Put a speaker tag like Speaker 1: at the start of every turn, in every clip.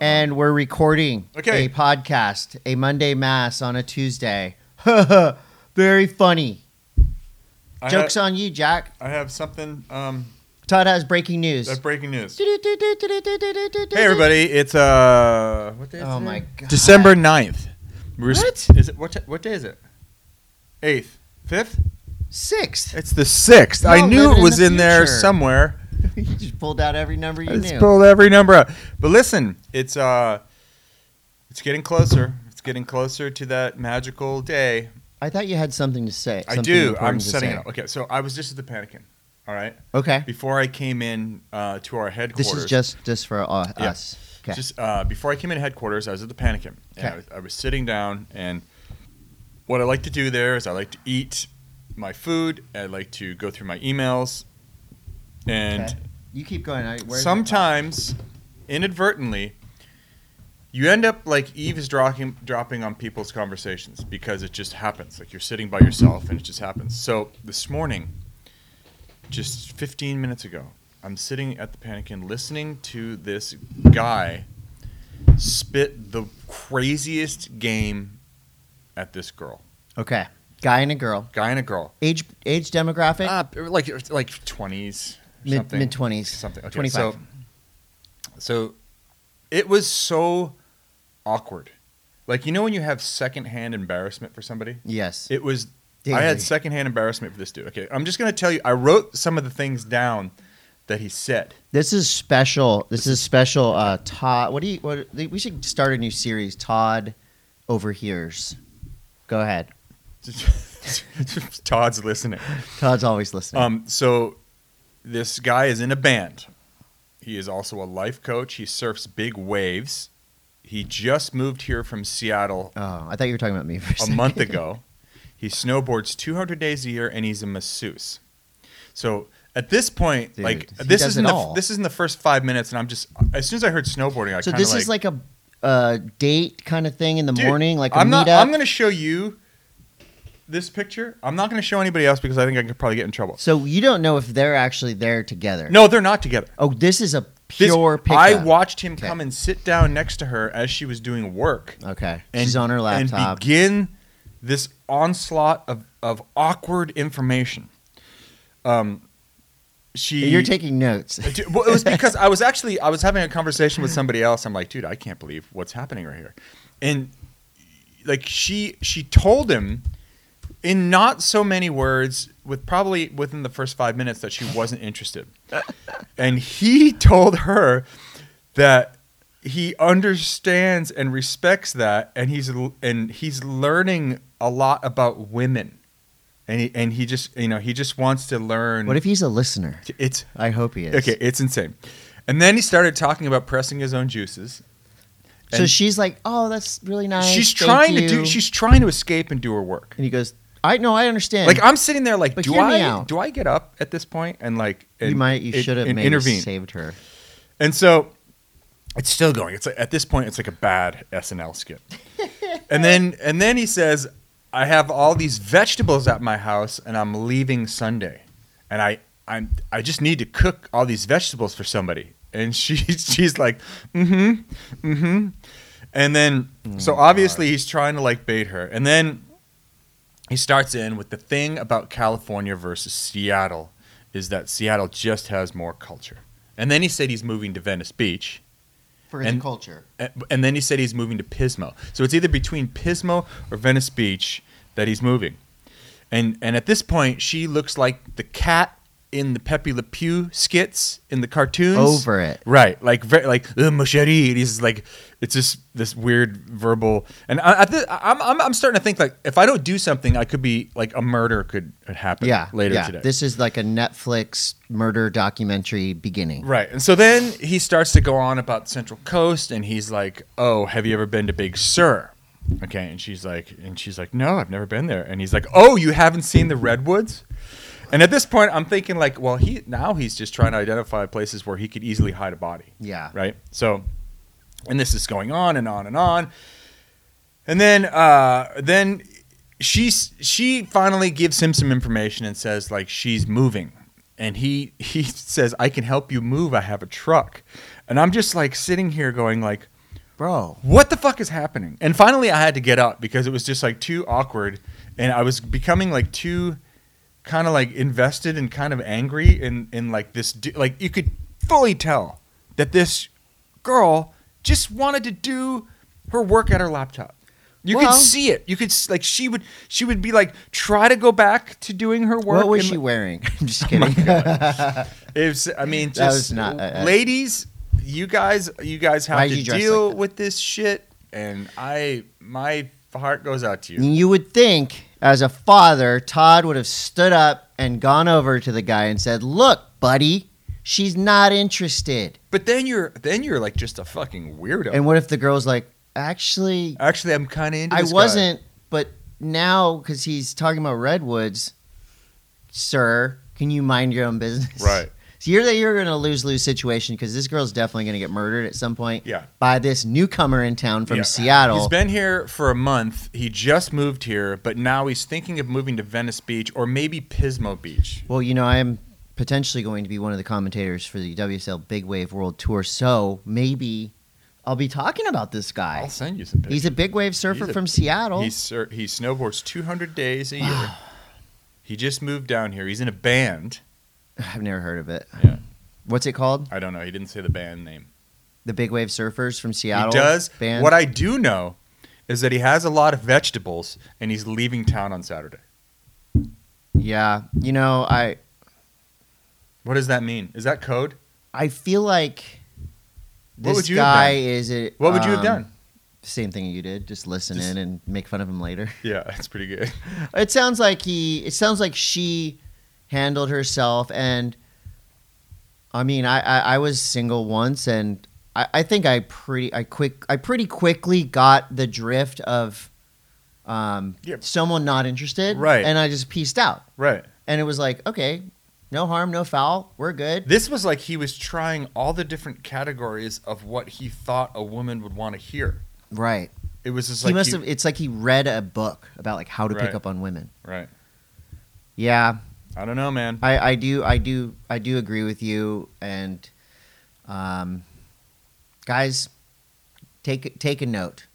Speaker 1: and we're recording
Speaker 2: Okay.
Speaker 1: a podcast, a Monday Mass on a Tuesday. Very funny.
Speaker 2: I
Speaker 1: Joke's
Speaker 2: ha-
Speaker 1: on you, Jack.
Speaker 2: I have something. Um,
Speaker 1: Todd has breaking news.
Speaker 2: that's breaking news. Hey,
Speaker 1: Hey,
Speaker 2: everybody! It's uh, what day is
Speaker 1: Oh
Speaker 2: today?
Speaker 1: my god.
Speaker 2: December 9th. We're s-
Speaker 1: What?
Speaker 2: Is it what? ti- what day is it? Eighth, fifth.
Speaker 1: Sixth.
Speaker 2: It's the sixth.
Speaker 1: No,
Speaker 2: I knew
Speaker 1: live
Speaker 2: it
Speaker 1: in
Speaker 2: was
Speaker 1: the
Speaker 2: in there
Speaker 1: future.
Speaker 2: somewhere.
Speaker 1: you just pulled out every number you
Speaker 2: I
Speaker 1: knew.
Speaker 2: pulled every number out. But listen, it's uh, it's getting closer. It's getting closer to that magical day.
Speaker 1: I thought you had something to say.
Speaker 2: I
Speaker 1: something
Speaker 2: do.
Speaker 1: important
Speaker 2: I'm
Speaker 1: to
Speaker 2: setting
Speaker 1: say.
Speaker 2: it up. Okay, so I was just at the Panikin. All right,
Speaker 1: Okay.
Speaker 2: before I came in uh, to our headquarters.
Speaker 1: This is just just for uh,
Speaker 2: Yeah.
Speaker 1: us. Okay.
Speaker 2: Just uh, before I came in headquarters, I was at the Panikin. And
Speaker 1: Okay.
Speaker 2: I, was, I was sitting down, and what I like to do there is I like to eat my food. I like to go through my emails, and
Speaker 1: Okay. you keep going. I, where's my-
Speaker 2: sometimes inadvertently you end up like eavesdropping dropping on people's conversations because it just happens like you're sitting by yourself and it just happens so this morning just 15 minutes ago i'm sitting at the panikin listening to this guy spit the craziest game at this girl
Speaker 1: Okay. Guy and a girl.
Speaker 2: guy and a girl
Speaker 1: Age age demographic.
Speaker 2: uh, like like 20s or
Speaker 1: mid
Speaker 2: something.
Speaker 1: mid twenties.
Speaker 2: something. Okay,
Speaker 1: Twenty five.
Speaker 2: So, so it was so awkward. Like you know when you have secondhand embarrassment for somebody.
Speaker 1: Yes.
Speaker 2: It was. I
Speaker 1: Daily.
Speaker 2: had secondhand embarrassment for this dude. Okay, I'm just gonna tell you. I wrote some of the things down that he said.
Speaker 1: This is special. This is special. Uh, Todd, what do you? What we should start a new series. Todd overhears. Go ahead.
Speaker 2: Todd's listening.
Speaker 1: Todd's always listening.
Speaker 2: Um, so this guy is in a band. He is also a life coach. He surfs big waves. He just moved here from Seattle
Speaker 1: oh, I thought you were talking about me for a,
Speaker 2: a
Speaker 1: second.
Speaker 2: month ago. He snowboards 200 days a year, and he's a masseuse. So at this point,
Speaker 1: Dude,
Speaker 2: like
Speaker 1: he
Speaker 2: this
Speaker 1: does
Speaker 2: isn't
Speaker 1: it
Speaker 2: the,
Speaker 1: all.
Speaker 2: this isn't the first five minutes, and I'm just as soon as I heard snowboarding, I
Speaker 1: So
Speaker 2: kind of
Speaker 1: this
Speaker 2: like,
Speaker 1: is like a, a date kind of thing in the
Speaker 2: Dude,
Speaker 1: morning, like a
Speaker 2: I'm
Speaker 1: meetup.
Speaker 2: not. I'm going to show you this picture. I'm not going to show anybody else because I think I could probably get in trouble.
Speaker 1: so you don't know if they're actually there together.
Speaker 2: No, they're not together.
Speaker 1: Oh, this is a
Speaker 2: This-
Speaker 1: pure pickup.
Speaker 2: I watched him
Speaker 1: Okay.
Speaker 2: come and sit down next to her as she was doing work.
Speaker 1: Okay.
Speaker 2: and,
Speaker 1: She's on her
Speaker 2: and
Speaker 1: laptop.
Speaker 2: begin this onslaught of, of awkward information. Um, she
Speaker 1: You're taking notes.
Speaker 2: Dude, well, it was because I was actually I was having a conversation with somebody else. I'm like, dude, I can't believe what's happening right here, and like she she told him in not so many words, with probably within the first five minutes, that she wasn't interested, and he told her that he understands and respects that, and he's l- and he's learning a lot about women, and he and he just you know he just wants to learn.
Speaker 1: What if he's a listener?
Speaker 2: it's
Speaker 1: I hope he is.
Speaker 2: Okay, it's insane. And then he started talking about pressing his own juices.
Speaker 1: So
Speaker 2: and-
Speaker 1: she's like, "Oh, that's really nice."
Speaker 2: she's
Speaker 1: Thank
Speaker 2: trying to
Speaker 1: you."
Speaker 2: do. She's trying to escape and do her work.
Speaker 1: and he goes, "I no, I understand."
Speaker 2: Like I'm sitting there, like,
Speaker 1: But
Speaker 2: do
Speaker 1: hear me
Speaker 2: I
Speaker 1: out.
Speaker 2: do I get up at this point and like and,
Speaker 1: you might, you
Speaker 2: and-
Speaker 1: should have
Speaker 2: and
Speaker 1: maybe
Speaker 2: intervene?
Speaker 1: saved her.
Speaker 2: And so it's still going. It's like at this point, it's like a bad SNL skit. and then and then he says, "I have all these vegetables at my house, and I'm leaving Sunday, and I I'm I just need to cook all these vegetables for somebody." And she she's like, "Mm-hmm, mm-hmm," and then so obviously he's trying to like bait her, and then he starts in with the thing about California versus Seattle is that Seattle just has more culture. And then he said he's moving to Venice Beach.
Speaker 1: For
Speaker 2: the And-
Speaker 1: culture,
Speaker 2: a- And then he said he's moving to Pismo. So it's either between Pismo or Venice Beach that he's moving. And and at this point, she looks like the cat in the Pepe Le Pew skits in the cartoons.
Speaker 1: over it.
Speaker 2: Right, like very, like "Uh, mon chéri," and he's like, it's just this weird verbal, and I, I th- I'm, I'm I'm starting to think like if I don't do something, I could be like a murder could happen
Speaker 1: Yeah,
Speaker 2: later
Speaker 1: yeah.
Speaker 2: today.
Speaker 1: This is like a Netflix murder documentary beginning.
Speaker 2: Right. And so then he starts to go on about Central Coast and he's like, "Oh, have you ever been to Big Sur?" Okay, and she's like and she's like, "No, I've never been there." And he's like, "Oh, you haven't seen the redwoods?" And at this point, I'm thinking like, well, he now he's just trying to identify places where he could easily hide a body,
Speaker 1: Yeah.
Speaker 2: right? So and this is going on and on and on. And then uh then she she finally gives him some information and says like she's moving and he he says i can help you move i have a truck and i'm just like sitting here going like
Speaker 1: bro.
Speaker 2: what the fuck is happening? And finally, I had to get up because it was just like too awkward, and I was becoming like too kind of like invested and kind of angry in in like this du- like you could fully tell that this girl just wanted to do her work at her laptop. You could
Speaker 1: Well-
Speaker 2: see it. You could s- like she would she would be like try to go back to doing her work.
Speaker 1: What was
Speaker 2: and,
Speaker 1: she wearing? I'm just
Speaker 2: Oh
Speaker 1: kidding.
Speaker 2: my God. It's, I mean,
Speaker 1: That
Speaker 2: just
Speaker 1: was not- uh, I- I-
Speaker 2: ladies. You guys, you guys have
Speaker 1: Why'd
Speaker 2: to
Speaker 1: you dress
Speaker 2: deal
Speaker 1: like that?
Speaker 2: with this shit, and I, my heart goes out to you.
Speaker 1: And you would think, as a father, Todd would have stood up and gone over to the guy and said, "Look, buddy, she's not interested."
Speaker 2: But then you're, then you're like just a fucking weirdo.
Speaker 1: And what if the girl's like, "Actually,
Speaker 2: Actually, I'm kind of into.
Speaker 1: I
Speaker 2: this guy.
Speaker 1: wasn't, but now because he's talking about redwoods, sir, can you mind your own business?"
Speaker 2: Right.
Speaker 1: So you're you're in a lose lose situation because this girl's definitely going to get murdered at some point.
Speaker 2: Yeah.
Speaker 1: By this newcomer in town from
Speaker 2: Yeah.
Speaker 1: Seattle.
Speaker 2: He's been here for a month. He just moved here, but now he's thinking of moving to Venice Beach or maybe Pismo Beach.
Speaker 1: well, you know I am potentially going to be one of the commentators for the WSL Big Wave World Tour, so maybe I'll be talking about this
Speaker 2: I'll
Speaker 1: guy.
Speaker 2: send you some pictures.
Speaker 1: He's a big wave surfer
Speaker 2: He's a-
Speaker 1: from Seattle.
Speaker 2: He sur- he snowboards 200 days a year. he just moved down here. He's in a band.
Speaker 1: I've never heard of it.
Speaker 2: Yeah.
Speaker 1: What's it called?
Speaker 2: I don't know. He didn't say the band name.
Speaker 1: The Big Wave Surfers from Seattle.
Speaker 2: he does.
Speaker 1: Band?
Speaker 2: What I do know is that he has a lot of vegetables, and he's leaving town on Saturday.
Speaker 1: Yeah, you know, I
Speaker 2: What does that mean? Is that code?
Speaker 1: I feel like
Speaker 2: What
Speaker 1: this
Speaker 2: would you have
Speaker 1: guy
Speaker 2: done?
Speaker 1: is it.
Speaker 2: What would you have
Speaker 1: um,
Speaker 2: done?
Speaker 1: Same thing you did, just listen
Speaker 2: Just-
Speaker 1: in and make fun of him later.
Speaker 2: Yeah, that's pretty good.
Speaker 1: It sounds like he. It sounds like she handled herself, and I mean, I I, I was single once, and I, I think I pretty I quick I pretty quickly got the drift of um
Speaker 2: Yeah.
Speaker 1: someone not interested,
Speaker 2: Right.
Speaker 1: And I just pieced out,
Speaker 2: Right.
Speaker 1: and it was like, okay, no harm, no foul, we're good.
Speaker 2: This was like he was trying all the different categories of what he thought a woman would want to hear.
Speaker 1: Right.
Speaker 2: It was just
Speaker 1: he
Speaker 2: like
Speaker 1: must
Speaker 2: he-
Speaker 1: have. It's like he read a book about like how to
Speaker 2: Right.
Speaker 1: pick up on women.
Speaker 2: right.
Speaker 1: Yeah,
Speaker 2: I don't know, man.
Speaker 1: I, I do, I do, I do agree with you. And, um, guys, take take a note.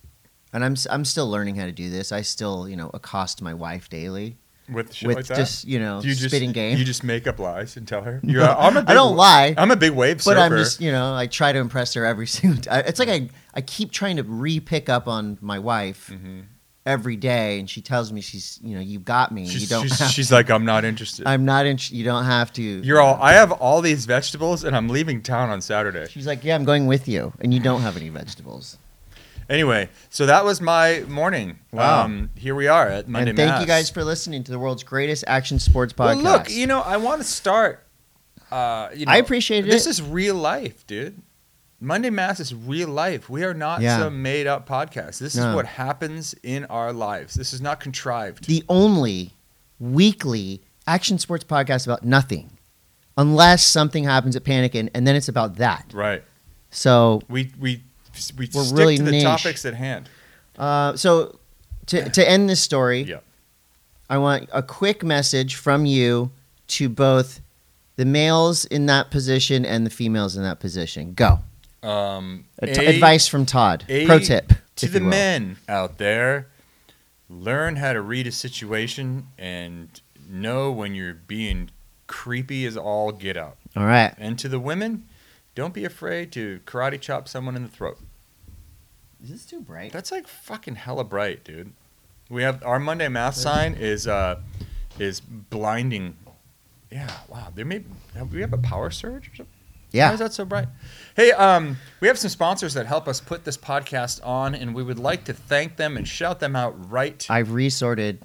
Speaker 1: And I'm s- I'm still learning how to do this. I still you know accost my wife daily
Speaker 2: With shit
Speaker 1: with
Speaker 2: like that,
Speaker 1: just you know
Speaker 2: Do you just
Speaker 1: spitting game.
Speaker 2: You just make up lies and tell her.
Speaker 1: No,
Speaker 2: You're, like, I'm a big,
Speaker 1: I don't lie,
Speaker 2: I'm a big wave
Speaker 1: but
Speaker 2: surfer.
Speaker 1: I'm just you know I try to impress her every single time. It's like I I keep trying to re pick up on my wife.
Speaker 2: Mhm.
Speaker 1: Every day, and she tells me she's, you know, you got me.
Speaker 2: She's,
Speaker 1: you don't.
Speaker 2: she's,
Speaker 1: have
Speaker 2: she's like, I'm not interested.
Speaker 1: I'm not in. You don't have to.
Speaker 2: You're all. I have all these vegetables, and I'm leaving town on Saturday.
Speaker 1: She's like, yeah, I'm going with you, and you don't have any vegetables.
Speaker 2: Anyway, so that was my morning.
Speaker 1: Wow.
Speaker 2: Um, here we are at Monday.
Speaker 1: and thank
Speaker 2: Mass.
Speaker 1: you guys for listening to the world's greatest action sports
Speaker 2: Well,
Speaker 1: podcast.
Speaker 2: look, you know, I want to start. Uh, you know,
Speaker 1: I appreciated
Speaker 2: This
Speaker 1: it.
Speaker 2: is real life, dude. Monday Mass is real life. We are not
Speaker 1: Yeah.
Speaker 2: some made up podcast. This is
Speaker 1: No.
Speaker 2: what happens in our lives. This is not contrived.
Speaker 1: the only weekly action sports podcast about nothing, unless something happens at Panikin, and then it's about that.
Speaker 2: right.
Speaker 1: So,
Speaker 2: We we we
Speaker 1: We're
Speaker 2: stick
Speaker 1: really
Speaker 2: to the
Speaker 1: niche.
Speaker 2: topics at hand.
Speaker 1: uh, so to to end this story,
Speaker 2: Yeah.
Speaker 1: I want a quick message from you to both the males in that position and the females in that position. Go.
Speaker 2: Um,
Speaker 1: Ad-
Speaker 2: A-
Speaker 1: advice from Todd.
Speaker 2: a-
Speaker 1: Pro tip.
Speaker 2: to
Speaker 1: if
Speaker 2: the
Speaker 1: you will.
Speaker 2: men out there learn how to read a situation and know when you're being creepy as all get out
Speaker 1: All right.
Speaker 2: and to the women don't be afraid to karate chop someone in the throat
Speaker 1: Is this too bright?
Speaker 2: that's like fucking hella bright dude we have our monday math sign is uh is blinding yeah wow there may have we have a power surge or something Why
Speaker 1: Yeah.
Speaker 2: is that so bright? Hey, um, we have some sponsors that help us put this podcast on, and we would like to thank them and shout them out right.
Speaker 1: I've resorted.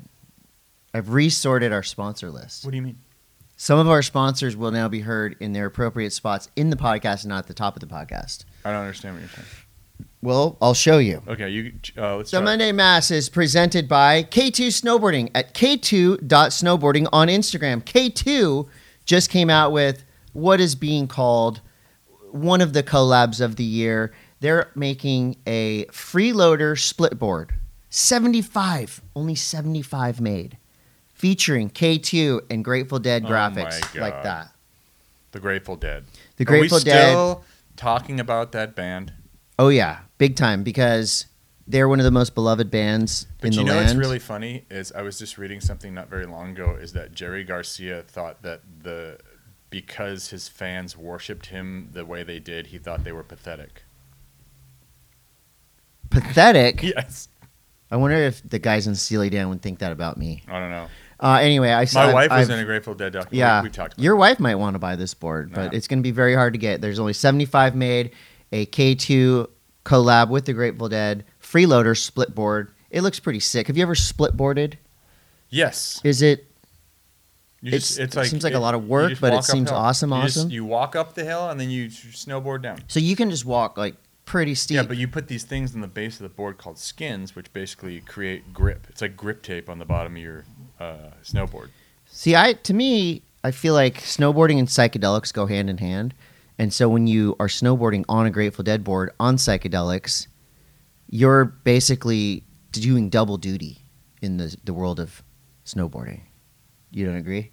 Speaker 1: I've resorted our sponsor list.
Speaker 2: what do you mean?
Speaker 1: Some of our sponsors will now be heard in their appropriate spots in the podcast, and not at the top of the podcast.
Speaker 2: I don't understand what you're saying.
Speaker 1: Well, I'll show you.
Speaker 2: Okay, you. Uh, let's
Speaker 1: So
Speaker 2: try.
Speaker 1: Monday Mass is presented by K2 Snowboarding at k2.snowboarding on Instagram. K2 just came out with what is being called one of the collabs of the year. They're making a freeloader split board. 75, only 75 made, featuring K2 and Grateful Dead
Speaker 2: Oh
Speaker 1: graphics
Speaker 2: my
Speaker 1: like
Speaker 2: God.
Speaker 1: that.
Speaker 2: the Grateful Dead.
Speaker 1: The Grateful
Speaker 2: Are we
Speaker 1: Dead.
Speaker 2: Still talking about that band.
Speaker 1: Oh yeah. big time because they're one of the most beloved bands
Speaker 2: But
Speaker 1: in
Speaker 2: you
Speaker 1: the
Speaker 2: know
Speaker 1: land.
Speaker 2: what's really funny is I was just reading something not very long ago is that Jerry Garcia thought that the because his fans worshipped him the way they did, he thought they were pathetic.
Speaker 1: Pathetic.
Speaker 2: Yes.
Speaker 1: I wonder if the guys in Steely Dan would think that about me.
Speaker 2: I don't know.
Speaker 1: Uh, anyway, I saw
Speaker 2: My wife was
Speaker 1: I've-
Speaker 2: in a Grateful Dead documentary.
Speaker 1: Yeah,
Speaker 2: We've talked about
Speaker 1: your wife might want to buy this board, but
Speaker 2: Yeah.
Speaker 1: it's going to be very hard to get. There's only 75 made. A K2 collab with the Grateful Dead freeloader split board. It looks pretty sick. Have you ever split boarded?
Speaker 2: Yes.
Speaker 1: Is it
Speaker 2: You
Speaker 1: It's-
Speaker 2: just,
Speaker 1: it
Speaker 2: it's like
Speaker 1: seems like a
Speaker 2: it-
Speaker 1: lot of
Speaker 2: you
Speaker 1: work,
Speaker 2: just
Speaker 1: but it
Speaker 2: walk
Speaker 1: seems
Speaker 2: uphill.
Speaker 1: awesome,
Speaker 2: You just-
Speaker 1: awesome.
Speaker 2: you walk up the hill and then you s- snowboard down.
Speaker 1: so you can just walk like pretty steep?
Speaker 2: Yeah, but you put these things on the base of the board called skins, which basically create grip. It's like grip tape on the bottom of your uh, snowboard.
Speaker 1: See, I to me, I feel like snowboarding and psychedelics go hand in hand. And so when you are snowboarding on a Grateful Dead board on psychedelics, you're basically doing double duty in the the world of snowboarding. You don't agree?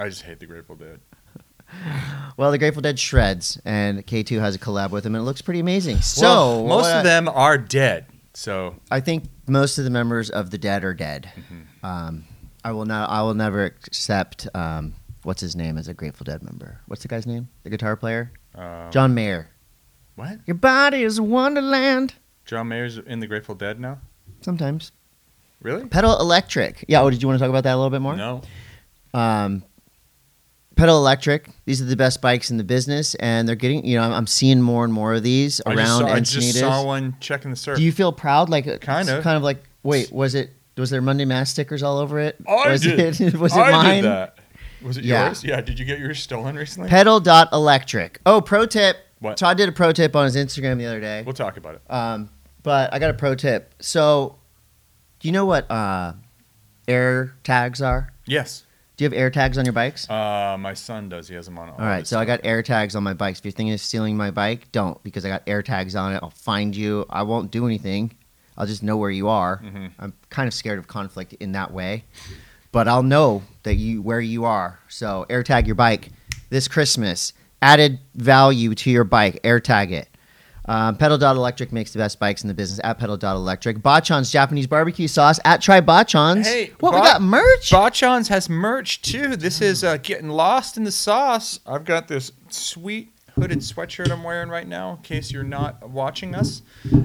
Speaker 2: I just hate the Grateful Dead.
Speaker 1: Well, the Grateful Dead shreds, and K2 has a collab with them, and it looks pretty amazing. So
Speaker 2: Well, most
Speaker 1: what I-
Speaker 2: of them are dead. So
Speaker 1: I think most of the members of the Dead are dead.
Speaker 2: Mm-hmm.
Speaker 1: Um, I will not. I will never accept. Um, what's his name as a Grateful Dead member? What's the guy's name? The guitar player,
Speaker 2: um,
Speaker 1: John Mayer.
Speaker 2: what?
Speaker 1: Your body is a wonderland.
Speaker 2: John Mayer's in the Grateful Dead now?
Speaker 1: Sometimes
Speaker 2: Really?
Speaker 1: pedal electric. Yeah. Oh, did you want to talk about that a little bit more?
Speaker 2: No.
Speaker 1: Um, pedal electric. These are the best bikes in the business, and they're getting. You know, I'm, I'm seeing more and more of these
Speaker 2: I just
Speaker 1: around
Speaker 2: saw, I just
Speaker 1: Encinitas.
Speaker 2: saw one checking the surf.
Speaker 1: Do you feel proud? Like it's
Speaker 2: Kind of.
Speaker 1: kind of like. Wait, was it? Was there Monday Mass stickers all over it?
Speaker 2: I
Speaker 1: was
Speaker 2: did.
Speaker 1: It, was it
Speaker 2: I
Speaker 1: mine?
Speaker 2: did that. Was it
Speaker 1: Yeah.
Speaker 2: yours? Yeah. Did you get yours stolen recently?
Speaker 1: Pedal dot electric. Oh, pro tip.
Speaker 2: What?
Speaker 1: Todd did a pro tip on his Instagram the other day.
Speaker 2: we'll talk about it.
Speaker 1: Um, but I got a pro tip. So, do you know what uh, air tags are?
Speaker 2: Yes.
Speaker 1: Do you have air tags on your bikes?
Speaker 2: Uh, my son does. He has them on.
Speaker 1: All right,
Speaker 2: his
Speaker 1: so I
Speaker 2: stuff.
Speaker 1: got air tags on my bikes. If you're thinking of stealing my bike, don't because I got air tags on it. I'll find you. I won't do anything. I'll just know where you are.
Speaker 2: Mhm.
Speaker 1: I'm kind of scared of conflict in that way, but I'll know that you where you are. So air tag your bike this Christmas. Added value to your bike. Air tag it. Um, Pedal Dot Electric makes the best bikes in the business. At Pedal Dot Electric, Bachan's Japanese barbecue sauce. At Try Bachan's.
Speaker 2: Hey,
Speaker 1: what we
Speaker 2: Ba-
Speaker 1: got merch?
Speaker 2: Bachans has merch too. This is uh, getting lost in the sauce. I've got this sweet hooded sweatshirt I'm wearing right now, in case you're not watching us.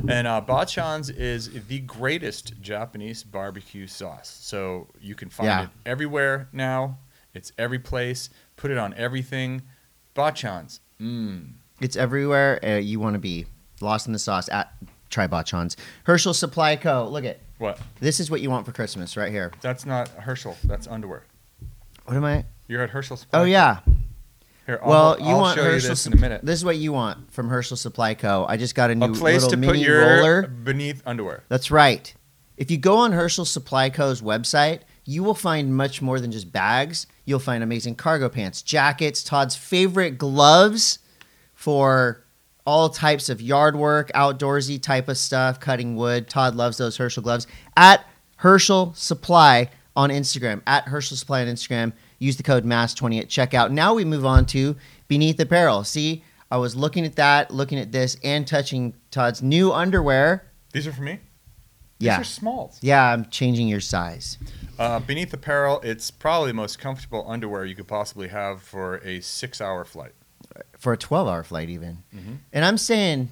Speaker 2: And uh, Bachans is the greatest Japanese barbecue sauce. So you can find
Speaker 1: Yeah.
Speaker 2: it everywhere now. It's every place. Put it on everything. Bachans. Mmm.
Speaker 1: It's everywhere uh, you want to be. Lost in the sauce at Tribachons. Herschel Supply Co. Look at
Speaker 2: What?
Speaker 1: this is what you want for Christmas right here.
Speaker 2: That's not Herschel. That's underwear.
Speaker 1: What am I?
Speaker 2: You're at Herschel's.
Speaker 1: Oh yeah.
Speaker 2: Here, I'll,
Speaker 1: Well, you
Speaker 2: I'll
Speaker 1: want
Speaker 2: show you
Speaker 1: Herschel
Speaker 2: this
Speaker 1: Sup-
Speaker 2: in a minute.
Speaker 1: This is what you want from Herschel Supply Co. I just got a
Speaker 2: A
Speaker 1: new
Speaker 2: place
Speaker 1: little
Speaker 2: to
Speaker 1: mini
Speaker 2: put your
Speaker 1: roller.
Speaker 2: beneath underwear.
Speaker 1: That's right. If you go on Herschel Supply Co.'s website, you will find much more than just bags. You'll find amazing cargo pants, jackets, Todd's favorite gloves for all types of yard work, outdoorsy type of stuff, cutting wood. Todd loves those Herschel gloves. At Herschel Supply on Instagram. At Herschel Supply on Instagram. Use the code MASS20 at checkout. Now we move on to Beneath Apparel. See, I was looking at that, looking at this, and touching Todd's new underwear.
Speaker 2: These are for me.
Speaker 1: Yeah.
Speaker 2: These are smalls.
Speaker 1: Yeah, I'm changing your size.
Speaker 2: Uh, beneath apparel, it's probably the most comfortable underwear you could possibly have for a six-hour flight.
Speaker 1: For a 12 hour flight, even.
Speaker 2: Mhm.
Speaker 1: And I'm saying,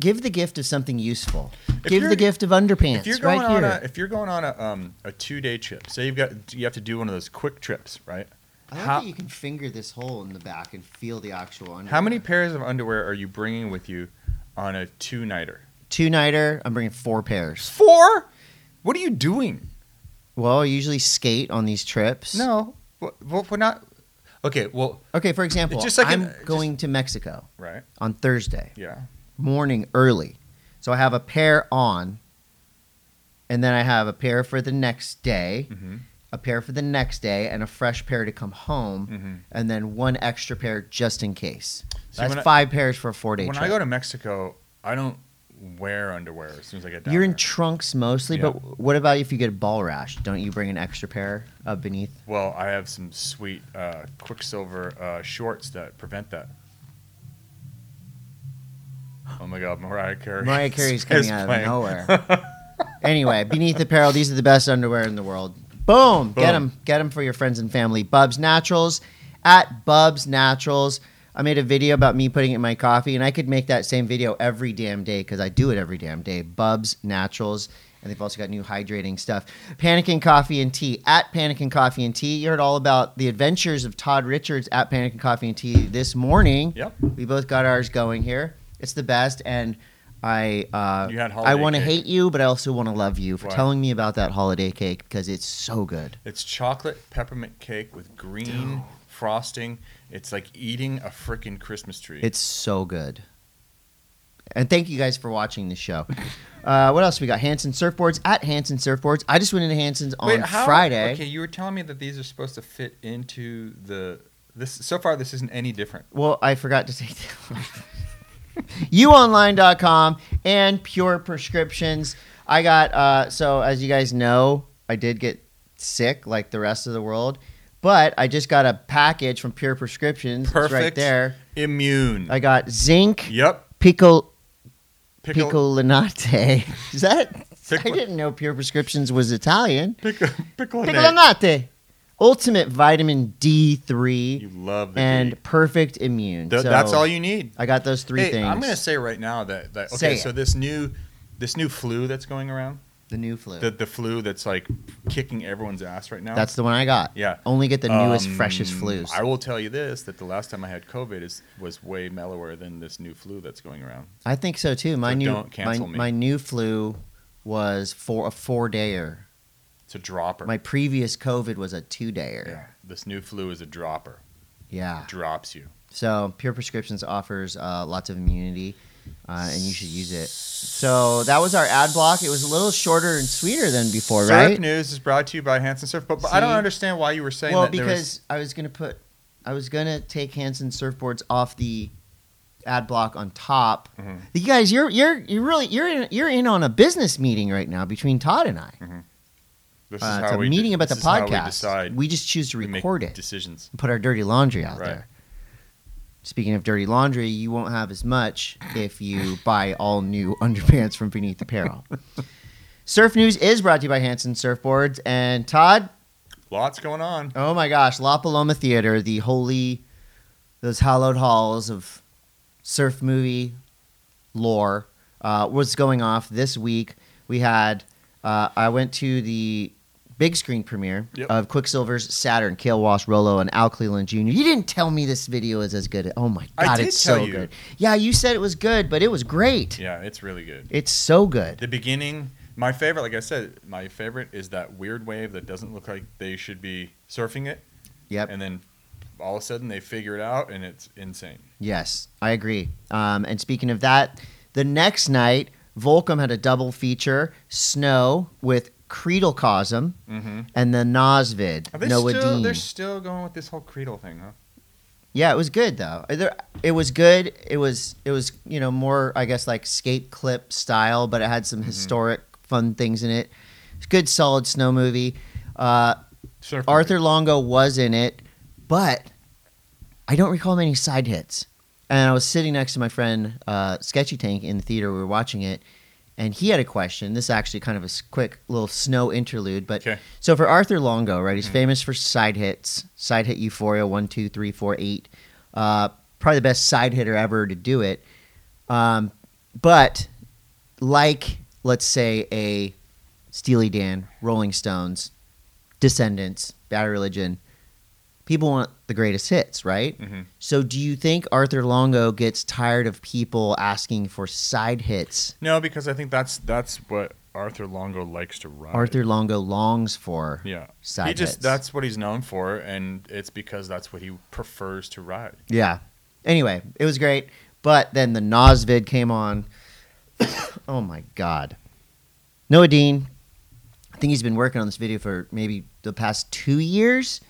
Speaker 1: give the gift of something useful.
Speaker 2: If
Speaker 1: give
Speaker 2: you're-
Speaker 1: the gift of
Speaker 2: if you're
Speaker 1: underpants
Speaker 2: going
Speaker 1: right
Speaker 2: on
Speaker 1: here.
Speaker 2: a if you're going on a um, a two-day trip, say you've got you have to do one of those quick trips, right?
Speaker 1: I like
Speaker 2: How-
Speaker 1: that you can finger this hole in the back and feel the actual underwear.
Speaker 2: How many pairs of underwear are you bringing with you on a two-nighter?
Speaker 1: Two nighter, I'm bringing four pairs.
Speaker 2: Four? What are you doing?
Speaker 1: Well, I usually skate on these trips.
Speaker 2: No, well, we're not. Okay, well,
Speaker 1: Okay, for example,
Speaker 2: Just like
Speaker 1: I'm
Speaker 2: an- just-
Speaker 1: going to Mexico
Speaker 2: right?
Speaker 1: on Thursday
Speaker 2: Yeah.
Speaker 1: morning early. So I have a pair on, and then I have a pair for the next day.
Speaker 2: Mm-hmm.
Speaker 1: a pair for the next day and a fresh pair to come home
Speaker 2: Mm-hmm.
Speaker 1: and then one extra pair just in case.
Speaker 2: See,
Speaker 1: That's
Speaker 2: when I-
Speaker 1: five pairs for a four day
Speaker 2: When
Speaker 1: trip.
Speaker 2: I go to Mexico, I don't wear underwear as soon as I get down.
Speaker 1: You're
Speaker 2: there.
Speaker 1: in trunks mostly,
Speaker 2: Yeah.
Speaker 1: but what about if you get a ball rash? Don't you bring an extra pair of beneath?
Speaker 2: Well, I have some sweet uh, Quicksilver uh, shorts that prevent that. Oh my God, Mariah Carey.
Speaker 1: Mariah Carey's coming
Speaker 2: is
Speaker 1: out of
Speaker 2: playing.
Speaker 1: nowhere. anyway, Beneath Apparel, these are the best underwear in the world. Boom. Get 'em. Get them.
Speaker 2: Boom.
Speaker 1: for your friends and family. Bubs Naturals at Bubs Naturals. I made a video about me putting it in my coffee, and I could make that same video every damn day because I do it every damn day. Bubs Naturals. And they've also got new hydrating stuff. Panikin Coffee and Tea at Panikin Coffee and Tea. You heard all about the adventures of Todd Richards at Panikin Coffee and Tea this morning.
Speaker 2: Yep.
Speaker 1: We both got ours going here. It's the best, and I uh,
Speaker 2: You had holiday
Speaker 1: I want to
Speaker 2: cake.
Speaker 1: hate you, but I also want to love you for
Speaker 2: Why?
Speaker 1: telling me about that holiday cake because it's so good.
Speaker 2: It's chocolate peppermint cake with green frosting. It's like eating a freaking Christmas tree.
Speaker 1: It's so good. And thank you guys for watching the show. Uh, what else we got? Hanson Surfboards at Hanson Surfboards. I just went into Hanson's on
Speaker 2: how-
Speaker 1: Friday.
Speaker 2: Okay, you were telling me that these are supposed to fit into the this. So far, this isn't any different.
Speaker 1: Well, I forgot to take that one. youonline.com and pure prescriptions. I got uh so as you guys know, I did get sick like the rest of the world, but I just got a package from Pure Prescriptions. It's right
Speaker 2: Perfect.
Speaker 1: there.
Speaker 2: Immune.
Speaker 1: I got zinc
Speaker 2: yep.
Speaker 1: pico
Speaker 2: Pickle.
Speaker 1: picolinate. Is that I
Speaker 2: Pickle-
Speaker 1: didn't know Pure Prescriptions was Italian.
Speaker 2: Pickle. Pickle.
Speaker 1: Picolinate. Ultimate vitamin D3
Speaker 2: You love the D.
Speaker 1: and perfect immune.
Speaker 2: Th-
Speaker 1: so
Speaker 2: that's all you need.
Speaker 1: I got those three
Speaker 2: Hey,
Speaker 1: things.
Speaker 2: I'm gonna say right now that, that okay.
Speaker 1: Say it.
Speaker 2: so this new this new flu that's going around,
Speaker 1: the new flu.
Speaker 2: the the flu that's like kicking everyone's ass right now.
Speaker 1: That's the one I got.
Speaker 2: yeah.
Speaker 1: Only get the newest,
Speaker 2: Um,
Speaker 1: freshest flus.
Speaker 2: I will tell you this: that the last time I had COVID is was way mellower than this new flu that's going around.
Speaker 1: I think so too. My
Speaker 2: So
Speaker 1: new
Speaker 2: don't cancel
Speaker 1: my,
Speaker 2: me.
Speaker 1: my new flu was for a four dayer.
Speaker 2: It's a dropper.
Speaker 1: My previous COVID was a two dayer.
Speaker 2: yeah. This new flu is a dropper.
Speaker 1: Yeah.
Speaker 2: Drops you.
Speaker 1: So Pure Prescriptions offers uh, lots of immunity, uh, and you should use it. So that was our ad block. It was a little shorter and sweeter than before,
Speaker 2: Surf
Speaker 1: right?
Speaker 2: News is brought to you by Hanson Surf, but, but I don't
Speaker 1: See?
Speaker 2: understand why you were saying
Speaker 1: Well,
Speaker 2: that. there was-
Speaker 1: because I was gonna put, I was gonna take Hanson surfboards off the ad block on top.
Speaker 2: Mhm.
Speaker 1: You guys, you're you're you're really you're in, you're in on a business meeting right now between Todd and I.
Speaker 2: this
Speaker 1: Uh,
Speaker 2: is
Speaker 1: it's a
Speaker 2: how we de-
Speaker 1: meeting about the
Speaker 2: this is how
Speaker 1: podcast.
Speaker 2: we decide.
Speaker 1: just choose to
Speaker 2: we make
Speaker 1: record it
Speaker 2: Decisions.
Speaker 1: and put our dirty laundry out
Speaker 2: Right.
Speaker 1: there. Speaking of dirty laundry, you won't have as much if you buy all new underpants from Beneath Apparel. Surf News is brought to you by Hanson Surfboards and Todd.
Speaker 2: Lots going on.
Speaker 1: Oh my gosh, La Paloma Theater, the holy, those hallowed halls of surf movie lore, uh, was going off this week. We had, uh, I went to the big screen premiere
Speaker 2: Yep.
Speaker 1: of Quicksilver's Saturn, Kale Wash, Rolo, and Al Cleland Jr. You didn't tell me this video is as good. Oh my
Speaker 2: I
Speaker 1: God,
Speaker 2: did
Speaker 1: it's
Speaker 2: tell
Speaker 1: so
Speaker 2: you.
Speaker 1: good. Yeah, you said it was good, but it was great.
Speaker 2: Yeah, it's really good.
Speaker 1: It's so good.
Speaker 2: The beginning, my favorite, like I said, my favorite is that weird wave that doesn't look like they should be surfing it,
Speaker 1: Yep.
Speaker 2: and then all of a sudden they figure it out, and it's insane.
Speaker 1: Yes, I agree. Um, and speaking of that, the next night, Volcom had a double feature snow with Creedal Cosm
Speaker 2: Mm-hmm.
Speaker 1: and the Nosvid.
Speaker 2: Are they
Speaker 1: Noah
Speaker 2: still?
Speaker 1: Dean.
Speaker 2: They're still going with this whole Creedle thing, huh?
Speaker 1: Yeah, it was good though. There- It was good. It was it was you know more I guess like skate clip style, but it had
Speaker 2: Mm-hmm.
Speaker 1: some historic fun things in it. It's a good solid snow movie. Uh,
Speaker 2: Surf
Speaker 1: Arthur Longo was in it, but I don't recall many side hits. And I was sitting next to my friend uh, Sketchy Tank in the theater. We were watching it, and he had a question. This is actually kind of a s- quick little snow interlude, but
Speaker 2: Okay.
Speaker 1: so for Arthur Longo, right? He's famous for side hits, side hit Euphoria one, two, three, four, eight. Uh, probably the best side hitter ever to do it. Um, but like, let's say a Steely Dan, Rolling Stones, Descendants, Bad Religion, people want the greatest hits, right?
Speaker 2: Mhm.
Speaker 1: So do you think Arthur Longo gets tired of people asking for side hits?
Speaker 2: No, because I think that's that's what Arthur Longo likes to ride.
Speaker 1: Arthur Longo longs for
Speaker 2: Yeah.
Speaker 1: side
Speaker 2: he just
Speaker 1: hits.
Speaker 2: that's what he's known for and it's because that's what he prefers to ride.
Speaker 1: Yeah. Anyway, it was great. But then the Nosvid came on. oh my God. Noah Dean, I think he's been working on this video for maybe the past two years.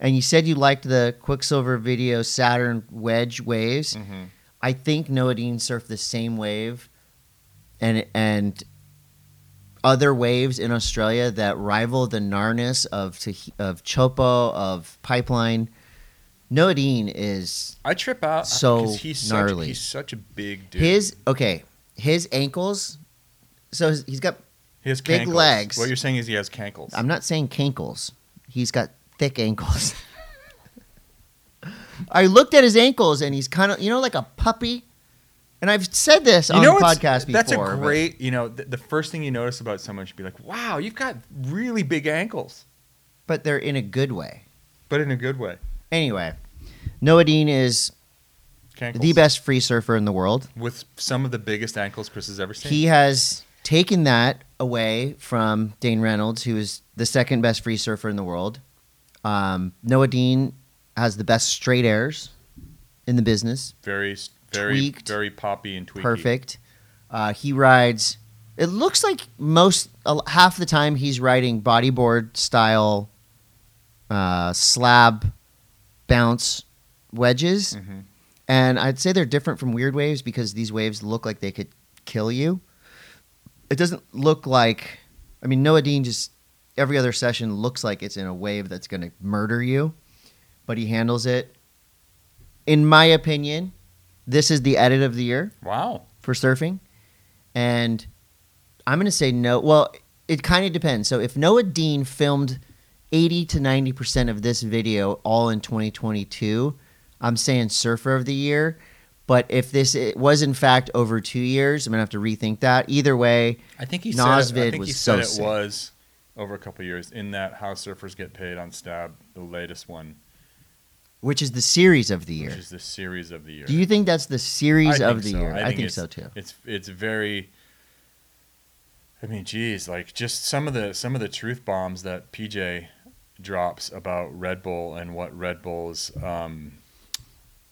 Speaker 1: And you said you liked the Quicksilver video Saturn wedge waves.
Speaker 2: Mhm.
Speaker 1: I think Noah Dean surfed the same wave and and other waves in Australia that rival the Narnis of Tahi- of Chopo of Pipeline. Noadine is
Speaker 2: I trip out
Speaker 1: So
Speaker 2: 'cause he's
Speaker 1: gnarly.
Speaker 2: Such, he's such a big dude.
Speaker 1: his okay. His ankles. So his, he's got.
Speaker 2: he has
Speaker 1: big
Speaker 2: cankles.
Speaker 1: legs.
Speaker 2: What you're saying is he has cankles.
Speaker 1: I'm not saying cankles. He's got thick ankles. I looked at his ankles and he's kind of you know like a puppy. And I've said this on the
Speaker 2: what's-
Speaker 1: podcast before.
Speaker 2: That's a
Speaker 1: but-
Speaker 2: great, you know, th- the first thing you notice about someone should be like, wow, you've got really big ankles,
Speaker 1: but they're in a good way.
Speaker 2: but in a good way.
Speaker 1: Anyway, Noah Dean is
Speaker 2: Cankles.
Speaker 1: the best free surfer in the world.
Speaker 2: With some of the biggest ankles Chris has ever seen.
Speaker 1: He has taken that away from Dane Reynolds, who is the second best free surfer in the world. Um, Noah Dean has the best straight airs in the business.
Speaker 2: very, s- very,
Speaker 1: Tweaked.
Speaker 2: very poppy and tweaky.
Speaker 1: Perfect. Uh, he rides. It looks like most uh, half the time he's riding bodyboard style uh, slab bounce wedges.
Speaker 2: hmm
Speaker 1: And I'd say they're different from weird waves because these waves look like they could kill you. It doesn't look like, I mean, Noah Dean just every other session looks like it's in a wave that's going to murder you, but he handles it. In my opinion, this is the edit of the year
Speaker 2: Wow.
Speaker 1: for surfing. And I'm going to say no. Well, it kind of depends. So if Noah Dean filmed 80 to 90% of this video all in 2022, I'm saying surfer of the year. But if this it was in fact over two years, I'm going to have to rethink that. Either way,
Speaker 2: I think he said, it,
Speaker 1: Nosvid
Speaker 2: I think he
Speaker 1: was
Speaker 2: said
Speaker 1: so
Speaker 2: it
Speaker 1: sick.
Speaker 2: was over a couple of years in that How Surfers Get Paid on Stab, the latest one,
Speaker 1: which is the series of the
Speaker 2: which
Speaker 1: year.
Speaker 2: is the series of the year.
Speaker 1: Do you think that's the series
Speaker 2: I
Speaker 1: of
Speaker 2: think
Speaker 1: the
Speaker 2: so.
Speaker 1: year?
Speaker 2: I
Speaker 1: I,
Speaker 2: think
Speaker 1: think
Speaker 2: it's-
Speaker 1: so too.
Speaker 2: it's it's very I mean, geez, like just some of the some of the truth bombs that PJ drops about Red Bull and what Red Bull's um,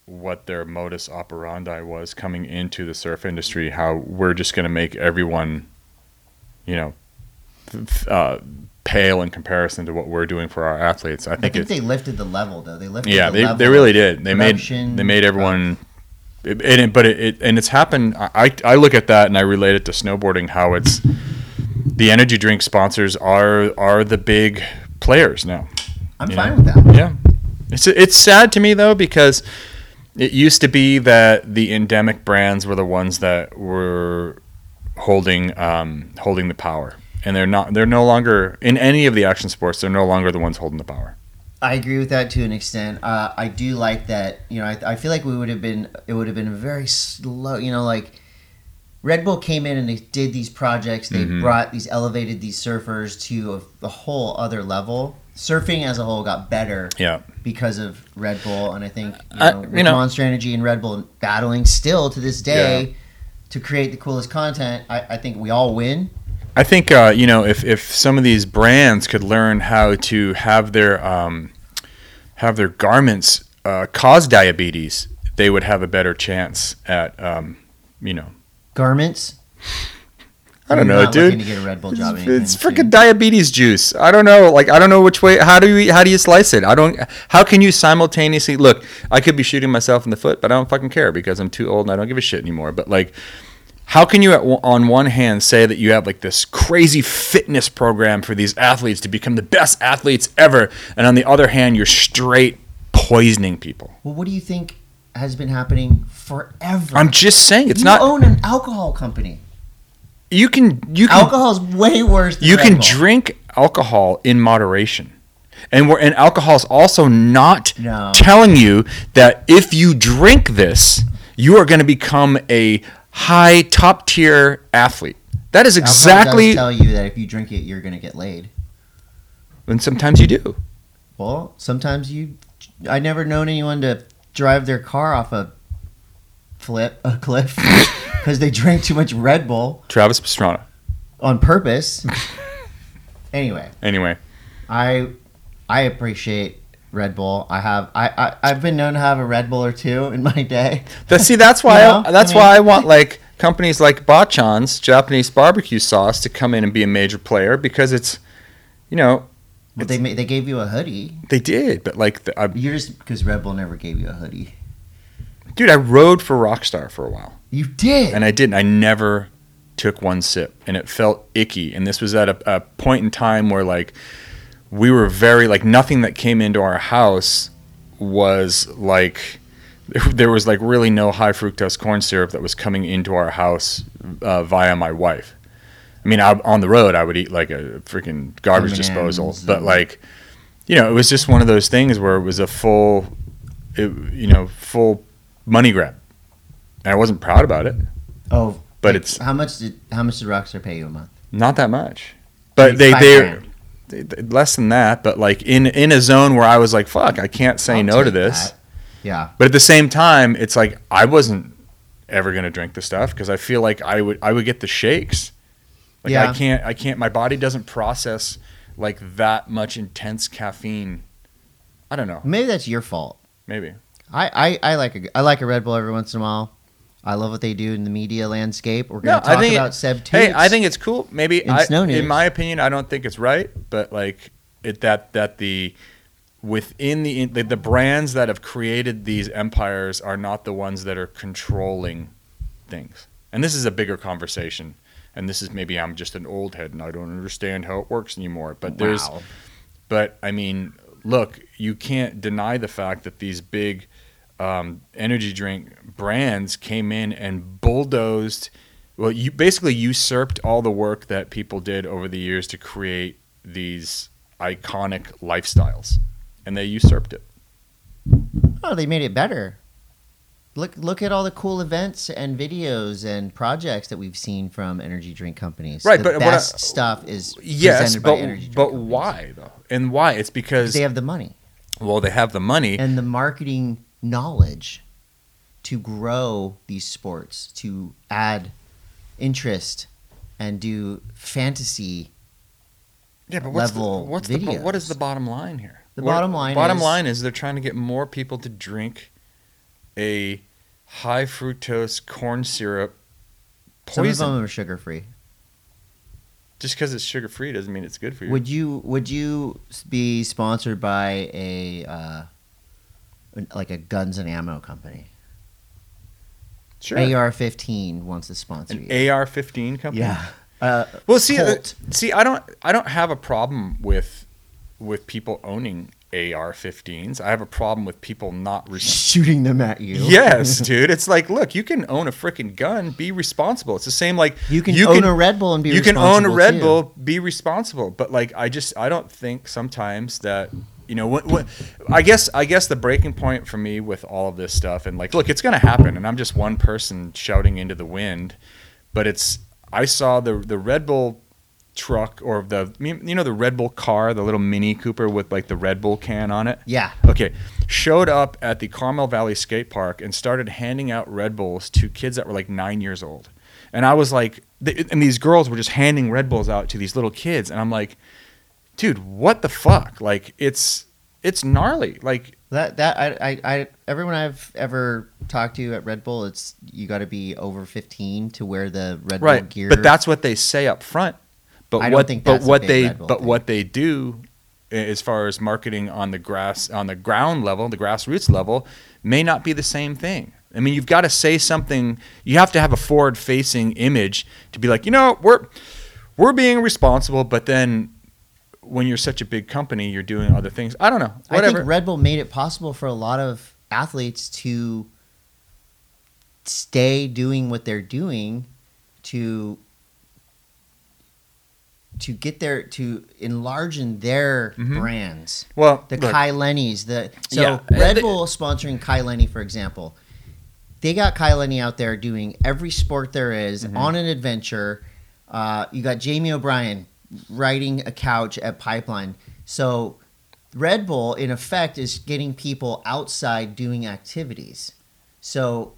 Speaker 2: what their modus operandi was coming into the surf industry, how we're just going to make everyone, you know, f- uh, pale in comparison to what we're doing for our athletes. I
Speaker 1: I
Speaker 2: think,
Speaker 1: think
Speaker 2: it's
Speaker 1: they lifted the level though. They lifted
Speaker 2: yeah,
Speaker 1: the
Speaker 2: they,
Speaker 1: level
Speaker 2: they
Speaker 1: of
Speaker 2: really did. They made
Speaker 1: production.
Speaker 2: they made everyone. It, and it, but it, it and it's happened. I I I look at that and I relate it to snowboarding. How it's the energy drink sponsors are are the big players now.
Speaker 1: I'm
Speaker 2: you
Speaker 1: fine
Speaker 2: know?
Speaker 1: with that.
Speaker 2: Yeah, it's it's sad to me though because it used to be that the endemic brands were the ones that were holding um, holding the power, and they're not. They're no longer in any of the action sports. They're no longer the ones holding the power.
Speaker 1: I agree with that to an extent. Uh, I do like that. You know, I, I feel like we would have been. It would have been very slow. You know, like Red Bull came in and they did these projects. They
Speaker 2: Mhm.
Speaker 1: brought these elevated these surfers to a, a whole other level. Surfing as a whole got better
Speaker 2: Yeah.
Speaker 1: because of Red Bull, and I think you know,
Speaker 2: I- Uh, you
Speaker 1: with
Speaker 2: know-
Speaker 1: Monster Energy and Red Bull battling still to this day to create the coolest content. I, I think we all win.
Speaker 2: I think uh, you know if, if some of these brands could learn how to have their um, have their garments uh, cause diabetes, they would have a better chance at um, you know
Speaker 1: Garments.
Speaker 2: I don't
Speaker 1: I'm
Speaker 2: know,
Speaker 1: not
Speaker 2: dude.
Speaker 1: Looking to get a Red Bull job.
Speaker 2: It's,
Speaker 1: anytime
Speaker 2: it's
Speaker 1: soon.
Speaker 2: freaking diabetes juice. I don't know. Like I don't know which way. How do you how do you slice it? I don't. How can you simultaneously look? I could be shooting myself in the foot, but I don't fucking care because I'm too old and I don't give a shit anymore. But like, how can you at, one- on one hand say that you have like this crazy fitness program for these athletes to become the best athletes ever, and on the other hand you're straight poisoning people?
Speaker 1: Well, what do you think has been happening forever?
Speaker 2: I'm just saying it's
Speaker 1: you
Speaker 2: not.
Speaker 1: own an alcohol company.
Speaker 2: you can you can
Speaker 1: Alcohol's way worse. Than
Speaker 2: you
Speaker 1: Red
Speaker 2: can
Speaker 1: Bull.
Speaker 2: drink alcohol in moderation and we're and alcohol's also not
Speaker 1: No.
Speaker 2: telling you that if you drink this you are going to become a high top tier athlete that is
Speaker 1: Alcohol
Speaker 2: exactly
Speaker 1: does tell you that if you drink it, you're gonna get laid.
Speaker 2: and sometimes you do
Speaker 1: Well, sometimes you. I never known anyone to drive their car off a flip a cliff because they drank too much Red Bull
Speaker 2: travis pastrana
Speaker 1: on purpose. anyway,
Speaker 2: anyway
Speaker 1: I I appreciate Red Bull. I have I, I I've been known to have a Red Bull or two in my day.
Speaker 2: that, see that's why
Speaker 1: No,
Speaker 2: I, that's
Speaker 1: I mean-
Speaker 2: why i want like companies like bachan's japanese barbecue sauce to come in and be a major player because it's you know
Speaker 1: But they ma- they gave you a hoodie.
Speaker 2: they did but like the, I,
Speaker 1: You're just because Red Bull never gave you a hoodie.
Speaker 2: dude i rode for rockstar for a while
Speaker 1: You did.
Speaker 2: and I didn't. I never took one sip, and it felt icky. And this was at a, a point in time where like we were very like nothing that came into our house was like there was like really no high fructose corn syrup that was coming into our house uh, via my wife. I mean, I, on the road, I would eat like a freaking garbage
Speaker 1: M&Ms
Speaker 2: disposal,
Speaker 1: and-
Speaker 2: but like, you know, it was just one of those things where it was a full, it, you know, full money grab. And I wasn't proud about it,
Speaker 1: Oh,
Speaker 2: but it's
Speaker 1: how much did how much did Rockstar pay you a month?
Speaker 2: not that much. But
Speaker 1: Like
Speaker 2: they
Speaker 1: five
Speaker 2: they,
Speaker 1: grand.
Speaker 2: they they- less than that. But like in in a zone where I was like, fuck, I can't say
Speaker 1: I'll
Speaker 2: no to
Speaker 1: take
Speaker 2: this.
Speaker 1: that. Yeah.
Speaker 2: But at the same time, it's like I wasn't ever gonna drink the stuff because I feel like I would I would get the shakes. Like
Speaker 1: Yeah.
Speaker 2: I can't I can't my body doesn't process like that much intense caffeine. I don't know.
Speaker 1: Maybe that's your fault.
Speaker 2: Maybe.
Speaker 1: I, I, I like a I like a Red Bull every once in a while. I love what they do in the media landscape. We're
Speaker 2: No,
Speaker 1: gonna
Speaker 2: I
Speaker 1: talk
Speaker 2: think it-
Speaker 1: about Seb Toots.
Speaker 2: Hey, I think it's cool. Maybe
Speaker 1: And
Speaker 2: I,
Speaker 1: Snow News.
Speaker 2: in my opinion, I don't think it's right, but like it that that the within the, the the brands that have created these empires are not the ones that are controlling things. And this is a bigger conversation. And this is maybe I'm just an old head and I don't understand how it works anymore. But there's
Speaker 1: Wow.
Speaker 2: but I mean, look, you can't deny the fact that these big um, energy drink brands came in and bulldozed. Well, you basically usurped all the work that people did over the years to create these iconic lifestyles, and they usurped it.
Speaker 1: oh, they made it better. Look look at all the cool events and videos and projects that we've seen from energy drink companies.
Speaker 2: Right,
Speaker 1: the
Speaker 2: but what I-
Speaker 1: best stuff is
Speaker 2: Yes,
Speaker 1: presented by
Speaker 2: but
Speaker 1: energy drink
Speaker 2: but
Speaker 1: companies.
Speaker 2: why though? And why? It's because
Speaker 1: Because they have the money
Speaker 2: well, they have the money.
Speaker 1: and the marketing knowledge to grow these sports, to add interest, and do fantasy
Speaker 2: yeah, but
Speaker 1: what's the- level what's
Speaker 2: what's
Speaker 1: the-
Speaker 2: the what is
Speaker 1: videos.
Speaker 2: the bottom line here?
Speaker 1: The bottom line
Speaker 2: Bottom
Speaker 1: is-
Speaker 2: line is they're trying to get more people to drink a high fructose corn syrup
Speaker 1: Some of
Speaker 2: poison.
Speaker 1: them are sugar free.
Speaker 2: Just because it's sugar free doesn't mean it's good for you.
Speaker 1: Would you would you s- be sponsored by a uh, an- like a guns and ammo company?
Speaker 2: sure.
Speaker 1: AR fifteen wants to sponsor you.
Speaker 2: An AR fifteen company.
Speaker 1: yeah. Uh,
Speaker 2: Well, see, uh,
Speaker 1: Colt.
Speaker 2: see, I don't, I don't have a problem with with people owning AR-15s. I have a problem with people not. Re-
Speaker 1: shooting them at you.
Speaker 2: yes, dude. It's like, look, you can own a freaking gun. Be responsible. It's the same like
Speaker 1: You can own a Red Bull and be
Speaker 2: you can own a
Speaker 1: responsible,
Speaker 2: Red
Speaker 1: too.
Speaker 2: Bull, be responsible. But like, I just I don't think sometimes that you know what, what I guess I guess the breaking point for me with all of this stuff and like, look, it's gonna happen, and I'm just one person shouting into the wind. But it's I saw the the Red Bull truck or the you know the Red Bull car, the little Mini Cooper with like the Red Bull can on it.
Speaker 1: Yeah.
Speaker 2: Okay. Showed up at the Carmel Valley Skate Park and started handing out Red Bulls to kids that were like nine years old. And I was like, th- and these girls were just handing Red Bulls out to these little kids. And I'm like, dude, what the fuck? Like, it's, it's gnarly. Like,
Speaker 1: That that I, I I everyone I've ever talked to at Red Bull, it's you got to be over fifteen to wear the Red Bull gear.
Speaker 2: But that's what they say up front. But
Speaker 1: I don't
Speaker 2: what,
Speaker 1: think
Speaker 2: but
Speaker 1: that's a
Speaker 2: what
Speaker 1: big
Speaker 2: they,
Speaker 1: Red Bull
Speaker 2: but
Speaker 1: thing.
Speaker 2: what they do, a- as far as marketing on the grass, on the ground level, the grassroots level, may not be the same thing. I mean, you've got to say something. You have to have a forward-facing image to be like, you know, we're we're being responsible. But then, when you're such a big company, you're doing other things. I don't know.
Speaker 1: I
Speaker 2: Whatever.
Speaker 1: think Red Bull made it possible for a lot of athletes to stay doing what they're doing to to get their to enlarge in their
Speaker 2: Mhm.
Speaker 1: brands.
Speaker 2: well,
Speaker 1: The
Speaker 2: look,
Speaker 1: Kai Lenny's, the so
Speaker 2: Yeah. Uh,
Speaker 1: Red
Speaker 2: They-
Speaker 1: Bull sponsoring Kai Lenny, for example. They got Kai Lenny out there doing every sport there is
Speaker 2: Mm-hmm.
Speaker 1: on an adventure. Uh, you got Jamie O'Brien riding a couch at Pipeline. So Red Bull, in effect, is getting people outside doing activities. So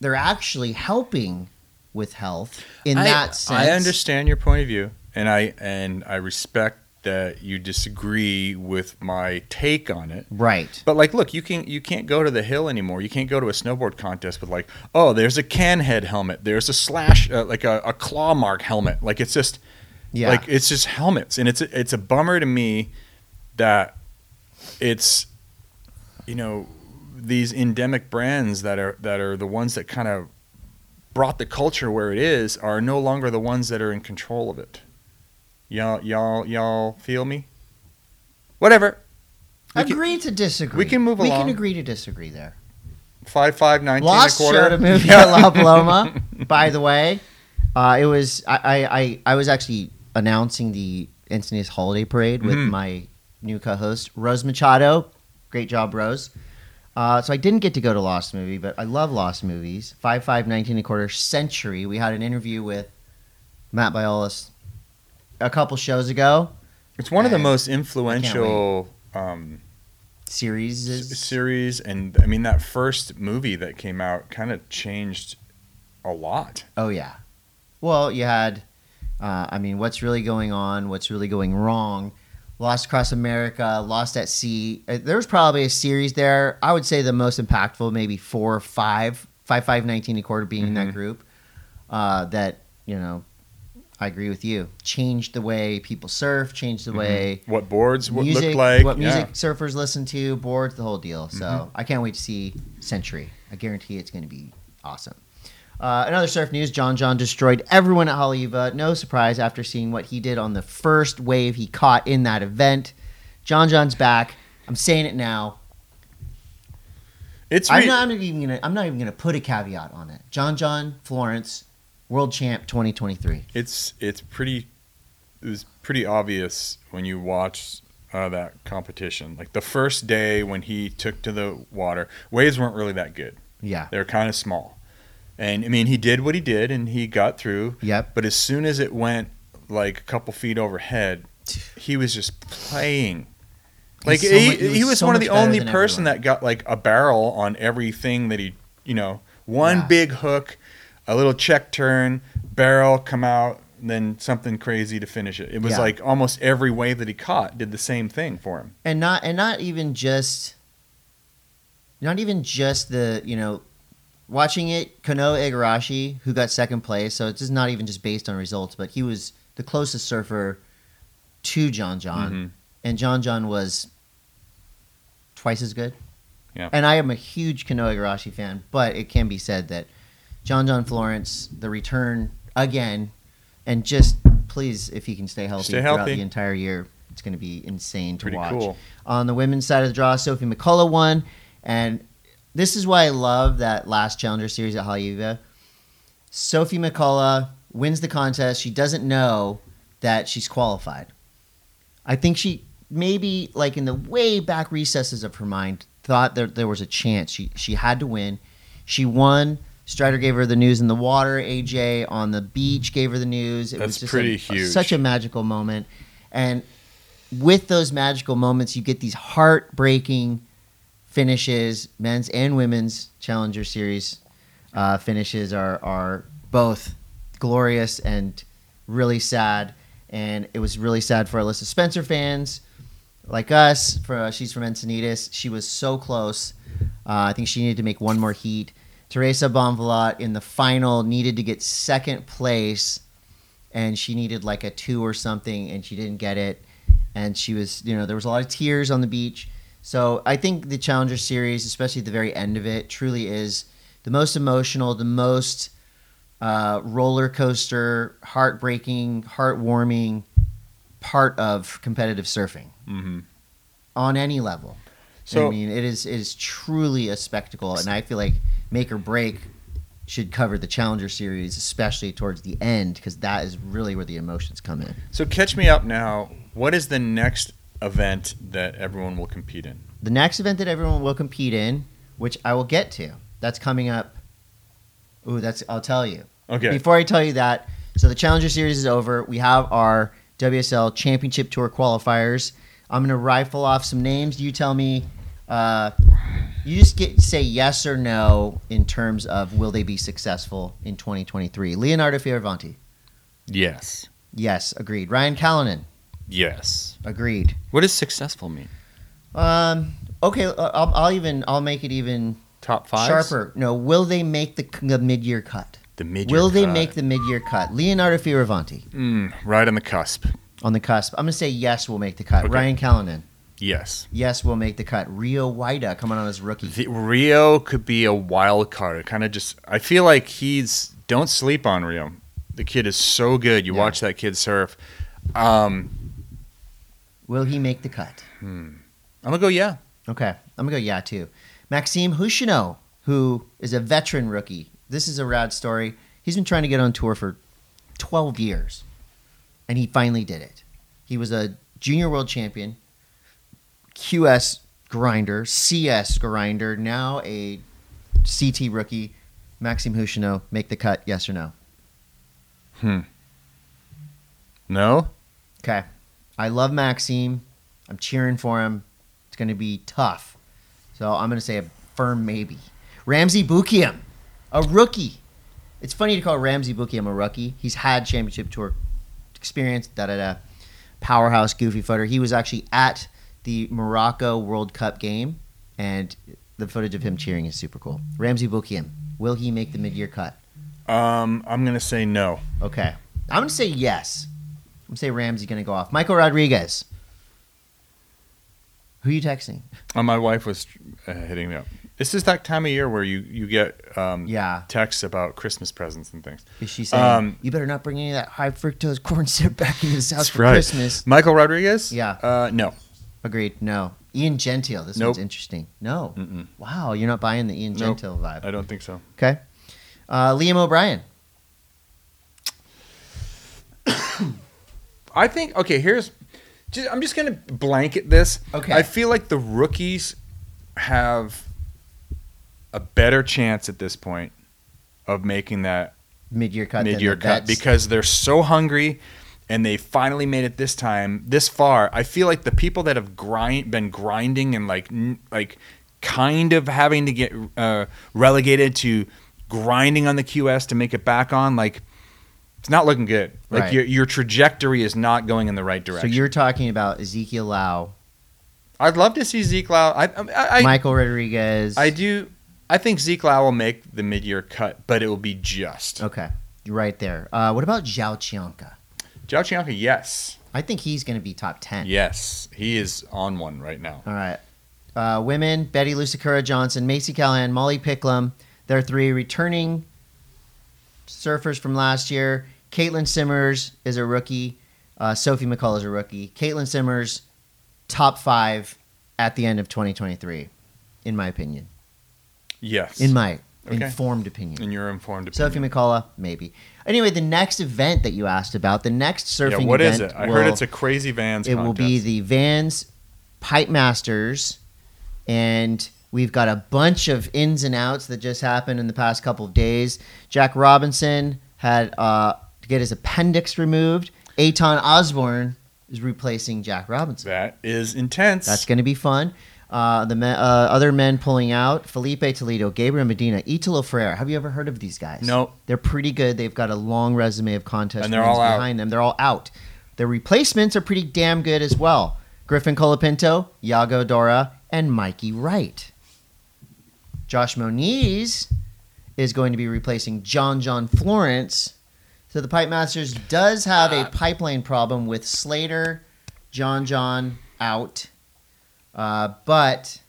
Speaker 1: they're actually helping with health in
Speaker 2: I,
Speaker 1: that sense.
Speaker 2: I understand your point of view, and I and I respect that you disagree with my take on it.
Speaker 1: Right.
Speaker 2: But like, look, you can you can't go to the hill anymore. You can't go to a snowboard contest with like, oh, there's a can head helmet. There's a slash, uh, like a, a claw mark helmet. Like it's just,
Speaker 1: Yeah.
Speaker 2: like it's just helmets, and it's it's a bummer to me that it's, you know, these endemic brands that are that are the ones that kind of brought the culture where it is are no longer the ones that are in control of it. Y'all, y'all, y'all feel me? Whatever. We can-
Speaker 1: agree to disagree.
Speaker 2: we can move
Speaker 1: We
Speaker 2: along.
Speaker 1: can agree to disagree there.
Speaker 2: Five five nineteen
Speaker 1: Lost
Speaker 2: a quarter.
Speaker 1: showed a movie
Speaker 2: Yeah.
Speaker 1: at La Paloma, by the way. Uh, it was I, I, I, I was actually announcing the Instantaneous Holiday Parade with
Speaker 2: Mhm.
Speaker 1: my new co-host Rose Machado. Great job, Rose. Uh, so I didn't get to go to Lost movie, but I love Lost movies. Five five nineteen and a quarter century. We had an interview with Matt Biolis a couple shows ago.
Speaker 2: It's one of the
Speaker 1: And
Speaker 2: most influential um,
Speaker 1: Series
Speaker 2: s-
Speaker 1: is
Speaker 2: series, and I mean that first movie that came out kind of changed a lot.
Speaker 1: Oh yeah. Well, you had, uh, I mean, what's really going on? What's really going wrong? Lost across America, Lost at Sea. Uh, There was probably a series there. I would say the most impactful, maybe four or five, five, five, nineteen, a quarter, being in that group. Uh, that you know, I agree with you. Changed the way people surf. Changed the way
Speaker 2: What boards what
Speaker 1: music,
Speaker 2: looked like?
Speaker 1: what
Speaker 2: yeah. Mm-hmm.
Speaker 1: music surfers listen to, boards, the whole deal. So I can't wait to see Century. I guarantee it's going to be awesome. Uh, another surf news: John John destroyed everyone at Haleiwa. No surprise after seeing what he did on the first wave he caught in that event. John John's back. I'm saying it now.
Speaker 2: It's
Speaker 1: I'm
Speaker 2: re-
Speaker 1: not, I'm not even gonna. I'm not even gonna put a caveat on it. John John Florence, world champ 2023.
Speaker 2: it's it's pretty it was pretty obvious when you watch uh, that competition. Like the first day when he took to the water, waves weren't really that good.
Speaker 1: Yeah.
Speaker 2: They're kind of small, and I mean he did what he did and he got through.
Speaker 1: Yep.
Speaker 2: But as soon as it went like a couple feet overhead, he was just playing. Like
Speaker 1: so
Speaker 2: he,
Speaker 1: mu-
Speaker 2: he was
Speaker 1: so
Speaker 2: one of
Speaker 1: much
Speaker 2: the
Speaker 1: better
Speaker 2: only
Speaker 1: than
Speaker 2: person
Speaker 1: everyone.
Speaker 2: that got like a barrel on everything that he, you know, one
Speaker 1: Yeah.
Speaker 2: big hook, a little check turn, barrel come out, and then something crazy to finish it. It was
Speaker 1: Yeah.
Speaker 2: like almost every wave that he caught did the same thing for him.
Speaker 1: and not and not even just not even just the you know watching it Kano Igarashi who got second place so it's just not even just based on results but he was the closest surfer to John John
Speaker 2: Mhm.
Speaker 1: and John John was twice as good
Speaker 2: Yeah.
Speaker 1: and I am a huge Kano Igarashi fan but it can be said that John John Florence the return again and just please if he can stay healthy
Speaker 2: Stay
Speaker 1: throughout
Speaker 2: healthy.
Speaker 1: the entire year it's going to be insane to
Speaker 2: Pretty
Speaker 1: watch
Speaker 2: cool.
Speaker 1: on the women's side of the draw, Sophie McCullough won. And this is why I love that last Challenger series at Haleiwa. Sophie McCullough wins the contest. She doesn't know that she's qualified. I think she maybe like in the way back recesses of her mind thought that there was a chance she she had to win. She won. Strider gave her the news in the water. AJ on the beach gave her the news. It was
Speaker 2: That's
Speaker 1: just
Speaker 2: pretty
Speaker 1: like,
Speaker 2: huge.
Speaker 1: Such a magical moment. And with those magical moments, you get these heartbreaking finishes. Men's and women's Challenger Series uh, finishes are are both glorious and really sad. And it was really sad for Alyssa Spencer fans like us. For she's from Encinitas, she was so close. Uh, I think she needed to make one more heat. Teresa Bonvalot in the final needed to get second place, and she needed like a two or something, and she didn't get it. And she was, you know, there was a lot of tears on the beach. So I think the Challenger Series, especially at the very end of it, truly is the most emotional, the most uh, roller coaster, heartbreaking, heartwarming part of competitive surfing
Speaker 2: Mm-hmm.
Speaker 1: on any level.
Speaker 2: So
Speaker 1: I mean, it is it is truly a spectacle, and I feel like Make or Break should cover the Challenger Series, especially towards the end, because that is really where the emotions come in.
Speaker 2: so catch me up now. What is the next event that everyone will compete in?
Speaker 1: The next event that everyone will compete in, which I will get to, that's coming up. Ooh, that's I'll tell you.
Speaker 2: Okay.
Speaker 1: Before I tell you that, so the Challenger Series is over. We have our WSL Championship Tour qualifiers. I'm gonna rifle off some names. You tell me. Uh, you just get say yes or no in terms of will they be successful in 2023. Leonardo Fioravanti.
Speaker 2: Yes.
Speaker 1: Yes, agreed. Ryan Callanan.
Speaker 2: Yes.
Speaker 1: Agreed.
Speaker 2: What does successful mean?
Speaker 1: Um, okay, I'll, I'll even I'll make it even
Speaker 2: Top
Speaker 1: sharper. No, will they make the, the mid-year cut?
Speaker 2: The mid.
Speaker 1: will they make the mid-year cut? Leonardo Fioravanti.
Speaker 2: Mm, right on the cusp.
Speaker 1: on the cusp. I'm gonna say yes, we'll make the cut.
Speaker 2: Okay.
Speaker 1: Ryan Callanan,
Speaker 2: Yes.
Speaker 1: yes, we'll make the cut. Rio Waida coming on as rookie.
Speaker 2: The, Rio could be a wild card. Kind of just, I feel like he's, don't sleep on Rio. The kid is so good. You
Speaker 1: Yeah.
Speaker 2: watch that kid surf. Um,
Speaker 1: Will he make the cut?
Speaker 2: I'm gonna go yeah.
Speaker 1: Okay, I'm gonna go yeah too. Maxime Huchino, who is a veteran rookie. This is a rad story. He's been trying to get on tour for 12 years, and he finally did it. He was a junior world champion, QS grinder, CS grinder, now a CT rookie. Maxime Huchino, make the cut, yes or no?
Speaker 2: No.
Speaker 1: Okay. I love Maxime. I'm cheering for him. It's going to be tough. So I'm going to say a firm maybe. Ramsey Bukiam, a rookie. It's funny to call Ramsey Bukiam a rookie. He's had championship tour experience, da da da. Powerhouse goofy footer. He was actually at the Morocco World Cup game, and the footage of him cheering is super cool. Ramsey Bukiam, will he make the mid year cut?
Speaker 2: Um, I'm gonna say no.
Speaker 1: Okay. I'm going to say yes. I'm going to say Ramsey's going to go off. Michael Rodriguez. Who you texting?
Speaker 2: Uh, my wife was uh, hitting me up. This is that time of year where you you get um,
Speaker 1: Yeah.
Speaker 2: texts about Christmas presents and things.
Speaker 1: Is she saying,
Speaker 2: Um,
Speaker 1: you better not bring any of that high fructose corn syrup back into this house
Speaker 2: That's
Speaker 1: for
Speaker 2: right.
Speaker 1: Christmas?
Speaker 2: Michael Rodriguez.
Speaker 1: Yeah.
Speaker 2: Uh, no.
Speaker 1: Agreed. No. Ian Gentile. This
Speaker 2: Nope.
Speaker 1: one's interesting. No. Wow. You're not buying the Ian
Speaker 2: Nope.
Speaker 1: Gentile vibe.
Speaker 2: I don't think so.
Speaker 1: Okay. Uh, Liam O'Brien.
Speaker 2: I think okay. Here's, just, I'm just gonna blanket this.
Speaker 1: Okay.
Speaker 2: I feel like the rookies have a better chance at this point of making that
Speaker 1: Mid year cut. than
Speaker 2: mid-year
Speaker 1: the
Speaker 2: cut
Speaker 1: vets.
Speaker 2: because they're so hungry, and they finally made it this time, this far. I feel like the people that have grind been grinding and like n- like kind of having to get uh, relegated to grinding on the QS to make it back on like. It's not looking good. Like
Speaker 1: Right.
Speaker 2: your your trajectory is not going in the right direction.
Speaker 1: So you're talking about Ezekiel Lau,
Speaker 2: I'd love to see Zeke Lau. I I, I,
Speaker 1: Michael Rodriguez.
Speaker 2: I do. I think Zeke Lau will make the mid-year cut, but it will be just.
Speaker 1: okay. You're right there. Uh, what about Zhao Chianka?
Speaker 2: Jao Chianca, yes,
Speaker 1: I think he's going to be top 10.
Speaker 2: yes, he is on one right now.
Speaker 1: All right. Uh, women, Betty Lucicura Johnson, Macy Callahan, Molly Picklum. They're three returning surfers from last year. Caitlin Simmers is a rookie. Uh, Sophie McCall is a rookie. Caitlin Simmers, top five at the end of 2023, in my opinion.
Speaker 2: Yes,
Speaker 1: In my
Speaker 2: Okay.
Speaker 1: informed opinion.
Speaker 2: in your informed
Speaker 1: Sophie
Speaker 2: opinion.
Speaker 1: McCullough, maybe. Anyway, the next event that you asked about, the next surfing
Speaker 2: yeah, what is
Speaker 1: event.
Speaker 2: it? I
Speaker 1: will-
Speaker 2: heard it's a crazy Vans.
Speaker 1: it will be
Speaker 2: contest.
Speaker 1: the Vans Pipe Masters, and we've got a bunch of ins and outs that just happened in the past couple of days. Jack Robinson had uh, to get his appendix removed. Aton Osborne is replacing Jack Robinson.
Speaker 2: that is intense.
Speaker 1: That's going to be fun. Uh, the men, uh, other men pulling out: Felipe Toledo, Gabriel Medina, Italo Frere. Have you ever heard of these guys?
Speaker 2: No.
Speaker 1: They're pretty good. They've got a long resume of contest
Speaker 2: And they're
Speaker 1: wins
Speaker 2: all out.
Speaker 1: behind them. They're all out. Their replacements are pretty damn good as well. Griffin Colapinto, Yago Dora, and Mikey Wright. Josh Moniz is going to be replacing John John Florence. So the Pipe Masters does have a
Speaker 2: Uh,
Speaker 1: pipeline problem with Slater, John John out, uh, but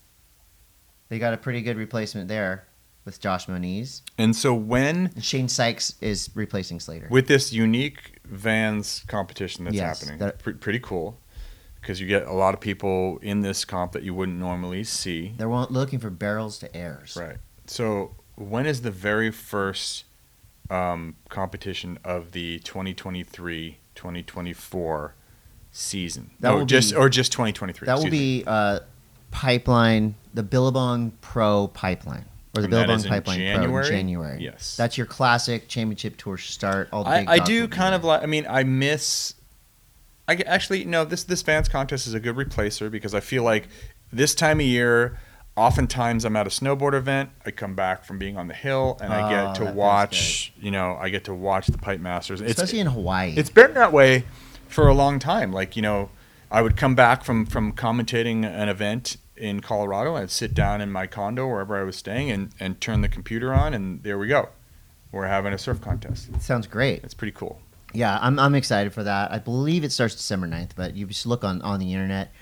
Speaker 1: they got a pretty good replacement there with Josh Moniz.
Speaker 2: and so when
Speaker 1: And Shane Sykes is replacing Slater.
Speaker 2: with this unique Vans competition that's
Speaker 1: Yes,
Speaker 2: happening,
Speaker 1: that-
Speaker 2: pre- pretty cool, because you get a lot of people in this comp that you wouldn't normally see.
Speaker 1: They're wa- looking for barrels to heirs.
Speaker 2: Right. So when is the very first um, competition of the 2023-2024 season?
Speaker 1: That
Speaker 2: oh,
Speaker 1: will
Speaker 2: just
Speaker 1: be-
Speaker 2: or just 2023.
Speaker 1: That will
Speaker 2: excuse me.
Speaker 1: be uh, pipeline, the Billabong Pro pipeline. Or the
Speaker 2: And that
Speaker 1: Billabong
Speaker 2: is in
Speaker 1: Pipeline Pro in
Speaker 2: January?
Speaker 1: January.
Speaker 2: Yes.
Speaker 1: That's your classic championship tour start. All the big
Speaker 2: I, I
Speaker 1: dogs will
Speaker 2: do
Speaker 1: be
Speaker 2: kind
Speaker 1: there.
Speaker 2: of like. I mean, I miss. I g- actually no. This this fans contest is a good replacer because I feel like this time of year, oftentimes I'm at a snowboard event. I come back from being on the hill and I
Speaker 1: Ah,
Speaker 2: get
Speaker 1: that
Speaker 2: to
Speaker 1: feels
Speaker 2: watch. You know, I get to watch the Pipe Masters. It's-
Speaker 1: Especially in Hawaii.
Speaker 2: it's been that way for a long time. Like you know, I would come back from from commentating an event in Colorado. I'd sit down in my condo wherever I was staying and and turn the computer on, and there we go. We're having a surf contest.
Speaker 1: Sounds great.
Speaker 2: It's pretty cool.
Speaker 1: Yeah, I'm, I'm excited for that. I believe it starts December 9th, but you just look on, on the internet.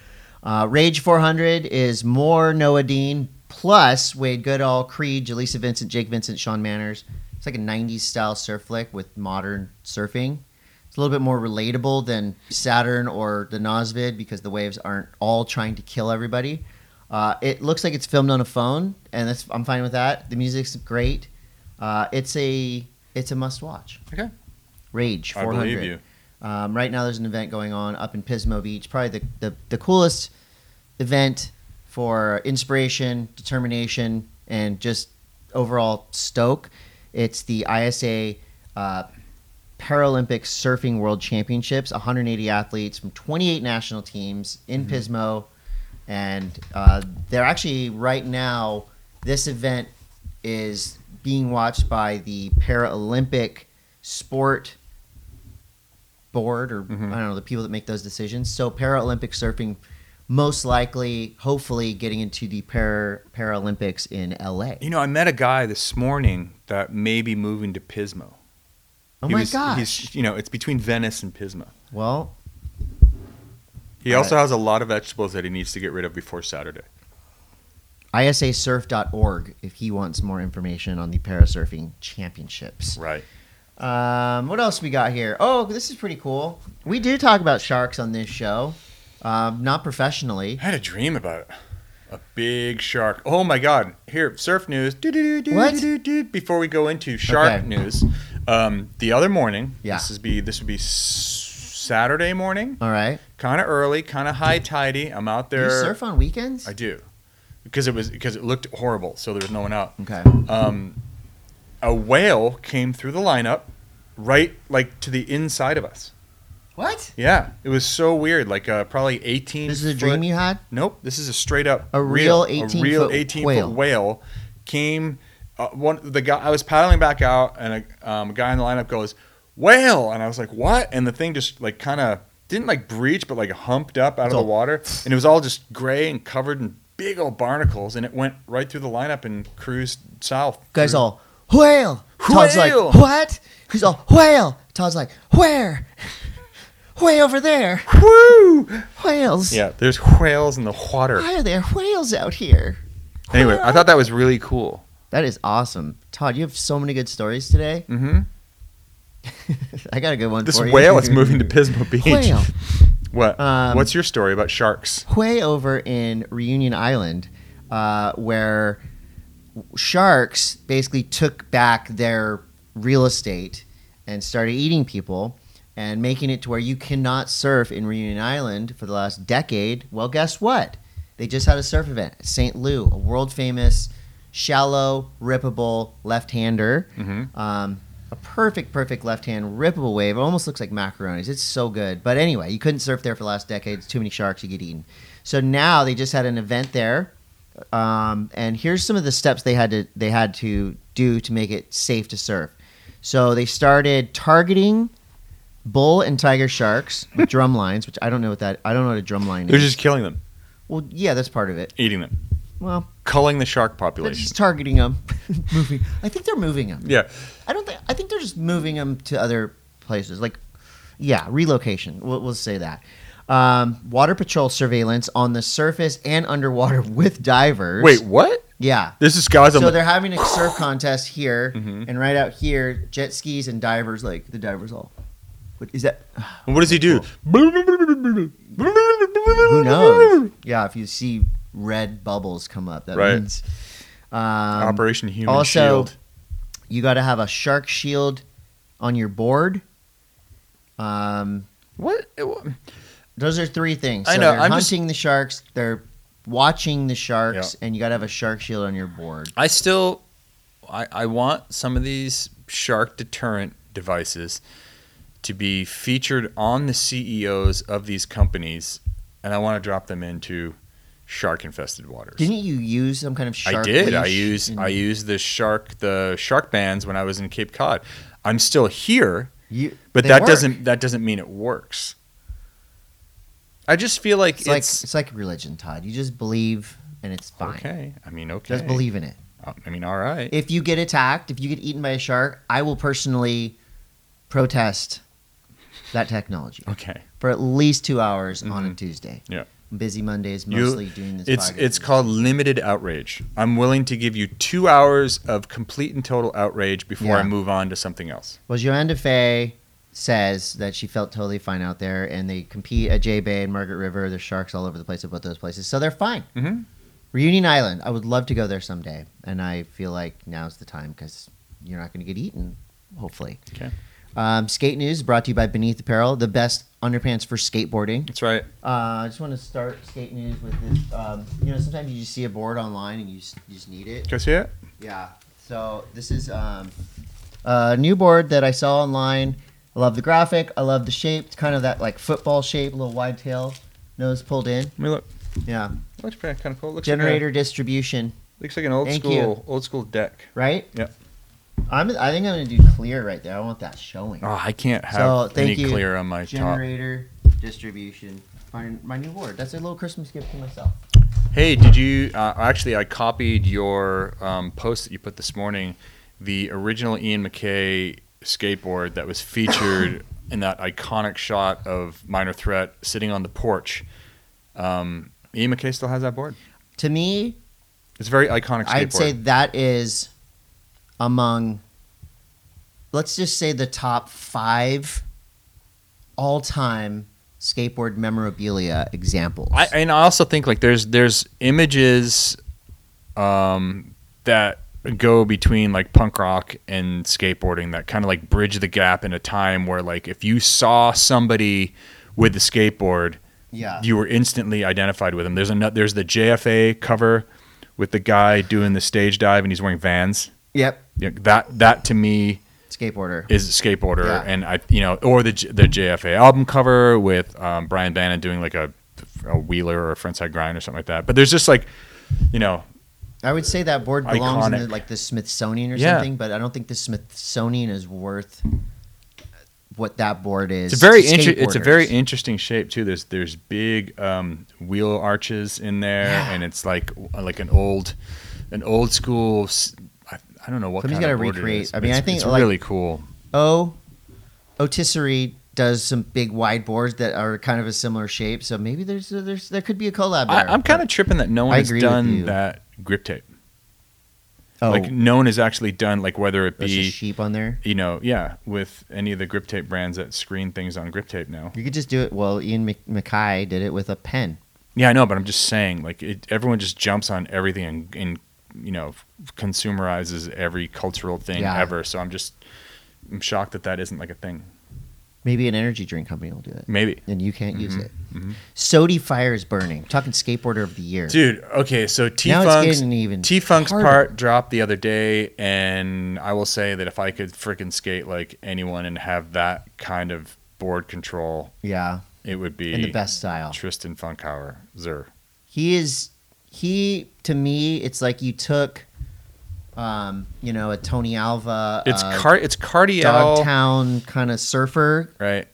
Speaker 1: Uh, Rage 400 is more Noah Dean plus Wade Goodall, Creed, Jaleesa Vincent, Jake Vincent, Sean Manners. It's like a 90s style surf flick with modern surfing. It's a little bit more relatable than Saturn or the Nosvid because the waves aren't all trying to kill everybody. Uh, it looks like it's filmed on a phone, and that's, I'm fine with that. The music's great. Uh, it's a it's a must watch.
Speaker 2: Okay.
Speaker 1: Rage
Speaker 2: I
Speaker 1: 400.
Speaker 2: believe you.
Speaker 1: Um, right now, there's an event going on up in Pismo Beach, probably the, the, the coolest event for inspiration, determination, and just overall stoke. It's the ISA uh, Paralympic Surfing World Championships, 180 athletes from 28 national teams in Pismo. And uh, they're actually, right now, this event is being watched by the Paralympic Sport board or
Speaker 2: Mhm.
Speaker 1: I don't know the people that make those decisions. So Paralympic surfing, most likely, hopefully, getting into the para Paralympics in LA.
Speaker 2: You know, I met a guy this morning that may be moving to Pismo.
Speaker 1: Oh
Speaker 2: He
Speaker 1: my
Speaker 2: was-
Speaker 1: gosh!
Speaker 2: He's, you know, it's between Venice and Pismo.
Speaker 1: Well,
Speaker 2: He
Speaker 1: All
Speaker 2: also has a lot of vegetables that he needs to get rid of before Saturday.
Speaker 1: isasurf.org if he wants more information on the parasurfing championships.
Speaker 2: Right.
Speaker 1: Um, what else we got here? Oh, this is pretty cool. We do talk about sharks on this show, um, not professionally.
Speaker 2: I had a dream about it. A big shark. Oh my God. Here, surf news. Do-do-do-do,
Speaker 1: What?
Speaker 2: do-do-do. Before we go into shark
Speaker 1: Okay.
Speaker 2: news, um, the other morning,
Speaker 1: Yeah.
Speaker 2: this, is be, this would be s- Saturday morning,
Speaker 1: All right,
Speaker 2: kind of early, kind of high tidy. I'm out
Speaker 1: do you
Speaker 2: there.
Speaker 1: surf on weekends?
Speaker 2: I do. Because it was because it looked horrible, so there was no one out.
Speaker 1: okay.
Speaker 2: um, a whale came through the lineup, right like to the inside of us.
Speaker 1: What?
Speaker 2: Yeah, it was so weird. Like uh, probably eighteen.
Speaker 1: This is a
Speaker 2: foot-
Speaker 1: dream you had.
Speaker 2: Nope, this is a straight up
Speaker 1: A real
Speaker 2: a
Speaker 1: 18
Speaker 2: real
Speaker 1: foot
Speaker 2: eighteen
Speaker 1: whale.
Speaker 2: foot whale came. Uh, one the guy I was paddling back out, and a um, guy in the lineup goes whale, and I was like what? And the thing just like kind of didn't like breach, but like humped up out
Speaker 1: It's
Speaker 2: of the
Speaker 1: all-
Speaker 2: water, and it was all just gray and covered in big old barnacles, and it went right through the lineup and cruised south.
Speaker 1: Guys
Speaker 2: through-
Speaker 1: all whale. Todd's like
Speaker 2: Whale.
Speaker 1: what? He's all whale. Todd's like where? Way over there.
Speaker 2: Woo!
Speaker 1: Whales.
Speaker 2: Yeah, there's whales in the water.
Speaker 1: Why are there whales out here?
Speaker 2: Anyway, I thought that was really cool.
Speaker 1: That is awesome, Todd. You have so many good stories today.
Speaker 2: Mm-hmm.
Speaker 1: I got a good one
Speaker 2: This
Speaker 1: for you.
Speaker 2: whale is moving to Pismo Beach.
Speaker 1: Whale.
Speaker 2: What?
Speaker 1: Um,
Speaker 2: What's your story about sharks?
Speaker 1: way over in Reunion Island, uh, where sharks basically took back their real estate and started eating people and making it to where you cannot surf in Reunion Island for the last decade. Well, guess what? They just had a surf event at St. Lou, a world famous shallow, rippable left hander.
Speaker 2: Mhm.
Speaker 1: Um, a perfect, perfect left hand rippable wave. It almost looks like macaronis. It's so good. But anyway, you couldn't surf there for the last decades. Too many sharks, you get eaten. So now they just had an event there. Um, and here's some of the steps they had to they had to do to make it safe to surf. So they started targeting bull and tiger sharks with drum lines, which I don't know what that I don't know what a drum line
Speaker 2: They're
Speaker 1: is.
Speaker 2: just killing them,
Speaker 1: well, yeah, that's part of it.
Speaker 2: eating them,
Speaker 1: Well,
Speaker 2: culling the shark
Speaker 1: they're
Speaker 2: population.
Speaker 1: just targeting them, moving. I think they're moving them.
Speaker 2: Yeah,
Speaker 1: I don't think. I think they're just moving them to other places. Like, yeah, relocation. We'll, we'll say that. Um, water patrol surveillance on the surface and underwater with divers.
Speaker 2: Wait, what?
Speaker 1: Yeah.
Speaker 2: This is guys. on
Speaker 1: So
Speaker 2: the-
Speaker 1: they're having a surf contest here,
Speaker 2: Mhm.
Speaker 1: and right out here, jet skis and divers. Like the divers all. What is that?
Speaker 2: what does he do?
Speaker 1: Who
Speaker 2: Who
Speaker 1: knows? yeah, if you see red bubbles come up, that
Speaker 2: Right.
Speaker 1: means. Um,
Speaker 2: Operation Human
Speaker 1: also-
Speaker 2: Shield.
Speaker 1: you got to have a shark shield on your board. Um,
Speaker 2: What?
Speaker 1: Those are three things. So
Speaker 2: I know,
Speaker 1: They're
Speaker 2: I'm just-
Speaker 1: hunting the sharks. They're watching the sharks, and you got to have a shark shield on your board.
Speaker 2: I still, I, I want some of these shark deterrent devices to be featured on the CEOs of these companies, and I want to drop them into shark infested waters.
Speaker 1: Didn't you use some kind of shark?
Speaker 2: I did. I
Speaker 1: leash Mm-hmm.
Speaker 2: used
Speaker 1: and-
Speaker 2: I used the shark the shark bands when I was in Cape Cod. I'm still here,
Speaker 1: You-
Speaker 2: but
Speaker 1: they
Speaker 2: that
Speaker 1: work.
Speaker 2: doesn't that doesn't mean it works. I just feel like
Speaker 1: It's
Speaker 2: it's,
Speaker 1: like it's like religion, Todd. You just believe, and it's fine.
Speaker 2: okay. I mean, okay.
Speaker 1: Just believe in it.
Speaker 2: I mean, all right.
Speaker 1: If you get attacked, if you get eaten by a shark, I will personally protest that technology
Speaker 2: okay.
Speaker 1: for at least two hours on a
Speaker 2: Mhm.
Speaker 1: Tuesday.
Speaker 2: Yeah.
Speaker 1: Busy Mondays,
Speaker 2: You-
Speaker 1: mostly doing this.
Speaker 2: It's
Speaker 1: podcast.
Speaker 2: it's called limited outrage. I'm willing to give you two hours of complete and total outrage before
Speaker 1: Yeah.
Speaker 2: I move on to something else.
Speaker 1: was Joanne DeFay says that she felt totally fine out there, and they compete at J Bay and Margaret River. There's sharks all over the place at both those places, so they're fine.
Speaker 2: Mhm.
Speaker 1: Reunion Island, I would love to go there someday, and I feel like now's the time because you're not going to get eaten, hopefully.
Speaker 2: Okay.
Speaker 1: Um, skate news brought to you by Beneath Apparel, the best underpants for skateboarding.
Speaker 2: That's right.
Speaker 1: Uh, I just want to start skate news with this. Um, you know, sometimes you just see a board online and you just, you just need it.
Speaker 2: Can I see it?
Speaker 1: Yeah. So this is um, a new board that I saw online. I love the graphic. I love the shape. It's kind of that like football shape, little wide tail, nose pulled in.
Speaker 2: Let me look.
Speaker 1: Yeah.
Speaker 2: Looks kind of cool. Looks
Speaker 1: Generator
Speaker 2: Like
Speaker 1: distribution,
Speaker 2: a, looks like an old
Speaker 1: Thank
Speaker 2: school
Speaker 1: you.
Speaker 2: old school deck.
Speaker 1: right?
Speaker 2: Yep.
Speaker 1: I'm. I think I'm gonna do clear right there. I want that showing.
Speaker 2: Oh, I can't
Speaker 1: So,
Speaker 2: have
Speaker 1: thank
Speaker 2: any
Speaker 1: you,
Speaker 2: clear on my
Speaker 1: Generator distribution. My, my new board. That's a little Christmas gift to myself.
Speaker 2: top. Hey, did you uh, actually? I copied your um, post that you put this morning, the original Ian McKay skateboard that was featured in that iconic shot of Minor Threat sitting on the porch. Um, Ian McKay still has that board.
Speaker 1: To me,
Speaker 2: It's a very iconic skateboard.
Speaker 1: I'd say that is among, let's just say, the top five all time skateboard memorabilia examples.
Speaker 2: I, and I also think like there's there's images um, that go between like punk rock and skateboarding that kind of like bridge the gap in a time where like if you saw somebody with the skateboard,
Speaker 1: yeah.
Speaker 2: you were instantly identified with them. There's another there's the JFA cover with the guy doing the stage dive and he's wearing Vans.
Speaker 1: Yep.
Speaker 2: You know, that that to me
Speaker 1: Skateboarder.
Speaker 2: is a skateboarder,
Speaker 1: Yeah.
Speaker 2: and I, you know, or the J- the JFA album cover with um, Brian Bannon doing like a, a wheeler or a frontside grind or something like that. But there's just like, you know,
Speaker 1: I would say that board belongs in the,
Speaker 2: Iconic.
Speaker 1: like the Smithsonian or
Speaker 2: Yeah.
Speaker 1: something, but I don't think the Smithsonian is worth what that board is.
Speaker 2: it's a very
Speaker 1: to
Speaker 2: inter- it's a very
Speaker 1: skateboarders.
Speaker 2: interesting shape too. There's there's big um, wheel arches in there,
Speaker 1: Yeah.
Speaker 2: and it's like like an old an old school. s- I, I don't know what
Speaker 1: Somebody's
Speaker 2: kind of
Speaker 1: gotta
Speaker 2: board it
Speaker 1: recreate-
Speaker 2: is,
Speaker 1: I
Speaker 2: but
Speaker 1: mean, I
Speaker 2: it's-
Speaker 1: think,
Speaker 2: it's
Speaker 1: like-
Speaker 2: really cool.
Speaker 1: Oh, Otisserie does some big wide boards that are kind of a similar shape, so maybe there's there's there could be a collab.
Speaker 2: I,
Speaker 1: there.
Speaker 2: I'm kind of tripping that no one
Speaker 1: I
Speaker 2: has
Speaker 1: agree with you.
Speaker 2: done that grip tape.
Speaker 1: oh,
Speaker 2: Like no one has actually done like whether it
Speaker 1: there's
Speaker 2: be
Speaker 1: a sheep on there.
Speaker 2: you know, yeah, with any of the grip tape brands that screen things on grip tape now.
Speaker 1: You could just do it. Well, Ian Mc- McKay did it with a pen.
Speaker 2: Yeah, I know, but I'm just saying, like, it, everyone just jumps on everything and, and you know, consumerizes every cultural thing
Speaker 1: Yeah.
Speaker 2: ever. So I'm just, I'm shocked that that isn't like a thing.
Speaker 1: Maybe an energy drink company will do it,
Speaker 2: Maybe,
Speaker 1: and you can't use it.
Speaker 2: mhm.
Speaker 1: Sody Fire is burning. Talking skateboarder of the year.
Speaker 2: dude. Okay, so T
Speaker 1: now it's
Speaker 2: Funk's
Speaker 1: getting even
Speaker 2: T Funk's
Speaker 1: harder.
Speaker 2: part dropped the other day, and I will say that if I could freaking skate like anyone and have that kind of board control,
Speaker 1: Yeah,
Speaker 2: it would be
Speaker 1: in the best style.
Speaker 2: Tristan Funkhauer. Zer.
Speaker 1: he is he to me it's like you took um you know a tony alva
Speaker 2: It's
Speaker 1: uh,
Speaker 2: car. It's cardio.
Speaker 1: dogtown kind of surfer
Speaker 2: Right.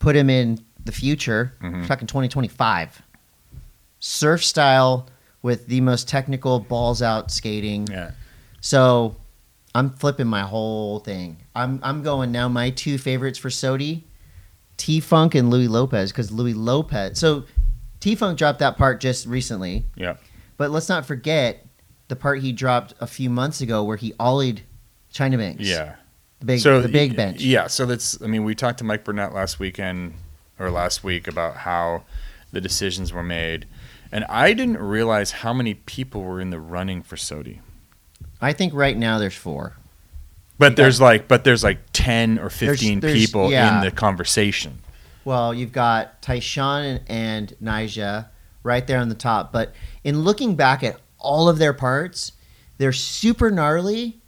Speaker 1: put him in the future
Speaker 2: Mhm.
Speaker 1: We're talking 2025 surf style with the most technical balls out skating
Speaker 2: Yeah.
Speaker 1: so i'm flipping my whole thing i'm i'm going now my two favorites for sodi t-funk and louis lopez because louis lopez so t-funk dropped that part just recently
Speaker 2: Yeah.
Speaker 1: But let's not forget the part he dropped a few months ago where he ollied China Banks.
Speaker 2: Yeah.
Speaker 1: The big the
Speaker 2: y-
Speaker 1: big bench.
Speaker 2: Yeah. So that's. I mean, we talked to Mike Burnett last weekend or last week about how the decisions were made, and I didn't realize how many people were in the running for Sodi.
Speaker 1: I think right now there's four.
Speaker 2: But there's like, but there's like ten or
Speaker 1: There's-
Speaker 2: fifteen
Speaker 1: there's-
Speaker 2: people
Speaker 1: yeah.
Speaker 2: in the conversation.
Speaker 1: Well, you've got Tyshawn and, and Nija right there on the top. But in looking back at all of their parts, they're super gnarly,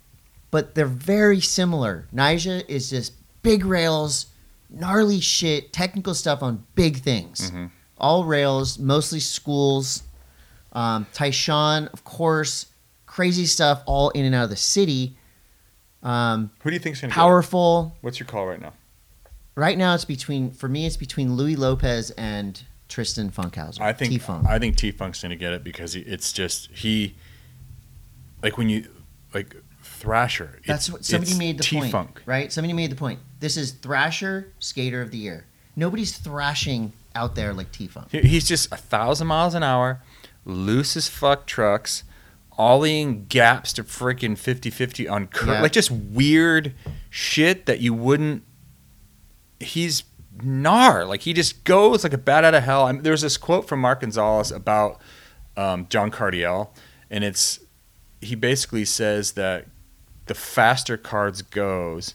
Speaker 1: but they're very similar. Nija is just big rails, gnarly shit, technical stuff on big things.
Speaker 2: Mhm.
Speaker 1: All rails, mostly schools. Um, Tyshawn, of course, crazy stuff all in and out of the city. Um,
Speaker 2: Who do you think's gonna
Speaker 1: powerful.
Speaker 2: What's your call right now?
Speaker 1: Right now, it's between for me, it's between Louis Lopez and Tristan Funkhauser.
Speaker 2: I think
Speaker 1: T-Funk.
Speaker 2: I think T Funk's gonna get it because he, it's just he, like when you like Thrasher.
Speaker 1: That's
Speaker 2: it's-
Speaker 1: what somebody
Speaker 2: it's
Speaker 1: made the point,
Speaker 2: T-Funk.
Speaker 1: right? Somebody made the point. This is Thrasher Skater of the Year. Nobody's thrashing out there like T Funk.
Speaker 2: He- He's just a thousand miles an hour, loose as fuck trucks, ollieing gaps to freaking 50 50 on cur-
Speaker 1: Yeah.
Speaker 2: like just weird shit that you wouldn't he's gnar. Like he just goes like a bat out of hell. I mean, there's this quote from Mark Gonzalez about um, John Cardiel, and it's he basically says that the faster cards goes,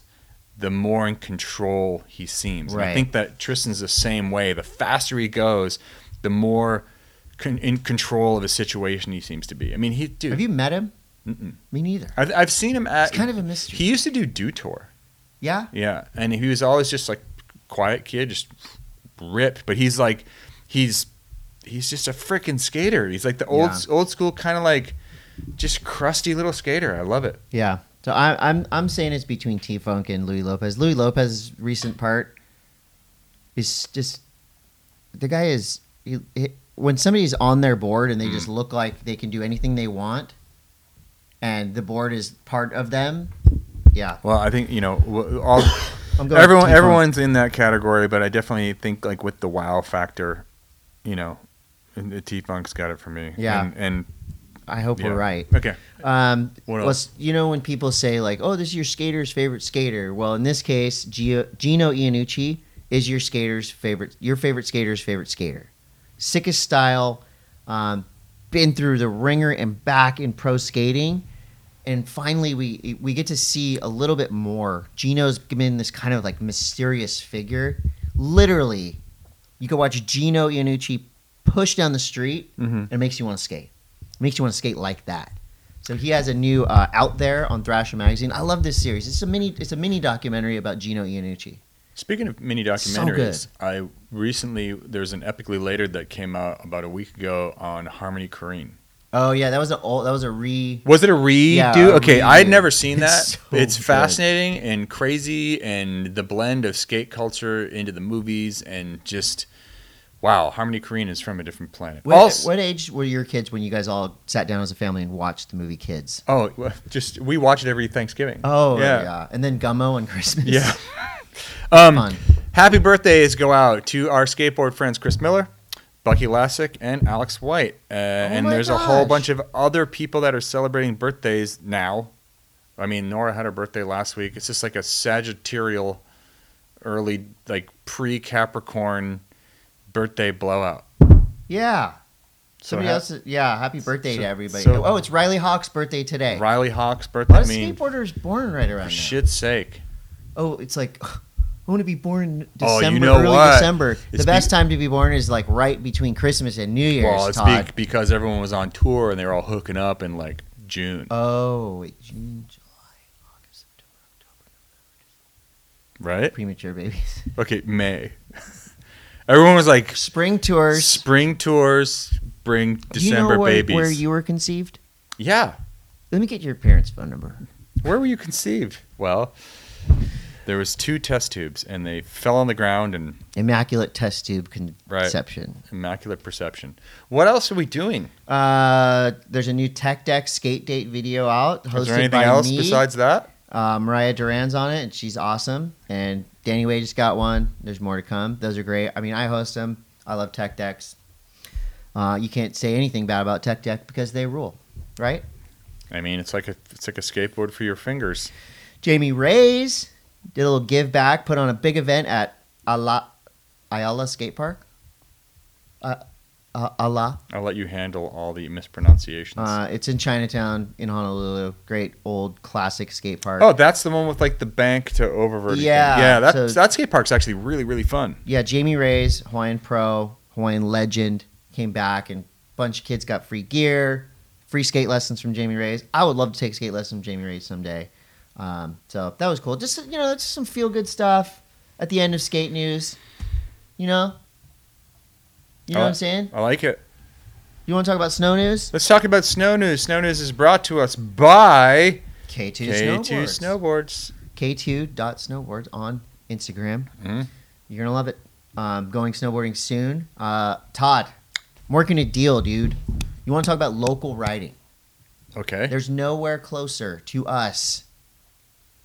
Speaker 2: the more in control he seems. And I
Speaker 1: Right.
Speaker 2: think that Tristan's the same way. The faster he goes, the more con- in control of his situation he seems to be. I mean, he dude.
Speaker 1: Have you met him?
Speaker 2: Mm-mm.
Speaker 1: Me neither.
Speaker 2: I've, I've seen him at.
Speaker 1: It's kind of a mystery.
Speaker 2: he used to do do tour.
Speaker 1: yeah.
Speaker 2: Yeah, and he was always just like quiet kid, just rip. But he's like, he's he's just a freaking skater. He's like the old
Speaker 1: Yeah.
Speaker 2: old school kind of like just crusty little skater. I love it.
Speaker 1: Yeah. So I, I'm I'm saying it's between T Funk and Louis Lopez. Louis Lopez's recent part is just the guy is he, he, when somebody's on their board
Speaker 2: Mm.
Speaker 1: and they just look like they can do anything they want, and the board is part of them. Yeah,
Speaker 2: Well, I think you know w- all
Speaker 1: I'm going.
Speaker 2: everyone
Speaker 1: T-Funk.
Speaker 2: everyone's in that category, but I definitely think like with the wow factor, you know, and the T Funk's got it for me.
Speaker 1: Yeah.
Speaker 2: and, and
Speaker 1: I hope
Speaker 2: yeah.
Speaker 1: we're right.
Speaker 2: okay,
Speaker 1: Um,
Speaker 2: What
Speaker 1: well, s- you know when people say like, "Oh, this is your skater's favorite skater." Well, in this case, Gio, Gino Iannucci is your skater's favorite, your favorite skater's favorite skater. Sickest style, um, been through the ringer and back in pro skating, and finally we we get to see a little bit more. Gino's been this kind of like mysterious figure. Literally, you can watch Gino Iannucci push down the street,
Speaker 2: Mhm.
Speaker 1: and it makes you want to skate. It makes you want to skate like that. So he has a new uh, out there on Thrasher magazine. I love this series. It's a mini. It's a mini documentary about Gino Iannucci.
Speaker 2: Speaking of mini
Speaker 1: So good.
Speaker 2: documentaries, I recently there's an epically later that came out about a week ago on Harmony Korine.
Speaker 1: Oh yeah, that was a old, that was a re.
Speaker 2: Was it a redo?
Speaker 1: Yeah, a
Speaker 2: okay, I had
Speaker 1: redo.
Speaker 2: never seen that.
Speaker 1: It's
Speaker 2: It's,
Speaker 1: so good.
Speaker 2: fascinating and crazy, and the blend of skate culture into the movies, and just wow, Harmony Korine is from a different planet.
Speaker 1: What,
Speaker 2: Also-
Speaker 1: what age were your kids when you guys all sat down as a family and watched the movie Kids?
Speaker 2: oh, well, just we watch it every Thanksgiving.
Speaker 1: Oh yeah,
Speaker 2: Yeah.
Speaker 1: and then Gummo and Christmas.
Speaker 2: Yeah. um,
Speaker 1: Fun.
Speaker 2: Happy birthdays go out to our skateboard friends Chris Miller, Bucky Lassick, and Alex White. Uh, and
Speaker 1: Oh my
Speaker 2: there's a whole
Speaker 1: gosh.
Speaker 2: bunch of other people that are celebrating birthdays now. I mean, Nora had her birthday last week. It's just like a Sagittarial, early, like pre Capricorn birthday blowout.
Speaker 1: yeah.
Speaker 2: So
Speaker 1: Somebody
Speaker 2: ha-
Speaker 1: else. Yeah. Happy birthday
Speaker 2: so-
Speaker 1: to everybody.
Speaker 2: so-
Speaker 1: oh, it's Riley Hawk's birthday today.
Speaker 2: Riley Hawk's
Speaker 1: a
Speaker 2: birthday.
Speaker 1: lot
Speaker 2: I
Speaker 1: of
Speaker 2: mean,
Speaker 1: skateboarders born right around now.
Speaker 2: for shit's sake.
Speaker 1: Oh, it's like I want to be born
Speaker 2: Oh, you
Speaker 1: December,
Speaker 2: know
Speaker 1: early
Speaker 2: what?
Speaker 1: December. The
Speaker 2: It's
Speaker 1: best
Speaker 2: be-
Speaker 1: time to be born is like right between Christmas and New Year's.
Speaker 2: Well, it's
Speaker 1: Todd.
Speaker 2: be- because everyone was on tour and they were all hooking up in like June,
Speaker 1: Oh, wait, June, July, August, September,
Speaker 2: right?
Speaker 1: premature babies.
Speaker 2: Okay, May. Everyone was like
Speaker 1: Spring tours.
Speaker 2: spring tours, bring
Speaker 1: Do you
Speaker 2: December
Speaker 1: know where,
Speaker 2: babies.
Speaker 1: where you were conceived?
Speaker 2: yeah.
Speaker 1: Let me get your parents' phone number.
Speaker 2: Where were you conceived? Well, there was two test tubes and they fell on the ground and
Speaker 1: Immaculate test tube
Speaker 2: Right.
Speaker 1: conception.
Speaker 2: immaculate perception. What else are we doing?
Speaker 1: Uh, there's a new Tech Deck skate date video out hosted
Speaker 2: Is there anything
Speaker 1: by
Speaker 2: else
Speaker 1: me.
Speaker 2: besides that?
Speaker 1: Uh, Mariah Duran's on it, and she's awesome. And Danny Way just got one. There's more to come. Those are great. I mean, I host them. I love Tech Decks. Uh, you can't say anything bad about Tech Deck because they rule, right?
Speaker 2: I mean, it's like a it's like a skateboard for your fingers.
Speaker 1: Jamie Ray's did a little give back, put on a big event at Ala, Ayala Skate Park. Uh, uh, Ala.
Speaker 2: I'll let you handle all the mispronunciations.
Speaker 1: Uh, it's in Chinatown in Honolulu. Great old classic skate park.
Speaker 2: oh, that's the one with like the bank to oververt.
Speaker 1: Yeah,
Speaker 2: yeah. That
Speaker 1: so-
Speaker 2: that skate park's actually really really fun.
Speaker 1: yeah, Jamie Ray's Hawaiian pro, Hawaiian legend, came back and a bunch of kids got free gear, free skate lessons from Jamie Ray's. I would love to take skate lessons from Jamie Ray's someday. Um, so that was cool. Just you know, that's just some feel good stuff at the end of skate news. You know, you know what I'm saying.
Speaker 2: I like it.
Speaker 1: You want to talk about snow news?
Speaker 2: Let's talk about snow news. Snow news is brought to us by
Speaker 1: K2
Speaker 2: K2
Speaker 1: snowboards.
Speaker 2: Snowboards.
Speaker 1: K2 dot snowboards on Instagram.
Speaker 2: Mhm.
Speaker 1: You're gonna love it. Um, going snowboarding soon. Uh, Todd, I'm working a deal, dude. You want to talk about local riding?
Speaker 2: Okay.
Speaker 1: There's nowhere closer to us,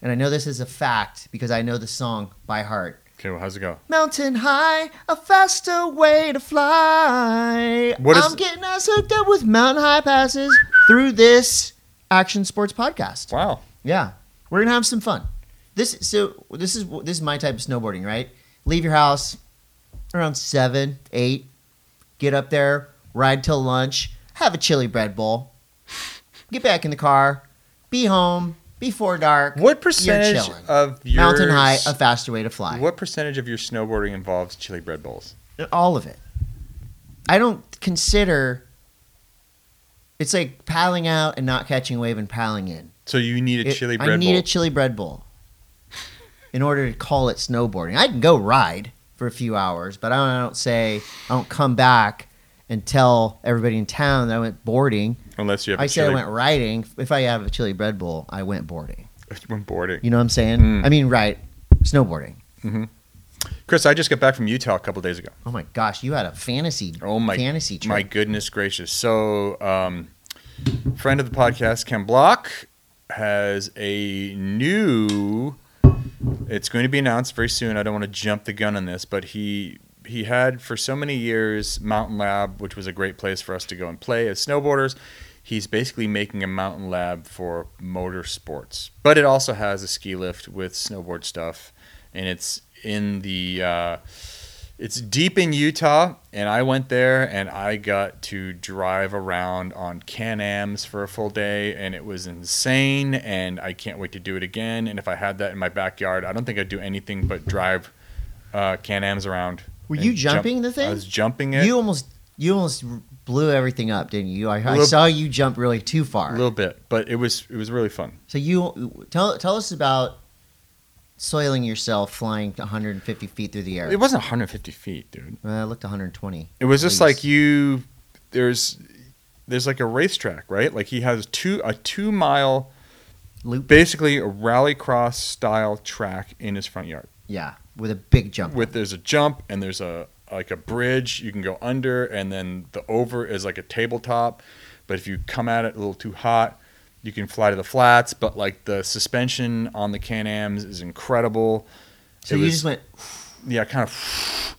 Speaker 1: and I know this is a fact because I know the song by heart.
Speaker 2: Okay, well, how's it go?
Speaker 1: Mountain high, a faster way to fly.
Speaker 2: What is-
Speaker 1: I'm getting us hooked up with mountain high passes through this action sports podcast.
Speaker 2: Wow.
Speaker 1: Yeah, we're gonna have some fun. This so this is this is my type of snowboarding, right? leave your house around seven, eight, get up there, ride till lunch, have a chili bread bowl, get back in the car, be home before dark.
Speaker 2: What percentage
Speaker 1: chilling.
Speaker 2: of your
Speaker 1: Mountain high, a faster way to fly.
Speaker 2: What percentage of your snowboarding involves chili bread bowls?
Speaker 1: All of it. I don't consider. It's like paddling out and not catching a wave and paddling in.
Speaker 2: So you need a
Speaker 1: It-
Speaker 2: chili
Speaker 1: I
Speaker 2: bread
Speaker 1: need
Speaker 2: bowl.
Speaker 1: a chili bread bowl in order to call it snowboarding. I can go ride for a few hours, but I don't, I don't say I don't come back and tell everybody in town that I went boarding.
Speaker 2: Unless you have a
Speaker 1: I said I
Speaker 2: chili
Speaker 1: went riding. If I have a chili bread bowl, I went boarding.
Speaker 2: when boarding.
Speaker 1: You know what I'm saying?
Speaker 2: Mm.
Speaker 1: I mean, right, snowboarding.
Speaker 2: Chris, I just got back from Utah a couple days ago.
Speaker 1: Oh my gosh, you had a fantasy
Speaker 2: Oh my
Speaker 1: fantasy trip.
Speaker 2: My goodness gracious. So, um, friend of the podcast, Ken Block, has a new. It's going to be announced very soon. I don't want to jump the gun on this, but he he had for so many years Mountain Lab, which was a great place for us to go and play as snowboarders. He's basically making a mountain lab for motorsports, but it also has a ski lift with snowboard stuff, and it's in the uh, it's deep in Utah, and I went there and I got to drive around on Can Ams for a full day, and it was insane. And I can't wait to do it again. And if I had that in my backyard, I don't think I'd do anything but drive uh, Can Ams around.
Speaker 1: Were
Speaker 2: and
Speaker 1: you
Speaker 2: jump-
Speaker 1: jumping the thing?
Speaker 2: I was jumping it
Speaker 1: You almost you almost blew everything up, didn't you? I, I
Speaker 2: Little-
Speaker 1: saw you jump really too far.
Speaker 2: a little bit, but it was it was really fun.
Speaker 1: so you tell tell us about soiling yourself flying 150 feet through the air.
Speaker 2: It wasn't 150 feet, dude.
Speaker 1: Uh, I looked 120.
Speaker 2: It was just
Speaker 1: Please.
Speaker 2: like you. There's there's like a racetrack, right? Like he has two a two mile
Speaker 1: Loop.
Speaker 2: basically a rallycross style track in his front yard
Speaker 1: Yeah, with a big jump.
Speaker 2: with there's a jump and there's a like a bridge you can go under and then the over is like a tabletop but if you come at it a little too hot you can fly to the flats but like the suspension on the can-ams is incredible
Speaker 1: so
Speaker 2: it
Speaker 1: you
Speaker 2: was-
Speaker 1: just went.
Speaker 2: yeah kind of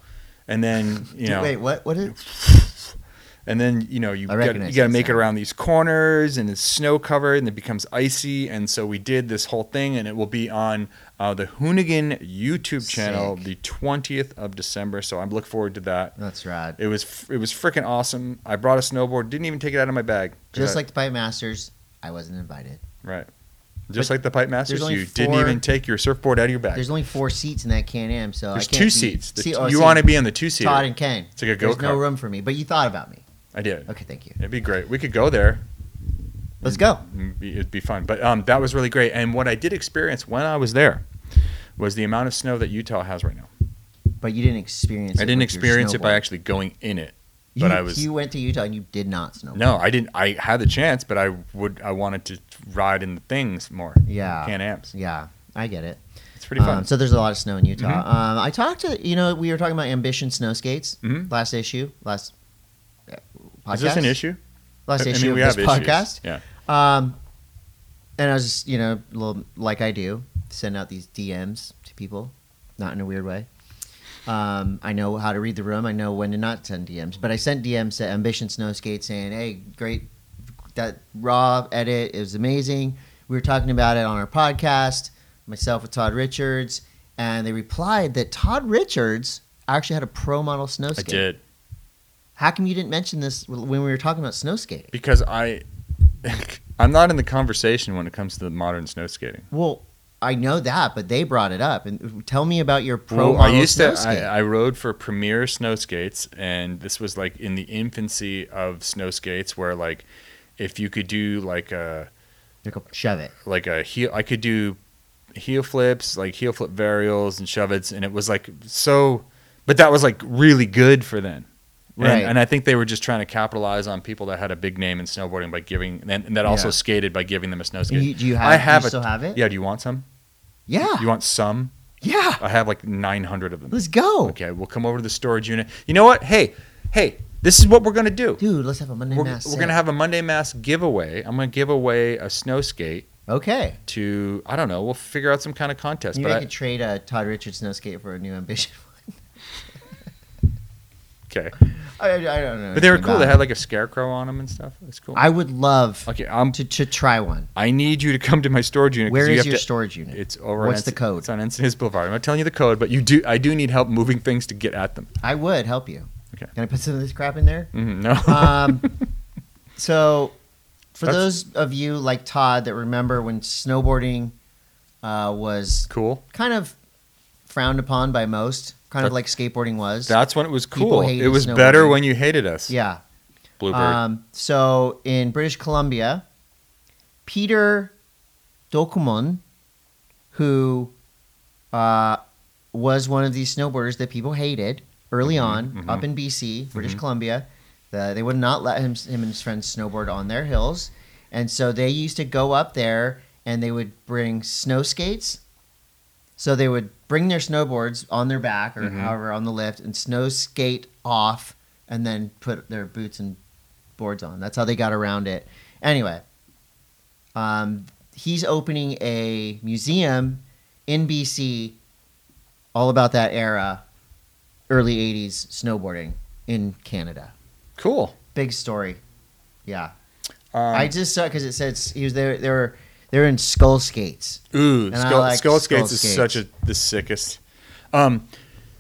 Speaker 2: and then you know
Speaker 1: Wait, what? What is?
Speaker 2: and then you know you
Speaker 1: I
Speaker 2: got you
Speaker 1: recognize
Speaker 2: got to
Speaker 1: that
Speaker 2: make it
Speaker 1: sound.
Speaker 2: around these corners and it's snow covered and it becomes icy and so we did this whole thing and it will be on uh, the Hoonigan YouTube channel
Speaker 1: Sick.
Speaker 2: the 20th of December so I look forward to that
Speaker 1: That's rad.
Speaker 2: it was f- it was freaking awesome I brought a snowboard didn't even take it out of my bag 'Cause
Speaker 1: Just
Speaker 2: I-
Speaker 1: like the Pipe Masters, I wasn't invited.
Speaker 2: just
Speaker 1: but
Speaker 2: like the pipe masters
Speaker 1: only
Speaker 2: you did didn't
Speaker 1: four-
Speaker 2: even take your surfboard out of your bag
Speaker 1: There's
Speaker 2: there's,
Speaker 1: only four seats in that Can Am, so I can't
Speaker 2: two
Speaker 1: be-
Speaker 2: seats The
Speaker 1: See-
Speaker 2: t-
Speaker 1: oh,
Speaker 2: you
Speaker 1: see,
Speaker 2: want to be in the two seat
Speaker 1: Todd and Ken.
Speaker 2: It's like a
Speaker 1: There's no
Speaker 2: go-kart.
Speaker 1: room for me, but you thought about me.
Speaker 2: I did
Speaker 1: Okay, thank you.
Speaker 2: it'd be great we could go there
Speaker 1: Let's go.
Speaker 2: It'd be- it'd be fun. But um, that was really great. And what I did experience when I was there was the amount of snow that Utah has right now.
Speaker 1: But you didn't experience. it
Speaker 2: I didn't
Speaker 1: with your
Speaker 2: experience it by
Speaker 1: snowboard.
Speaker 2: actually going in it.
Speaker 1: You,
Speaker 2: but I was-
Speaker 1: You went to Utah and you did not snowboard.
Speaker 2: No, I didn't. I had the chance, but I would. I wanted to ride in the things more.
Speaker 1: Yeah.
Speaker 2: Can amps.
Speaker 1: Yeah, I get it.
Speaker 2: It's pretty fun. Mm-hmm.
Speaker 1: Um, so there's a lot of snow in Utah. Um, I talked to you know we were talking about ambition snow skates
Speaker 2: Mhm.
Speaker 1: last issue last uh, podcast.
Speaker 2: Is this an issue?
Speaker 1: Last
Speaker 2: I
Speaker 1: issue
Speaker 2: mean, we
Speaker 1: of
Speaker 2: have
Speaker 1: this
Speaker 2: issues.
Speaker 1: podcast.
Speaker 2: Yeah.
Speaker 1: Um, and I was just you know a little like I do send out these DMs to people, not in a weird way. Um, I know how to read the room. I know when to not send DMs. But I sent DMs to Ambition Snow Skate saying, "Hey, great that raw edit is amazing. We were talking about it on our podcast, myself with Todd Richards, and they replied that Todd Richards actually had a pro model snow
Speaker 2: I
Speaker 1: skate.
Speaker 2: did
Speaker 1: How come you didn't mention this when we were talking about snow skating?
Speaker 2: because I. I'm not in the conversation when it comes to the modern snow skating.
Speaker 1: Well, I know that, but they brought it up. And tell me about your pro
Speaker 2: Well, I
Speaker 1: model
Speaker 2: used
Speaker 1: snow
Speaker 2: to.
Speaker 1: skate.
Speaker 2: I, I rode for Premier Snow Skates, and this was like in the infancy of snow skates, where like if you could do like a
Speaker 1: Like a- shove it.
Speaker 2: like a heel, I could do heel flips, like heel flip varials and shove its, and it was like so. But that was like really good for then. And-
Speaker 1: Right.
Speaker 2: And, I think they were just trying to capitalize on people that had a big name in snowboarding by giving, and, and that also
Speaker 1: Yeah.
Speaker 2: skated by giving them a snow skate.
Speaker 1: And you, do you have?
Speaker 2: I have
Speaker 1: do you
Speaker 2: a-
Speaker 1: still have it?
Speaker 2: Yeah. Do you want some?
Speaker 1: Yeah.
Speaker 2: You want some?
Speaker 1: yeah.
Speaker 2: I have like 900 of them.
Speaker 1: Let's go,
Speaker 2: Okay, we'll come over to the storage unit. You know what? Hey, hey, this is what we're gonna do.
Speaker 1: dude. Let's have a Monday
Speaker 2: We're,
Speaker 1: mass.
Speaker 2: we're gonna have a Monday Mass giveaway. I'm gonna give away a snow skate
Speaker 1: Okay.
Speaker 2: to I don't know. We'll figure out some kind of contest.
Speaker 1: You
Speaker 2: but I-
Speaker 1: could trade a Todd Richards snow skate for a new ambition.
Speaker 2: okay,
Speaker 1: I, I don't know.
Speaker 2: But they were
Speaker 1: anything
Speaker 2: cool. They
Speaker 1: about
Speaker 2: had like a scarecrow on them and stuff. That's
Speaker 1: it.
Speaker 2: cool.
Speaker 1: I would love
Speaker 2: okay, I'm.
Speaker 1: to, to try one.
Speaker 2: I need you to come to my storage unit. 'cause
Speaker 1: Where
Speaker 2: you
Speaker 1: is
Speaker 2: have
Speaker 1: your
Speaker 2: to,
Speaker 1: storage unit?
Speaker 2: It's over.
Speaker 1: What's
Speaker 2: on
Speaker 1: the
Speaker 2: Enci-
Speaker 1: code?
Speaker 2: It's on Encinitas Boulevard. I'm not telling you the code, but you do. I do need help moving things to get at them.
Speaker 1: I would help you.
Speaker 2: Okay.
Speaker 1: Can I put some of this crap in there?
Speaker 2: Mhm, no.
Speaker 1: Um, so, for
Speaker 2: That's-
Speaker 1: those of you like Todd that remember when snowboarding uh, was
Speaker 2: cool.
Speaker 1: kind of frowned upon by most, kind of
Speaker 2: That-
Speaker 1: like skateboarding was.
Speaker 2: That's when it was
Speaker 1: People
Speaker 2: cool.
Speaker 1: hated
Speaker 2: It was
Speaker 1: snowboarding.
Speaker 2: better when you hated us.
Speaker 1: yeah.
Speaker 2: Bluebird.
Speaker 1: Um, so in British Columbia, Peter Dokumon, who uh, was one of these snowboarders that people hated early
Speaker 2: Mhm,
Speaker 1: on
Speaker 2: mhm.
Speaker 1: up in BC, British
Speaker 2: Mhm.
Speaker 1: Columbia, the, they would not let him, him and his friends snowboard on their hills. And so they used to go up there and they would bring snow skates. So they would bring their snowboards on their back or
Speaker 2: Mhm.
Speaker 1: however on the lift and snow skate off and then put their boots and boards on. That's how they got around it. Anyway, um, he's opening a museum in BC all about that era, early 80s snowboarding in Canada.
Speaker 2: cool.
Speaker 1: Big story. Yeah.
Speaker 2: Um,
Speaker 1: I just saw because it said s- he was there. They were, they were in skull skates.
Speaker 2: Ooh,
Speaker 1: And I
Speaker 2: skull,
Speaker 1: like
Speaker 2: skull
Speaker 1: skull
Speaker 2: skates is such a the sickest. Um,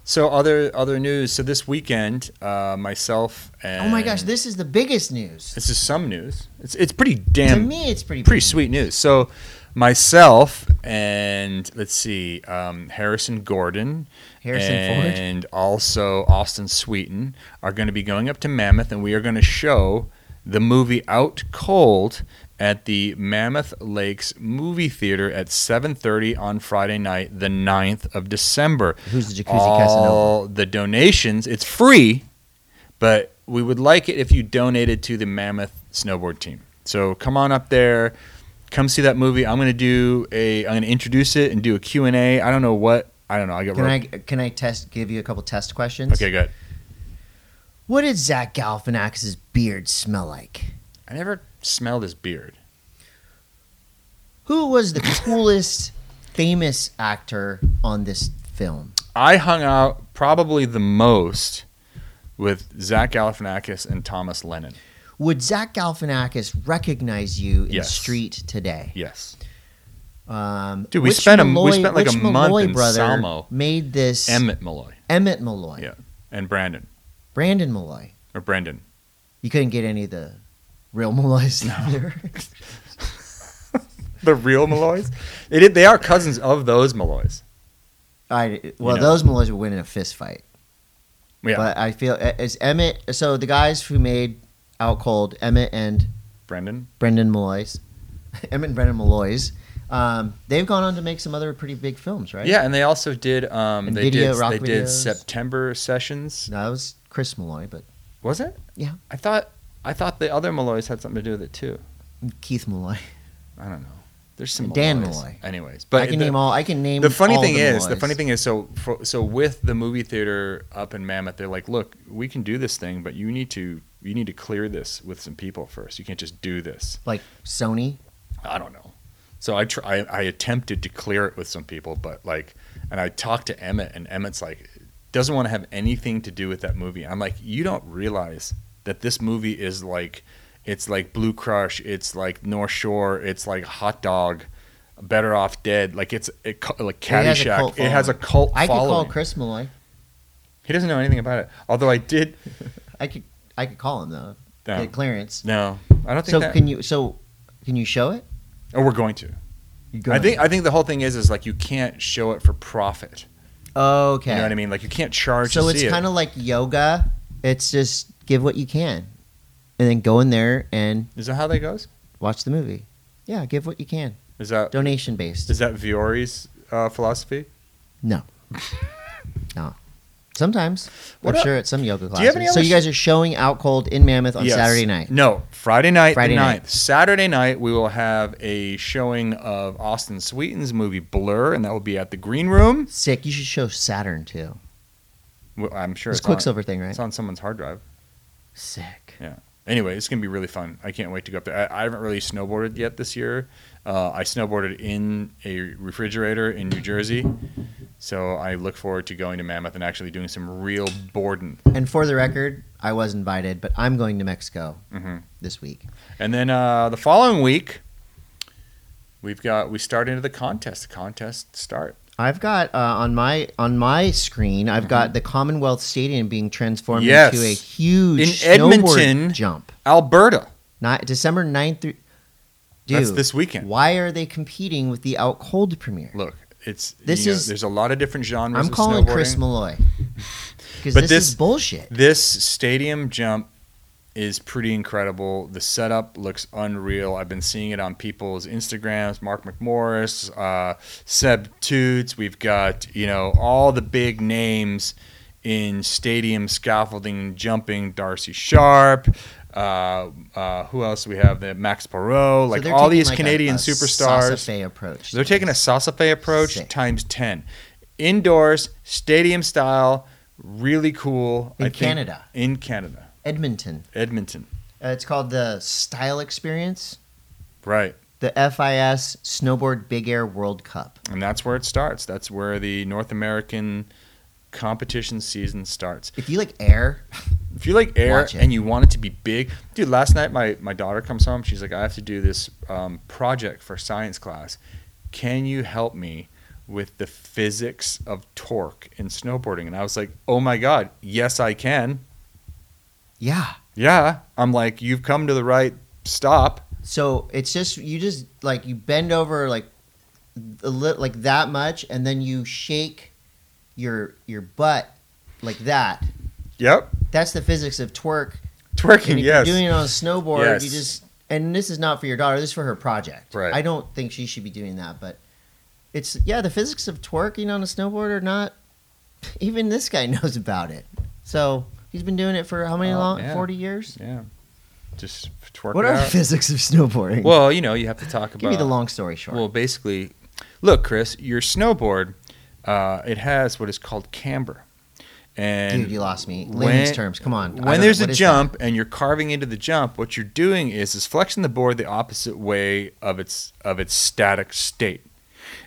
Speaker 2: so other other news. So this weekend, uh, myself and
Speaker 1: Oh my gosh, this is the biggest news.
Speaker 2: this is some news. It's it's pretty
Speaker 1: To
Speaker 2: damn
Speaker 1: me, it's pretty.
Speaker 2: pretty sweet news. So myself and let's see, um, Harrison Gordon
Speaker 1: Harrison
Speaker 2: and
Speaker 1: Ford.
Speaker 2: also Austin Sweeten are going to be going up to Mammoth, and we are going to show the movie Out Cold at the Mammoth Lakes Movie Theater at 7:30 on Friday night, the 9th of December.
Speaker 1: Who's the jacuzzi Casanova?
Speaker 2: All the donations, it's free, but we would like it if you donated to the Mammoth Snowboard Team. So come on up there, come see that movie. I'm going to do a, I'm going to introduce it and do a Q and A. I don't know what, I don't know. I got
Speaker 1: Can
Speaker 2: roped-
Speaker 1: I can I test? Give you a couple test questions.
Speaker 2: Okay, good.
Speaker 1: What did Zach Galifianakis's beard smell like?
Speaker 2: I never smelled his beard.
Speaker 1: Who was the coolest famous actor on this film?
Speaker 2: I hung out probably the most with Zach Galifianakis and Thomas Lennon.
Speaker 1: Would Zach Galifianakis recognize you in
Speaker 2: Yes.
Speaker 1: the street today?
Speaker 2: Yes.
Speaker 1: Um,
Speaker 2: Dude, we
Speaker 1: which
Speaker 2: spent a- we spent like
Speaker 1: which
Speaker 2: a month in Salmo.
Speaker 1: Made this
Speaker 2: Emmett Malloy
Speaker 1: Emmett Malloy,
Speaker 2: Yeah. and Brandon
Speaker 1: Brandon Malloy.
Speaker 2: or Brandon.
Speaker 1: You couldn't get any of the real Malloys there.
Speaker 2: The real Malloys? they did, they are cousins of those Malloys.
Speaker 1: I well,
Speaker 2: You know.
Speaker 1: those Malloys would win in a fist fight.
Speaker 2: Yeah.
Speaker 1: But I feel as Emmett. So the guys who made Out Cold, Emmett and
Speaker 2: Brandon.
Speaker 1: Brendan Malloy's, Emmett and Brendan Malloy's. Um, they've gone on to make some other pretty big films, right?
Speaker 2: Yeah, and they also did um
Speaker 1: And
Speaker 2: they
Speaker 1: video,
Speaker 2: did
Speaker 1: rock
Speaker 2: they did
Speaker 1: videos.
Speaker 2: September sessions.
Speaker 1: No, that was Chris Malloy, but
Speaker 2: Was it?
Speaker 1: Yeah.
Speaker 2: I thought I thought the other Malloys had something to do with it too.
Speaker 1: Keith Malloy.
Speaker 2: I don't know. There's some
Speaker 1: Dan
Speaker 2: Malloys.
Speaker 1: Malloy.
Speaker 2: Anyways, but
Speaker 1: I can
Speaker 2: the-
Speaker 1: name all. I can name.
Speaker 2: the funny
Speaker 1: all
Speaker 2: thing
Speaker 1: the
Speaker 2: is the
Speaker 1: Malloys.
Speaker 2: funny thing is so for, so with the movie theater up in mammoth they're like look we can do this thing but you need to you need to clear this with some people first you can't just do this
Speaker 1: like Sony.
Speaker 2: i don't know so i try i, I attempted to clear it with some people but like and i talked to emmett and emmett's like doesn't want to have anything to do with that movie i'm like you don't realize that this movie is like it's like blue crush it's like north shore it's like hot dog Better off dead, like it's it, co- like
Speaker 1: It has a
Speaker 2: Caddyshack.
Speaker 1: cult
Speaker 2: It has a cult.
Speaker 1: I could call
Speaker 2: following.
Speaker 1: Chris Malloy.
Speaker 2: He doesn't know anything about it. Although I did.
Speaker 1: I could. I could call him though.
Speaker 2: No,
Speaker 1: Get clearance.
Speaker 2: no I don't think
Speaker 1: So
Speaker 2: that.
Speaker 1: can you? So can you show it?
Speaker 2: oh, we're going to.
Speaker 1: You
Speaker 2: I think. I think the whole thing is is like you can't show it for profit.
Speaker 1: Okay.
Speaker 2: You know what I mean? Like you can't charge.
Speaker 1: So
Speaker 2: to
Speaker 1: it's
Speaker 2: see it.
Speaker 1: kind of like yoga. It's just give what you can, and then go in there and
Speaker 2: Is that how that goes?
Speaker 1: watch the movie. Yeah, give what you can.
Speaker 2: Is that
Speaker 1: Donation based.
Speaker 2: is that Viori's uh, philosophy?
Speaker 1: Sometimes.
Speaker 2: What
Speaker 1: I'm
Speaker 2: el-
Speaker 1: sure at some yoga classes.
Speaker 2: you have any
Speaker 1: so
Speaker 2: other
Speaker 1: you guys are showing out cold in Mammoth on
Speaker 2: Yes.
Speaker 1: Saturday night.
Speaker 2: No, Friday night.
Speaker 1: Friday
Speaker 2: the
Speaker 1: night.
Speaker 2: 9th. Saturday night we will have a showing of Austin Sweeten's movie Blur, and that will be at the Green Room.
Speaker 1: Sick. You should show Saturn too.
Speaker 2: Well, I'm sure
Speaker 1: This
Speaker 2: it's, on,
Speaker 1: Quicksilver thing, right?
Speaker 2: it's on someone's hard drive.
Speaker 1: Sick.
Speaker 2: anyway, it's gonna be really fun. I can't wait to go up there. I, I haven't really snowboarded yet this year. Uh, I snowboarded in a refrigerator in New Jersey, So I look forward to going to Mammoth and actually doing some real Borden.
Speaker 1: And for the record, I was invited, but I'm going to Mexico
Speaker 2: Mhm.
Speaker 1: this week.
Speaker 2: And then uh, the following week, we've got we start into the contest. The contest start.
Speaker 1: I've got uh, on my on my screen. I've got the Commonwealth Stadium being transformed
Speaker 2: Mm-hmm. Yes.
Speaker 1: into a huge
Speaker 2: In
Speaker 1: snowboard
Speaker 2: Edmonton.
Speaker 1: jump.
Speaker 2: Alberta.
Speaker 1: Not December 9th through. Dude,
Speaker 2: That's this weekend.
Speaker 1: why are they competing with the Out Cold premiere?
Speaker 2: Look, it's
Speaker 1: This
Speaker 2: this you know,
Speaker 1: is-
Speaker 2: there's a lot of different genres.
Speaker 1: I'm
Speaker 2: of
Speaker 1: calling Chris
Speaker 2: snowboarding.
Speaker 1: Malloy because
Speaker 2: But
Speaker 1: this, is
Speaker 2: this-
Speaker 1: bullshit.
Speaker 2: This stadium jump is pretty incredible. The setup looks unreal. I've been seeing it on people's Instagrams. Mark McMorris, uh, Seb Toots. We've got you know all the big names in stadium scaffolding jumping. Darcy Sharp. Uh, uh, who else do we have? The Max
Speaker 1: So
Speaker 2: Perot. Like
Speaker 1: they're
Speaker 2: all
Speaker 1: taking,
Speaker 2: these
Speaker 1: like, a-
Speaker 2: Canadian
Speaker 1: a
Speaker 2: superstars.
Speaker 1: Sausage approach.
Speaker 2: They're taking a Sasafay approach
Speaker 1: Sick.
Speaker 2: times 10. Indoors, stadium style, really cool.
Speaker 1: In
Speaker 2: I think-
Speaker 1: Canada.
Speaker 2: In Canada.
Speaker 1: Edmonton.
Speaker 2: Edmonton.
Speaker 1: Uh, it's called the Style Experience,
Speaker 2: Right.
Speaker 1: the FIS Snowboard Big Air World Cup.
Speaker 2: And that's where it starts. That's where the North American competition season starts.
Speaker 1: If you like air,
Speaker 2: If you like air
Speaker 1: Watch it.
Speaker 2: and you want it to be big, dude, last night my, my daughter comes home. She's like, I have to do this um, project for science class. Can you help me with the physics of torque in snowboarding? And I was like, oh my God, yes, I can.
Speaker 1: yeah.
Speaker 2: yeah i'm like you've come to the right stop
Speaker 1: So it's just you just like you bend over like a li- like that much, and then you shake your your butt like that.
Speaker 2: yep
Speaker 1: That's the physics of twerk. And
Speaker 2: twerking
Speaker 1: if
Speaker 2: yes
Speaker 1: you're doing it on a snowboard,
Speaker 2: Yes.
Speaker 1: you just and this is not for your daughter. This is for her project.
Speaker 2: Right.
Speaker 1: I don't think she should be doing that, but it's yeah. The physics of twerking on a snowboard are not. Even this guy knows about it. So he's been doing it for how many
Speaker 2: Oh,
Speaker 1: long?
Speaker 2: man.
Speaker 1: Forty years.
Speaker 2: yeah just twerk
Speaker 1: What
Speaker 2: it
Speaker 1: are the
Speaker 2: out.
Speaker 1: physics of snowboarding?
Speaker 2: well you know you have to talk about
Speaker 1: Give me the long story short.
Speaker 2: well basically look chris your snowboard uh, it has what is called camber and
Speaker 1: Dude, you lost me.
Speaker 2: when-
Speaker 1: Layman's terms. Come on. I
Speaker 2: when
Speaker 1: don't-
Speaker 2: there's a
Speaker 1: what is
Speaker 2: jump and you're carving into the jump what you're doing is is flexing the board the opposite way of its of its static state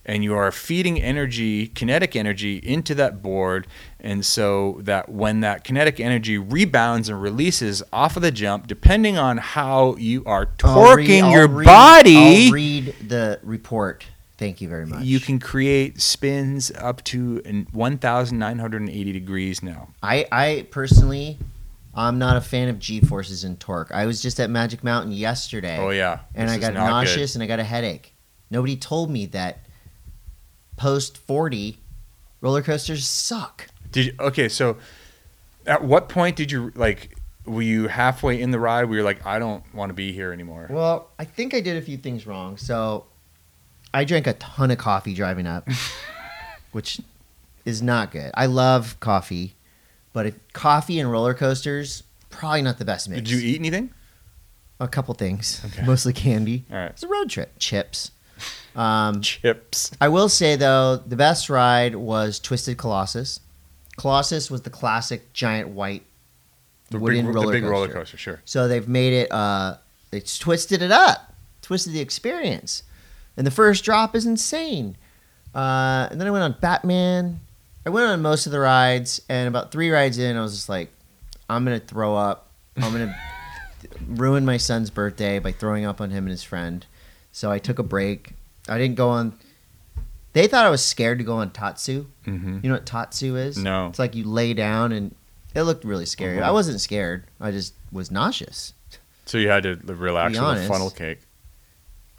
Speaker 2: and you are feeding energy kinetic energy into that board and so that when that kinetic energy rebounds and releases off of the jump depending on how you are
Speaker 1: that? I'll read-
Speaker 2: torquing
Speaker 1: I'll
Speaker 2: your
Speaker 1: read-
Speaker 2: body
Speaker 1: I'll read the report. Thank you very much.
Speaker 2: you can create spins up to an 1980 degrees now
Speaker 1: I, I personally, I'm not a fan of G forces and torque. I was just at Magic Mountain yesterday,
Speaker 2: oh yeah
Speaker 1: and
Speaker 2: This
Speaker 1: I
Speaker 2: is
Speaker 1: got
Speaker 2: not good.
Speaker 1: nauseous and I got a headache. Nobody told me that post 40 roller coasters suck.
Speaker 2: Did you, okay, so at what point did you like? Were you halfway in the ride? Were you like, I don't want to be here anymore?
Speaker 1: Well, I think I did a few things wrong. So I drank a ton of coffee driving up, which is not good. I love coffee, but if coffee and roller coasters, probably not the best mix.
Speaker 2: Did you eat anything?
Speaker 1: A couple things,
Speaker 2: Okay.
Speaker 1: mostly candy.
Speaker 2: All right,
Speaker 1: It's a road trip. Chips. Um,
Speaker 2: chips.
Speaker 1: I will say though, the best ride was Twisted Colossus. Colossus was the classic giant white
Speaker 2: The
Speaker 1: wooden
Speaker 2: big,
Speaker 1: roller,
Speaker 2: the big
Speaker 1: coaster.
Speaker 2: roller coaster. Sure.
Speaker 1: So they've made it. Uh, it's twisted it up, twisted the experience, and the first drop is insane. Uh, and then I went on Batman. I went on most of the rides, and about three rides in, I was just like, I'm gonna throw up. I'm gonna ruin my son's birthday by throwing up on him and his friend. So I took a break. I didn't go on. They thought I was scared to go on Tatsu.
Speaker 2: Mm-hmm.
Speaker 1: You know what Tatsu is?
Speaker 2: No.
Speaker 1: It's like you lay down and it looked really scary.
Speaker 2: Mhm.
Speaker 1: I wasn't scared. I just was nauseous.
Speaker 2: So you had to l- relax
Speaker 1: Be
Speaker 2: with a
Speaker 1: honest.
Speaker 2: funnel cake.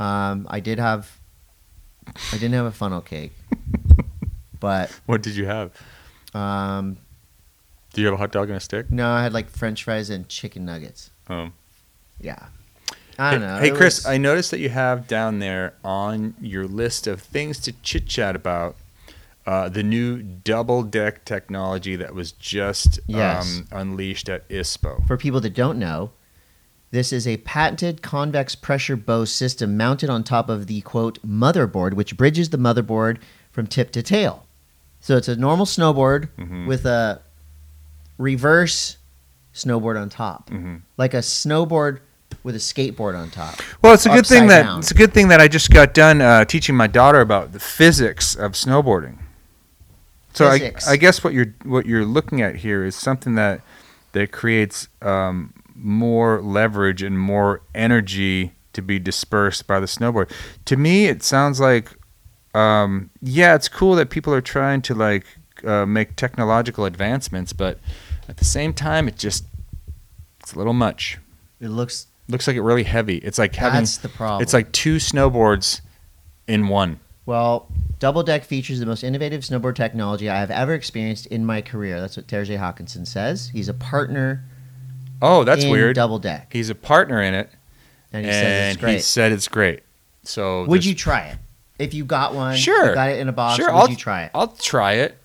Speaker 1: Um, I did have, I didn't have a funnel cake, but
Speaker 2: What did you have?
Speaker 1: um,
Speaker 2: Do you have a hot dog and a stick?
Speaker 1: no, I had like French fries and chicken nuggets.
Speaker 2: Oh.
Speaker 1: Yeah, I don't
Speaker 2: Hey-
Speaker 1: know.
Speaker 2: Hey,
Speaker 1: It
Speaker 2: Chris,
Speaker 1: was-
Speaker 2: I noticed that you have down there on your list of things to chit chat about uh, the new double deck technology that was just
Speaker 1: Yes.
Speaker 2: um, unleashed at ISPO.
Speaker 1: for people that don't know, this is a patented convex pressure bow system mounted on top of the quote motherboard, which bridges the motherboard from tip to tail. So it's a normal snowboard
Speaker 2: Mhm.
Speaker 1: with a reverse snowboard on top,
Speaker 2: Mm-hmm.
Speaker 1: like a snowboard with a skateboard on top.
Speaker 2: Well, it's a good
Speaker 1: upside
Speaker 2: thing that
Speaker 1: down.
Speaker 2: it's a good thing that I just got done uh, teaching my daughter about the physics of snowboarding. So I,
Speaker 1: physics.
Speaker 2: I guess what you're what you're looking at here is something that that creates um, more leverage and more energy to be dispersed by the snowboard. To me, it sounds like um, yeah, it's cool that people are trying to like uh, make technological advancements, but at the same time, it just it's a little much.
Speaker 1: It looks
Speaker 2: Looks like it really heavy. It's like having
Speaker 1: that's the problem.
Speaker 2: it's like two snowboards in one.
Speaker 1: Well, Double Deck features the most innovative snowboard technology I have ever experienced in my career. That's what Terje Hawkinson says. He's a partner
Speaker 2: Oh, that's
Speaker 1: in
Speaker 2: weird.
Speaker 1: Double Deck.
Speaker 2: He's a partner in it.
Speaker 1: And he says it's
Speaker 2: he
Speaker 1: great.
Speaker 2: said it's great. So
Speaker 1: Would
Speaker 2: there's-
Speaker 1: you try it? If you got one,
Speaker 2: Sure.
Speaker 1: you got it in a box,
Speaker 2: Sure,
Speaker 1: would
Speaker 2: I'll-
Speaker 1: you try it?
Speaker 2: I'll try it,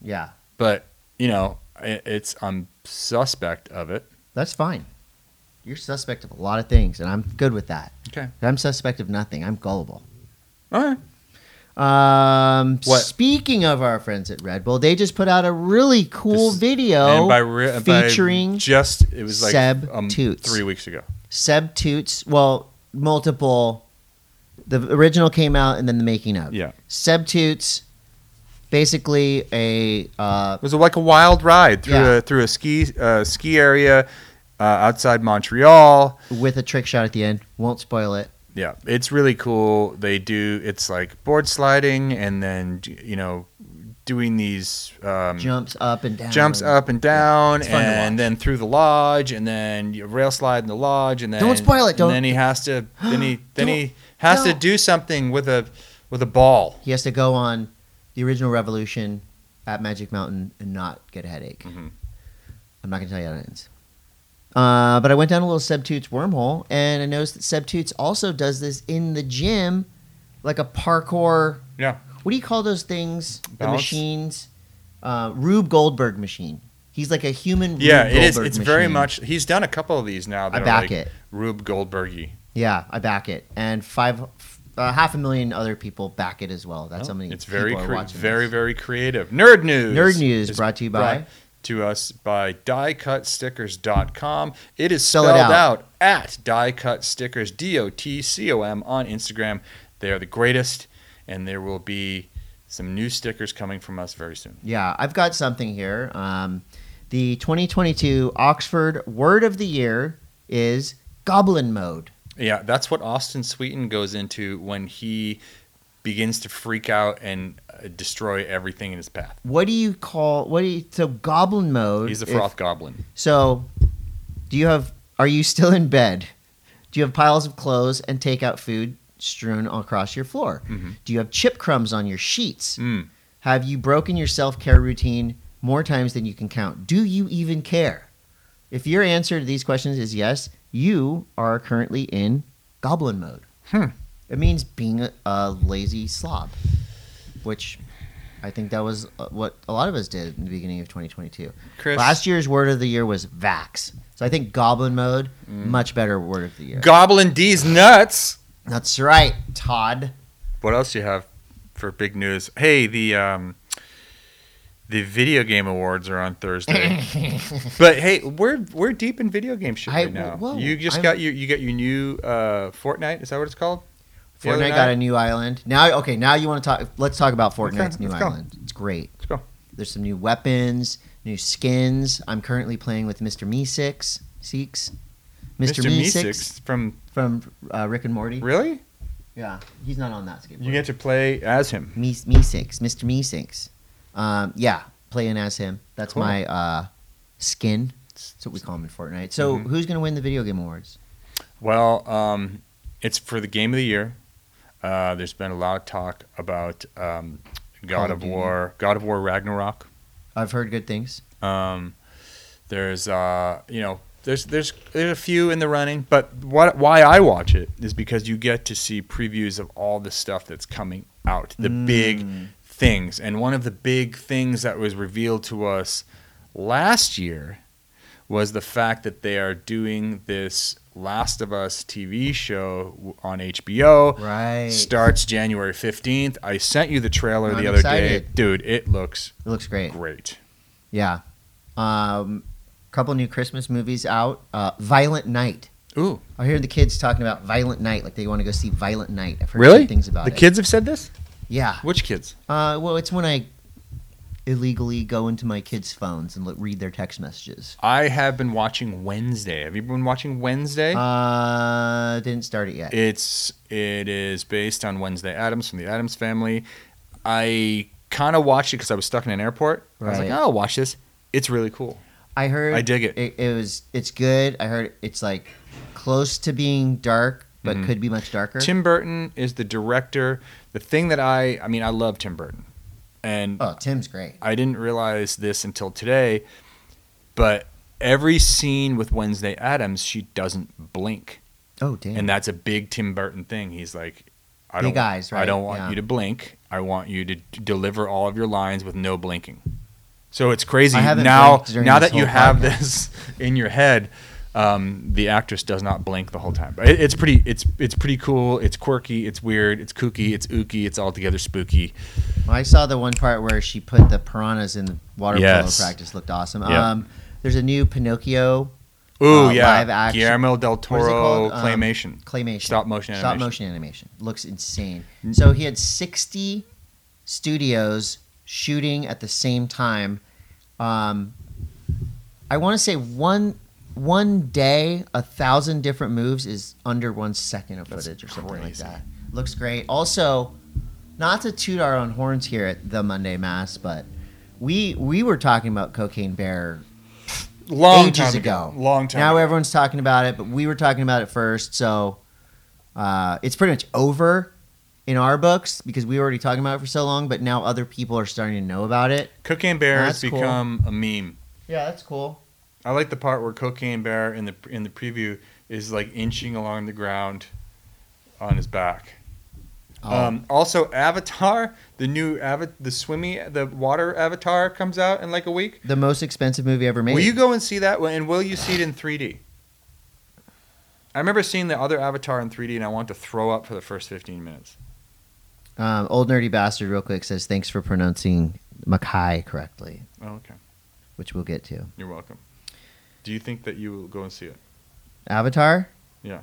Speaker 1: Yeah,
Speaker 2: but you know, i- it's I'm suspect of it.
Speaker 1: that's fine. You're suspect of a lot of things, and I'm good with that.
Speaker 2: Okay.
Speaker 1: I'm suspect of nothing. I'm gullible.
Speaker 2: All right.
Speaker 1: Um,
Speaker 2: What?
Speaker 1: Speaking of our friends at Red Bull, they just put out a really cool
Speaker 2: This-
Speaker 1: video
Speaker 2: and by re- by
Speaker 1: featuring
Speaker 2: just it was like
Speaker 1: Seb
Speaker 2: um,
Speaker 1: Toots.
Speaker 2: three weeks ago.
Speaker 1: Seb Toots. Well, multiple. The original came out, and then the making of.
Speaker 2: Yeah.
Speaker 1: Seb Toots, basically a uh,
Speaker 2: It was like a wild ride through
Speaker 1: Yeah.
Speaker 2: a through a ski uh, ski area uh, outside Montreal.
Speaker 1: with a trick shot at the end. Won't spoil it.
Speaker 2: Yeah, it's really cool. They do it's like board sliding and then you know doing these um,
Speaker 1: Jumps up and down.
Speaker 2: jumps up and down
Speaker 1: It's fun to
Speaker 2: and
Speaker 1: watch.
Speaker 2: then through the lodge and then you rail slide in the lodge and then
Speaker 1: Don't spoil it, don't-
Speaker 2: and then he has to then he then he has to
Speaker 1: don't.
Speaker 2: do something with a with a ball
Speaker 1: He has to go on the original Revolution at Magic Mountain and not get a headache.
Speaker 2: Mm-hmm.
Speaker 1: I'm not gonna tell you how it ends. Uh, but I went down a little Seb Toots wormhole, and I noticed that Seb Toots also does this in the gym, like a parkour.
Speaker 2: Yeah.
Speaker 1: What do you call those things? The
Speaker 2: Balance?
Speaker 1: machines. Uh, Rube Goldberg machine. He's like a human.
Speaker 2: yeah
Speaker 1: Rube
Speaker 2: it is
Speaker 1: Goldberg
Speaker 2: it's very
Speaker 1: machine.
Speaker 2: much he's done a couple of these now
Speaker 1: I
Speaker 2: that are
Speaker 1: back
Speaker 2: like
Speaker 1: it.
Speaker 2: Rube Goldbergy
Speaker 1: Yeah, I back it, and five, uh, half a million other people back it as well. That's how many.
Speaker 2: Oh, it's very
Speaker 1: people are
Speaker 2: cre-
Speaker 1: watching
Speaker 2: very
Speaker 1: this.
Speaker 2: very creative nerd news
Speaker 1: Nerd news
Speaker 2: is
Speaker 1: brought to you by-
Speaker 2: to us by diecutstickers.com it is
Speaker 1: Spell
Speaker 2: spelled
Speaker 1: it
Speaker 2: out.
Speaker 1: out.
Speaker 2: at diecutstickers d-o-t-c-o-m on instagram they are the greatest and there will be some new stickers coming from us very soon
Speaker 1: Yeah, I've got something here. Um, the 2022 Oxford Word of the Year is Goblin Mode.
Speaker 2: yeah that's what austin sweeten goes into when he begins to freak out and uh, destroy everything in his path
Speaker 1: What do you call? What do you? So Goblin Mode.
Speaker 2: he's a
Speaker 1: if-
Speaker 2: froth goblin
Speaker 1: so, do you have? Are you still in bed? Do you have piles of clothes and takeout food strewn across your floor?
Speaker 2: Mhm.
Speaker 1: Do you have chip crumbs on your sheets?
Speaker 2: Mm.
Speaker 1: Have you broken your self care routine more times than you can count? Do you even care? If your answer to these questions is yes, you are currently in goblin mode.
Speaker 2: Hmm.
Speaker 1: It means being a, a lazy slob, which I think that was uh, what a lot of us did in the beginning of 2022.
Speaker 2: chris
Speaker 1: Last year's word of the year was vax. So I think goblin mode,
Speaker 2: Mm.
Speaker 1: much better word of the year.
Speaker 2: goblin d's nuts
Speaker 1: That's right, Todd.
Speaker 2: What else do you have for big news? Hey, the um, the video game awards are on Thursday. but hey, we're we're deep in video game shit
Speaker 1: I-
Speaker 2: right now.
Speaker 1: whoa,
Speaker 2: you just
Speaker 1: I'm-
Speaker 2: got your you got your new uh, Fortnite. Is that what it's called? The other
Speaker 1: Fortnite
Speaker 2: night?
Speaker 1: got a new island. Now, okay, now you want to talk? Let's talk about Fortnite's
Speaker 2: Okay,
Speaker 1: new
Speaker 2: let's go.
Speaker 1: island. It's great.
Speaker 2: Let's go.
Speaker 1: There's some new weapons, new skins. I'm currently playing with Mr. Meeseeks. Seeks. Mr. Meeseeks
Speaker 2: from
Speaker 1: from uh, Rick and Morty.
Speaker 2: really?
Speaker 1: Yeah, he's not on that skateboard.
Speaker 2: You get to play as him.
Speaker 1: Mees- Meeseeks, Mr. Meeseeks. Um, yeah, playing as him. That's
Speaker 2: Cool.
Speaker 1: my uh, skin. That's what we call him in Fortnite. So
Speaker 2: Mhm.
Speaker 1: who's gonna win the video game awards?
Speaker 2: Well, um, it's for the game of the year. Uh, there's been a lot of talk about um, God
Speaker 1: of
Speaker 2: of
Speaker 1: Duty.
Speaker 2: War, God of War Ragnarok.
Speaker 1: I've heard good things.
Speaker 2: Um, there's uh, you know, there's there's there's a few in the running, but what why I watch it is because you get to see previews of all the stuff that's coming out, the big
Speaker 1: Mm.
Speaker 2: things, and one of the big things that was revealed to us last year was the fact that they are doing this Last of Us TV show w- on HBO.
Speaker 1: Right.
Speaker 2: Starts January 15th. I sent you the trailer
Speaker 1: I'm
Speaker 2: the other day.
Speaker 1: excited.
Speaker 2: Dude, it looks
Speaker 1: It looks great.
Speaker 2: great.
Speaker 1: Yeah. Um, couple new Christmas movies out. Uh, Violent Night.
Speaker 2: Ooh.
Speaker 1: I hear the kids talking about Violent Night, like they want to go see Violent Night. I've heard
Speaker 2: Really?
Speaker 1: good things about
Speaker 2: The
Speaker 1: it.
Speaker 2: kids have said this?
Speaker 1: Yeah.
Speaker 2: Which kids?
Speaker 1: Uh, well, it's when I illegally go into my kids' phones and look, read their text messages.
Speaker 2: I have been watching Wednesday. Have you been watching Wednesday?
Speaker 1: Uh, didn't start it yet.
Speaker 2: It's it is based on Wednesday Adams from the Adams Family. I kind of watched it because I was stuck in an airport. I was like,
Speaker 1: Right.
Speaker 2: oh, I'll watch this. It's really cool.
Speaker 1: I heard.
Speaker 2: I dig it.
Speaker 1: It, it was. It's good. I heard it's like close to being dark, but
Speaker 2: Mhm.
Speaker 1: could be much darker.
Speaker 2: Tim Burton is the director. The thing that I I mean, I love Tim Burton, and
Speaker 1: oh, Tim's great.
Speaker 2: I didn't realize this until today, but every scene with Wednesday Adams, she doesn't blink.
Speaker 1: Oh, damn.
Speaker 2: And that's a big Tim Burton thing. He's like, I
Speaker 1: Big
Speaker 2: don't,
Speaker 1: eyes,
Speaker 2: I
Speaker 1: right?
Speaker 2: don't want
Speaker 1: Yeah.
Speaker 2: you to blink. I want you to d- deliver all of your lines with no blinking. So it's crazy
Speaker 1: I haven't
Speaker 2: now.
Speaker 1: blinked during
Speaker 2: Now
Speaker 1: this
Speaker 2: that you
Speaker 1: whole
Speaker 2: have
Speaker 1: podcast.
Speaker 2: this in your head, um, the actress does not blink the whole time. But it, it's pretty. It's it's pretty cool. It's quirky. It's weird. It's kooky. It's ooky. It's altogether spooky.
Speaker 1: Well, I saw the one part where she put the piranhas in the water
Speaker 2: Yes.
Speaker 1: polo practice. Looked awesome.
Speaker 2: Yeah.
Speaker 1: Um, there's a new Pinocchio
Speaker 2: Ooh
Speaker 1: Uh,
Speaker 2: yeah,
Speaker 1: live action-
Speaker 2: Guillermo del
Speaker 1: What is it
Speaker 2: Toro
Speaker 1: called?
Speaker 2: claymation.
Speaker 1: Um, claymation.
Speaker 2: Stop motion
Speaker 1: Stop
Speaker 2: animation.
Speaker 1: motion animation. Looks insane. So he had 60 studios shooting at the same time. Um, I want to say one one day, a thousand different moves is under one second of
Speaker 2: That's
Speaker 1: footage or something like
Speaker 2: crazy.
Speaker 1: that. Looks great. Also, not to toot our own horns here at the Monday Mass, but we we were talking about Cocaine Bear
Speaker 2: Long
Speaker 1: ages
Speaker 2: time
Speaker 1: ago.
Speaker 2: Long time.
Speaker 1: now
Speaker 2: ago.
Speaker 1: everyone's talking about it, but we were talking about it first, so uh, it's pretty much over in our books because we were already talking about it for so long. But now other people are starting to know about it.
Speaker 2: Cocaine Bear has
Speaker 1: That's cool.
Speaker 2: become a meme.
Speaker 1: Yeah, that's cool.
Speaker 2: I like the part where Cocaine Bear in the in the preview is like inching along the ground on his back.
Speaker 1: Oh.
Speaker 2: Um, also, Avatar, the new Ava- the swimmy, the water Avatar comes out in like a week.
Speaker 1: the most expensive movie ever made.
Speaker 2: Will you go and see that? And will you see it in 3D? I remember seeing the other Avatar in 3D, and I want to throw up for the first 15 minutes.
Speaker 1: um, old nerdy bastard, real quick says thanks for pronouncing Mackay correctly,
Speaker 2: Oh, okay,
Speaker 1: which we'll get to.
Speaker 2: you're welcome. Do you think that you will go and see it?
Speaker 1: Avatar.
Speaker 2: Yeah.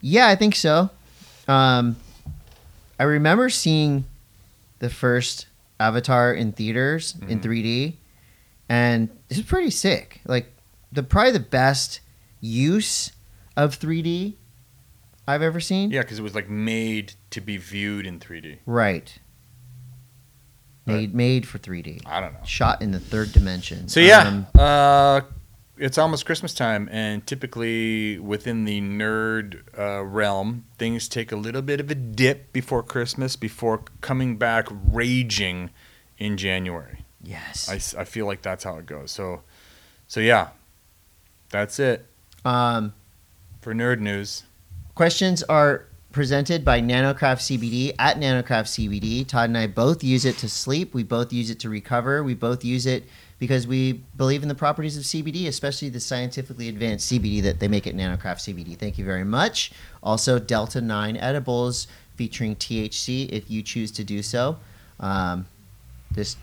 Speaker 1: Yeah, I think so. Um, I remember seeing the first Avatar in theaters in
Speaker 2: Mhm.
Speaker 1: 3D, and this is pretty sick. Like the probably the best use of 3D I've ever seen.
Speaker 2: Yeah, because it was like made to be viewed in 3D.
Speaker 1: Right.
Speaker 2: But-
Speaker 1: Made made for 3D.
Speaker 2: I don't know.
Speaker 1: Shot in the third dimension.
Speaker 2: So yeah,
Speaker 1: Um,
Speaker 2: uh, it's almost Christmas time, and typically within the nerd uh, realm, things take a little bit of a dip before Christmas, before coming back raging in January.
Speaker 1: yes.
Speaker 2: I, s- I feel like that's how it goes. So, so yeah, that's it
Speaker 1: um,
Speaker 2: for nerd news.
Speaker 1: Questions are presented by Nanocraft CBD at Nanocraft CBD. Todd and I both use it to sleep. We both use it to recover. We both use it because we believe in the properties of CBD, especially the scientifically advanced CBD that they make at Nanocraft CBD. Thank you very much. Also, Delta 9 edibles featuring THC if you choose to do so. Um, just,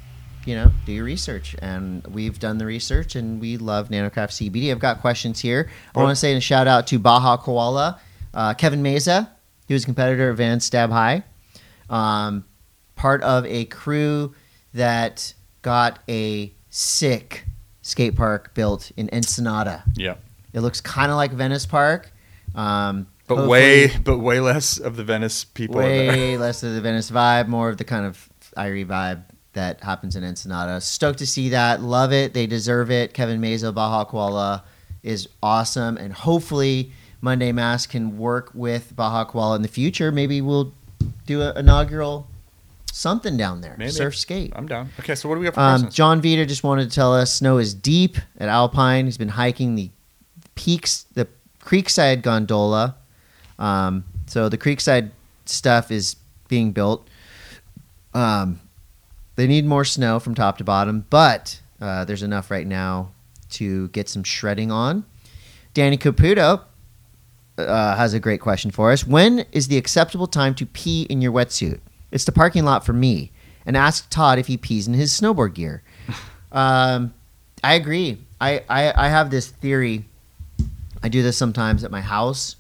Speaker 1: you know, do your research. And we've done the research and we love Nanocraft CBD. I've got questions here. I want to say a shout out to Baja Koala uh, Kevin Meza. He was a competitor at Van Stab High, um, part of a crew that got a sick skate park built in Ensenada.
Speaker 2: Yeah,
Speaker 1: It looks kind of like Venice Park, um,
Speaker 2: but
Speaker 1: hopefully
Speaker 2: way but way less of the Venice people. are there.
Speaker 1: way less of the Venice vibe, more of the kind of Irie vibe that happens in Ensenada. Stoked to see that. Love it. They deserve it. Kevin Meza, Baja Koala is awesome. And hopefully Monday Mass can work with Baja Koala in the future. Maybe we'll do an inaugural something down there.
Speaker 2: Maybe.
Speaker 1: Surf skate.
Speaker 2: I'm down. Okay, so what do we got for
Speaker 1: Um,
Speaker 2: Christmas?
Speaker 1: John Vita just wanted to tell us snow is deep at Alpine. He's been hiking the peaks, the Creekside gondola. Um, so the Creekside stuff is being built. Um, they need more snow from top to bottom, but uh, there's enough right now to get some shredding on. Danny Caputo uh, has a great question for us. When is the acceptable time to pee in your wetsuit? It's the parking lot for me. And ask Todd if he pees in his snowboard gear. Um, I agree. I, I, I have this theory. I do this sometimes at my house.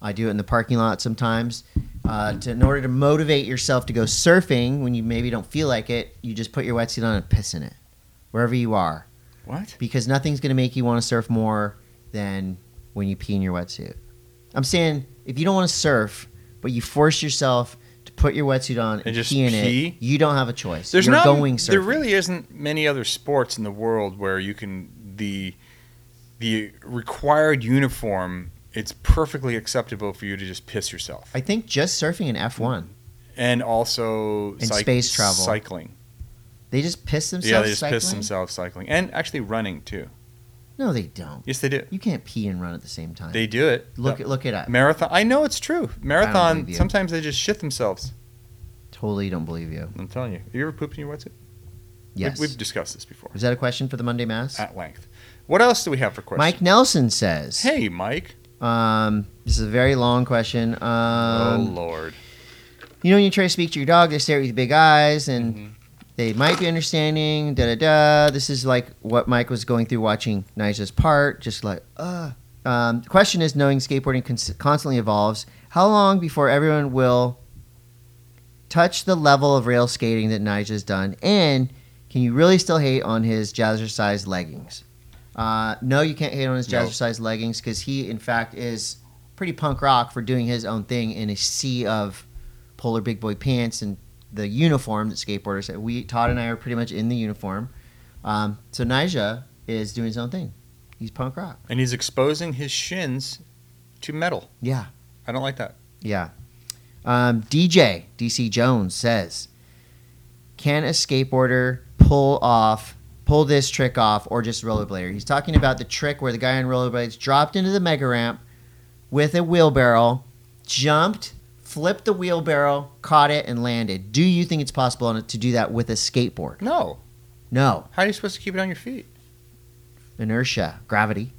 Speaker 1: I do it in the parking lot sometimes. uh, to, in order to motivate yourself to go surfing when you maybe don't feel like it, you just put your wetsuit on and piss in it wherever you are
Speaker 2: What?
Speaker 1: because nothing's going to make you want to surf more than when you pee in your wetsuit. I'm saying if you don't want to surf, but you force yourself to put your wetsuit on and,
Speaker 2: just
Speaker 1: pee in
Speaker 2: pee?
Speaker 1: it, you don't have a choice.
Speaker 2: There's
Speaker 1: You're
Speaker 2: not
Speaker 1: going surfing.
Speaker 2: there really isn't many other sports in the world where you can the the required uniform it's perfectly acceptable for you to just piss yourself.
Speaker 1: I think just surfing in F1,
Speaker 2: And also
Speaker 1: And space travel.
Speaker 2: cycling.
Speaker 1: they just piss themselves.
Speaker 2: yeah, they just piss
Speaker 1: cycling?
Speaker 2: themselves cycling. And actually running too.
Speaker 1: No, they don't.
Speaker 2: Yes, they do.
Speaker 1: You can't pee and run at the same time.
Speaker 2: They do it.
Speaker 1: look
Speaker 2: The
Speaker 1: it look it up.
Speaker 2: marathon. I know it's true.
Speaker 1: believe
Speaker 2: Marathon.
Speaker 1: you.
Speaker 2: Sometimes they just shit themselves.
Speaker 1: Totally don't believe you.
Speaker 2: I'm telling you. Have you ever pooped in your wetsuit? We-
Speaker 1: Yes.
Speaker 2: We've Uh, discussed this before
Speaker 1: Is that a question for the Monday Mass?
Speaker 2: at length. What else do we have for questions?
Speaker 1: Mike Nelson says,
Speaker 2: Hey, Mike.
Speaker 1: um, this is a very long question. Um,
Speaker 2: oh Lord.
Speaker 1: you know when you try to speak to your dog, they stare at you with big eyes and they might be understanding, da da da. This is like what Mike was going through watching Nigel's part, just like, uh. Um, the question is knowing skateboarding cons- constantly evolves, how long before everyone will touch the level of rail skating that Nigel's done? And can you really still hate on his jazzercise leggings? Uh, no, you can't hate on his
Speaker 2: No.
Speaker 1: jazzercise leggings because he, in fact, is pretty punk rock for doing his own thing in a sea of polar big boy pants and the uniform that skateboarders have. We Todd and I are pretty much in the uniform. Um, so Nija is doing his own thing. He's punk rock.
Speaker 2: And he's exposing his shins to metal.
Speaker 1: Yeah,
Speaker 2: I don't like that.
Speaker 1: yeah. Um, DJ DC Jones says, "Can a skateboarder pull off pull this trick off, or just rollerblader?" He's talking about the trick where the guy on rollerblades dropped into the mega ramp with a wheelbarrow, jumped, flipped the wheelbarrow, caught it, and landed. Do you think it's possible on- to do that with a skateboard?
Speaker 2: No.
Speaker 1: No.
Speaker 2: How are you supposed to keep it on your feet?
Speaker 1: inertia, gravity.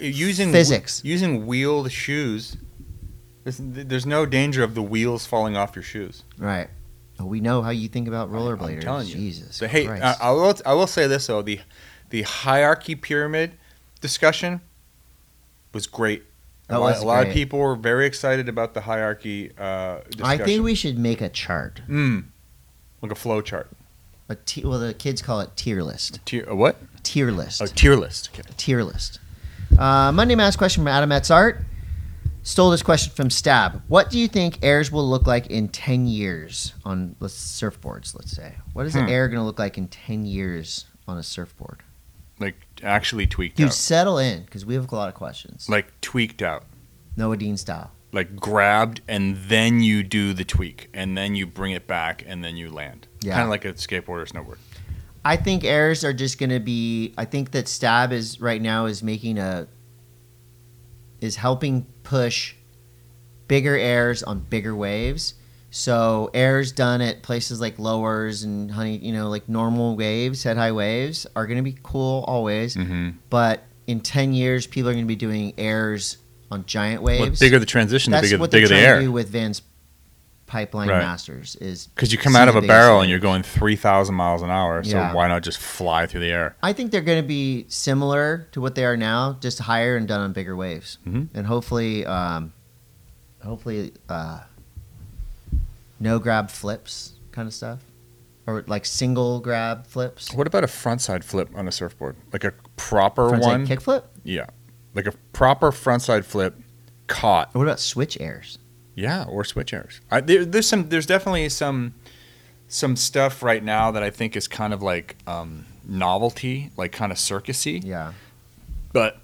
Speaker 2: Using
Speaker 1: Physics.
Speaker 2: Using wheeled shoes. There's, there's no danger of the wheels falling off your shoes.
Speaker 1: Right. Oh, we know how you think about rollerbladers.
Speaker 2: I'm telling you. uh,
Speaker 1: Jesus.
Speaker 2: So hey,
Speaker 1: Christ.
Speaker 2: I, I will. I will say this though the the hierarchy pyramid discussion was great.
Speaker 1: That
Speaker 2: a lot,
Speaker 1: was
Speaker 2: a lot
Speaker 1: great.
Speaker 2: of people were very excited about the hierarchy uh, discussion.
Speaker 1: I think we should make a chart.
Speaker 2: Mm. like a flow chart.
Speaker 1: A t- well, the kids call it tier list.
Speaker 2: Tier a what?
Speaker 1: Tier list.
Speaker 2: A tier list. Okay.
Speaker 1: Tier list. Uh, Monday Mass question from Adam Etzart. Stole this question from Stab. What do you think airs will look like in 10 years on let's, surfboards, let's say? What is
Speaker 2: Hmm.
Speaker 1: an air going to look like in 10 years on a surfboard?
Speaker 2: Like actually tweaked
Speaker 1: Dude,
Speaker 2: out.
Speaker 1: settle in because we have a lot of questions.
Speaker 2: Like tweaked out.
Speaker 1: Noah Dean style.
Speaker 2: Like grabbed and then you do the tweak and then you bring it back and then you land.
Speaker 1: Yeah.
Speaker 2: Kind of like a skateboarder snowboard.
Speaker 1: I think errors are just going to be. I think that Stab is right now is making a is helping push bigger airs on bigger waves. So airs done at places like lowers and honey, you know, like normal waves, head high waves are going to be cool always.
Speaker 2: Mm-hmm.
Speaker 1: But in ten years, people are going to be doing airs on giant waves.
Speaker 2: Well, bigger the transition, the
Speaker 1: That's
Speaker 2: bigger the
Speaker 1: what they're
Speaker 2: bigger the
Speaker 1: trying to
Speaker 2: air.
Speaker 1: do with Vans Pipeline
Speaker 2: Right.
Speaker 1: Masters is
Speaker 2: Because you come
Speaker 1: see
Speaker 2: out of
Speaker 1: the
Speaker 2: a
Speaker 1: biggest
Speaker 2: barrel
Speaker 1: wave.
Speaker 2: and you're going 3,000 miles an hour. So
Speaker 1: Yeah.
Speaker 2: why not just fly through the air?
Speaker 1: I think they're going to be similar to what they are now, just higher and done on bigger waves,
Speaker 2: Mhm.
Speaker 1: and hopefully, um, hopefully, uh, no grab flips kind of stuff, or like single grab flips.
Speaker 2: What about a frontside flip on a surfboard? Like a proper
Speaker 1: Frontside
Speaker 2: one?
Speaker 1: kickflip.
Speaker 2: Yeah. Like a proper frontside flip caught.
Speaker 1: What about switch airs?
Speaker 2: Yeah, or switch airs. I, there, there's some. There's definitely some some stuff right now that I think is kind of like um, novelty, like kind of circusy.
Speaker 1: Yeah,
Speaker 2: But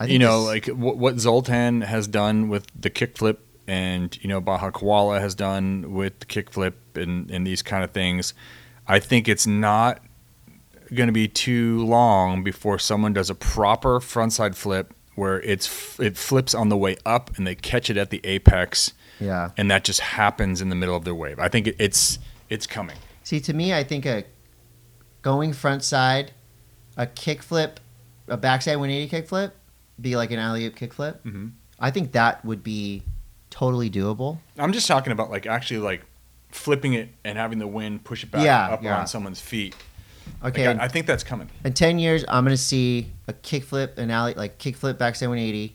Speaker 1: I
Speaker 2: you know,
Speaker 1: this-
Speaker 2: like w- what Zoltan has done with the kickflip, and you know Baja Koala has done with the kickflip, and and these kind of things. I think it's not going to be too long before someone does a proper frontside flip where it's f- it flips on the way up and they catch it at the apex
Speaker 1: yeah.
Speaker 2: and that just happens in the middle of their wave. I think it, it's it's coming.
Speaker 1: See, to me, I think a going front side, a kickflip, a backside 180 kickflip, be like an alley oop kickflip.
Speaker 2: Mhm.
Speaker 1: I think that would be totally doable.
Speaker 2: I'm just talking about like actually like flipping it and having the wind push it back
Speaker 1: Yeah,
Speaker 2: up
Speaker 1: yeah.
Speaker 2: on someone's feet. Like,
Speaker 1: Okay,
Speaker 2: I, I think that's coming.
Speaker 1: in 10 years, I'm going to see a kickflip, an alley, like kickflip backside 180,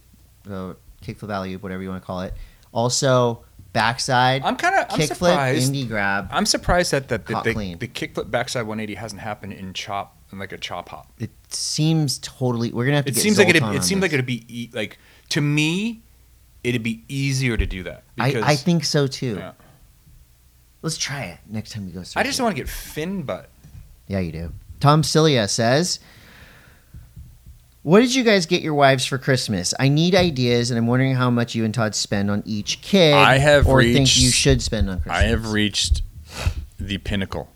Speaker 1: uh, kickflip alley oop, whatever you want to call it, Also, backside
Speaker 2: I'm kind of I'm
Speaker 1: kickflip
Speaker 2: surprised.
Speaker 1: indie grab.
Speaker 2: I'm surprised that that the,
Speaker 1: Hot
Speaker 2: the,
Speaker 1: clean.
Speaker 2: the kickflip backside 180 hasn't happened in chop in like a chop hop.
Speaker 1: It seems totally. We're gonna have to.
Speaker 2: It
Speaker 1: get
Speaker 2: seems like it.
Speaker 1: Zoltan
Speaker 2: It
Speaker 1: on this.
Speaker 2: seems like it'd be e- like to me, it'd be easier to do that because
Speaker 1: I, I think so too.
Speaker 2: Yeah.
Speaker 1: Let's try it next time we go.
Speaker 2: I just
Speaker 1: surfing.
Speaker 2: don't want to get fin butt.
Speaker 1: Yeah, you do. Tom Cilia says, "What did you guys get your wives for Christmas? I need ideas, and I'm wondering how much you and Todd spend on each kid.
Speaker 2: I have
Speaker 1: or think
Speaker 2: reached-
Speaker 1: you should spend on Christmas.
Speaker 2: I have reached the pinnacle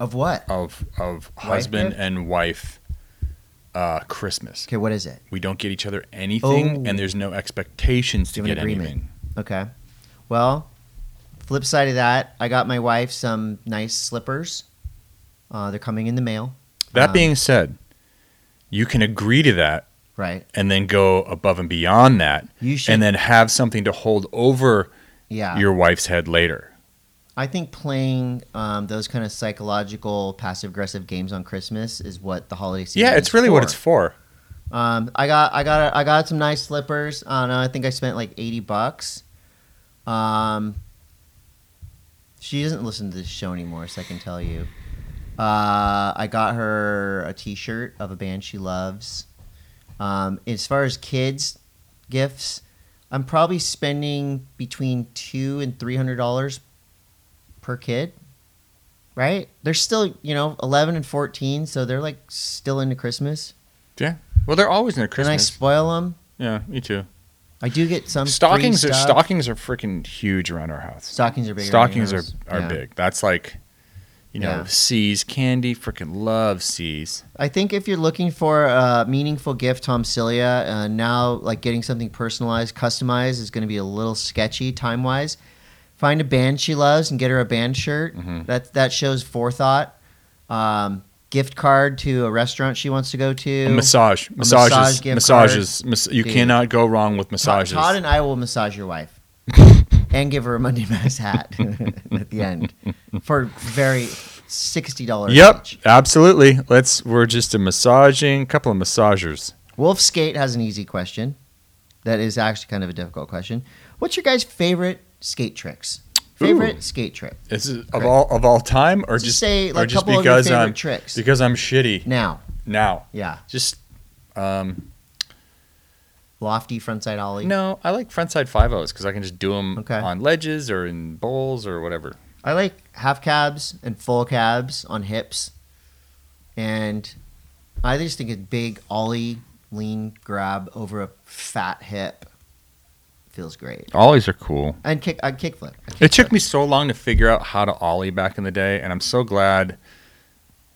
Speaker 1: of what?
Speaker 2: of of husband
Speaker 1: gift?
Speaker 2: and wife uh, Christmas.
Speaker 1: Okay, what is it?
Speaker 2: We don't get each other anything,
Speaker 1: Oh.
Speaker 2: and there's no expectations to
Speaker 1: You have an
Speaker 2: get
Speaker 1: agreement.
Speaker 2: anything.
Speaker 1: Okay, well, flip side of that, I got my wife some nice slippers. Uh, they're coming in the mail,
Speaker 2: That
Speaker 1: Um,
Speaker 2: being said, you can agree to that
Speaker 1: right?
Speaker 2: and then go above and beyond that,
Speaker 1: You should,
Speaker 2: and then have something to hold over
Speaker 1: yeah.
Speaker 2: your wife's head later.
Speaker 1: I think playing um, those kind of psychological, passive aggressive games on Christmas is what the holiday season.
Speaker 2: yeah, it's
Speaker 1: is
Speaker 2: really what
Speaker 1: for.
Speaker 2: it's for.
Speaker 1: Um, I got, I got, I got some nice slippers. I don't know. I think I spent like eighty bucks. Um, she doesn't listen to this show anymore, so I can tell you. Uh, I got her a T-shirt of a band she loves. Um, as far as kids gifts, I'm probably spending between two and three hundred dollars per kid. Right? They're still, you know, eleven and fourteen, so they're like still into Christmas.
Speaker 2: Well, they're always in a
Speaker 1: And I
Speaker 2: Christmas.
Speaker 1: spoil them.
Speaker 2: yeah, me too.
Speaker 1: I do get some free
Speaker 2: stockings are
Speaker 1: stuff.
Speaker 2: stockings are freaking huge around our house.
Speaker 1: Stockings are bigger. than
Speaker 2: stockings are
Speaker 1: yours.
Speaker 2: are
Speaker 1: Yeah.
Speaker 2: big. That's like, you know,
Speaker 1: Yeah.
Speaker 2: C's candy. Freaking love C's.
Speaker 1: I think if you're looking for a meaningful gift, Tom Cilia, uh, now like getting something personalized, customized is going to be a little sketchy time wise. Find a band she loves and get her a band shirt.
Speaker 2: Mhm.
Speaker 1: That that shows forethought. Um, gift card to a restaurant she wants to go to.
Speaker 2: A massage,
Speaker 1: massage
Speaker 2: massages,
Speaker 1: gift
Speaker 2: massages. Mas- you
Speaker 1: Dude.
Speaker 2: cannot go wrong with
Speaker 1: Ta-
Speaker 2: massages.
Speaker 1: Todd and I will massage your wife and give her a Monday Mass hat at the end for very sixty dollars.
Speaker 2: Yep, absolutely. Let's. We're just a massaging couple of massagers.
Speaker 1: Wolf Skate has an easy question. That is actually kind of a difficult question. What's your guys' favorite skate tricks? Favorite skate trick.
Speaker 2: Is it of
Speaker 1: Okay.
Speaker 2: all of all time, or
Speaker 1: Just
Speaker 2: just,
Speaker 1: say,
Speaker 2: or
Speaker 1: like,
Speaker 2: just
Speaker 1: couple of your
Speaker 2: because
Speaker 1: favorite
Speaker 2: I'm
Speaker 1: tricks.
Speaker 2: because I'm shitty
Speaker 1: Now,
Speaker 2: now.
Speaker 1: yeah,
Speaker 2: Just um,
Speaker 1: lofty frontside ollie.
Speaker 2: no, I like frontside five O's because I can just do them
Speaker 1: Okay.
Speaker 2: on ledges or in bowls or whatever.
Speaker 1: I like half cabs and full cabs on hips, and I just think a big ollie lean grab over a fat hip feels great.
Speaker 2: Ollies are cool.
Speaker 1: And kick, I kickflip. a
Speaker 2: It
Speaker 1: kickflip.
Speaker 2: took me so long to figure out how to ollie back in the day, and I'm so glad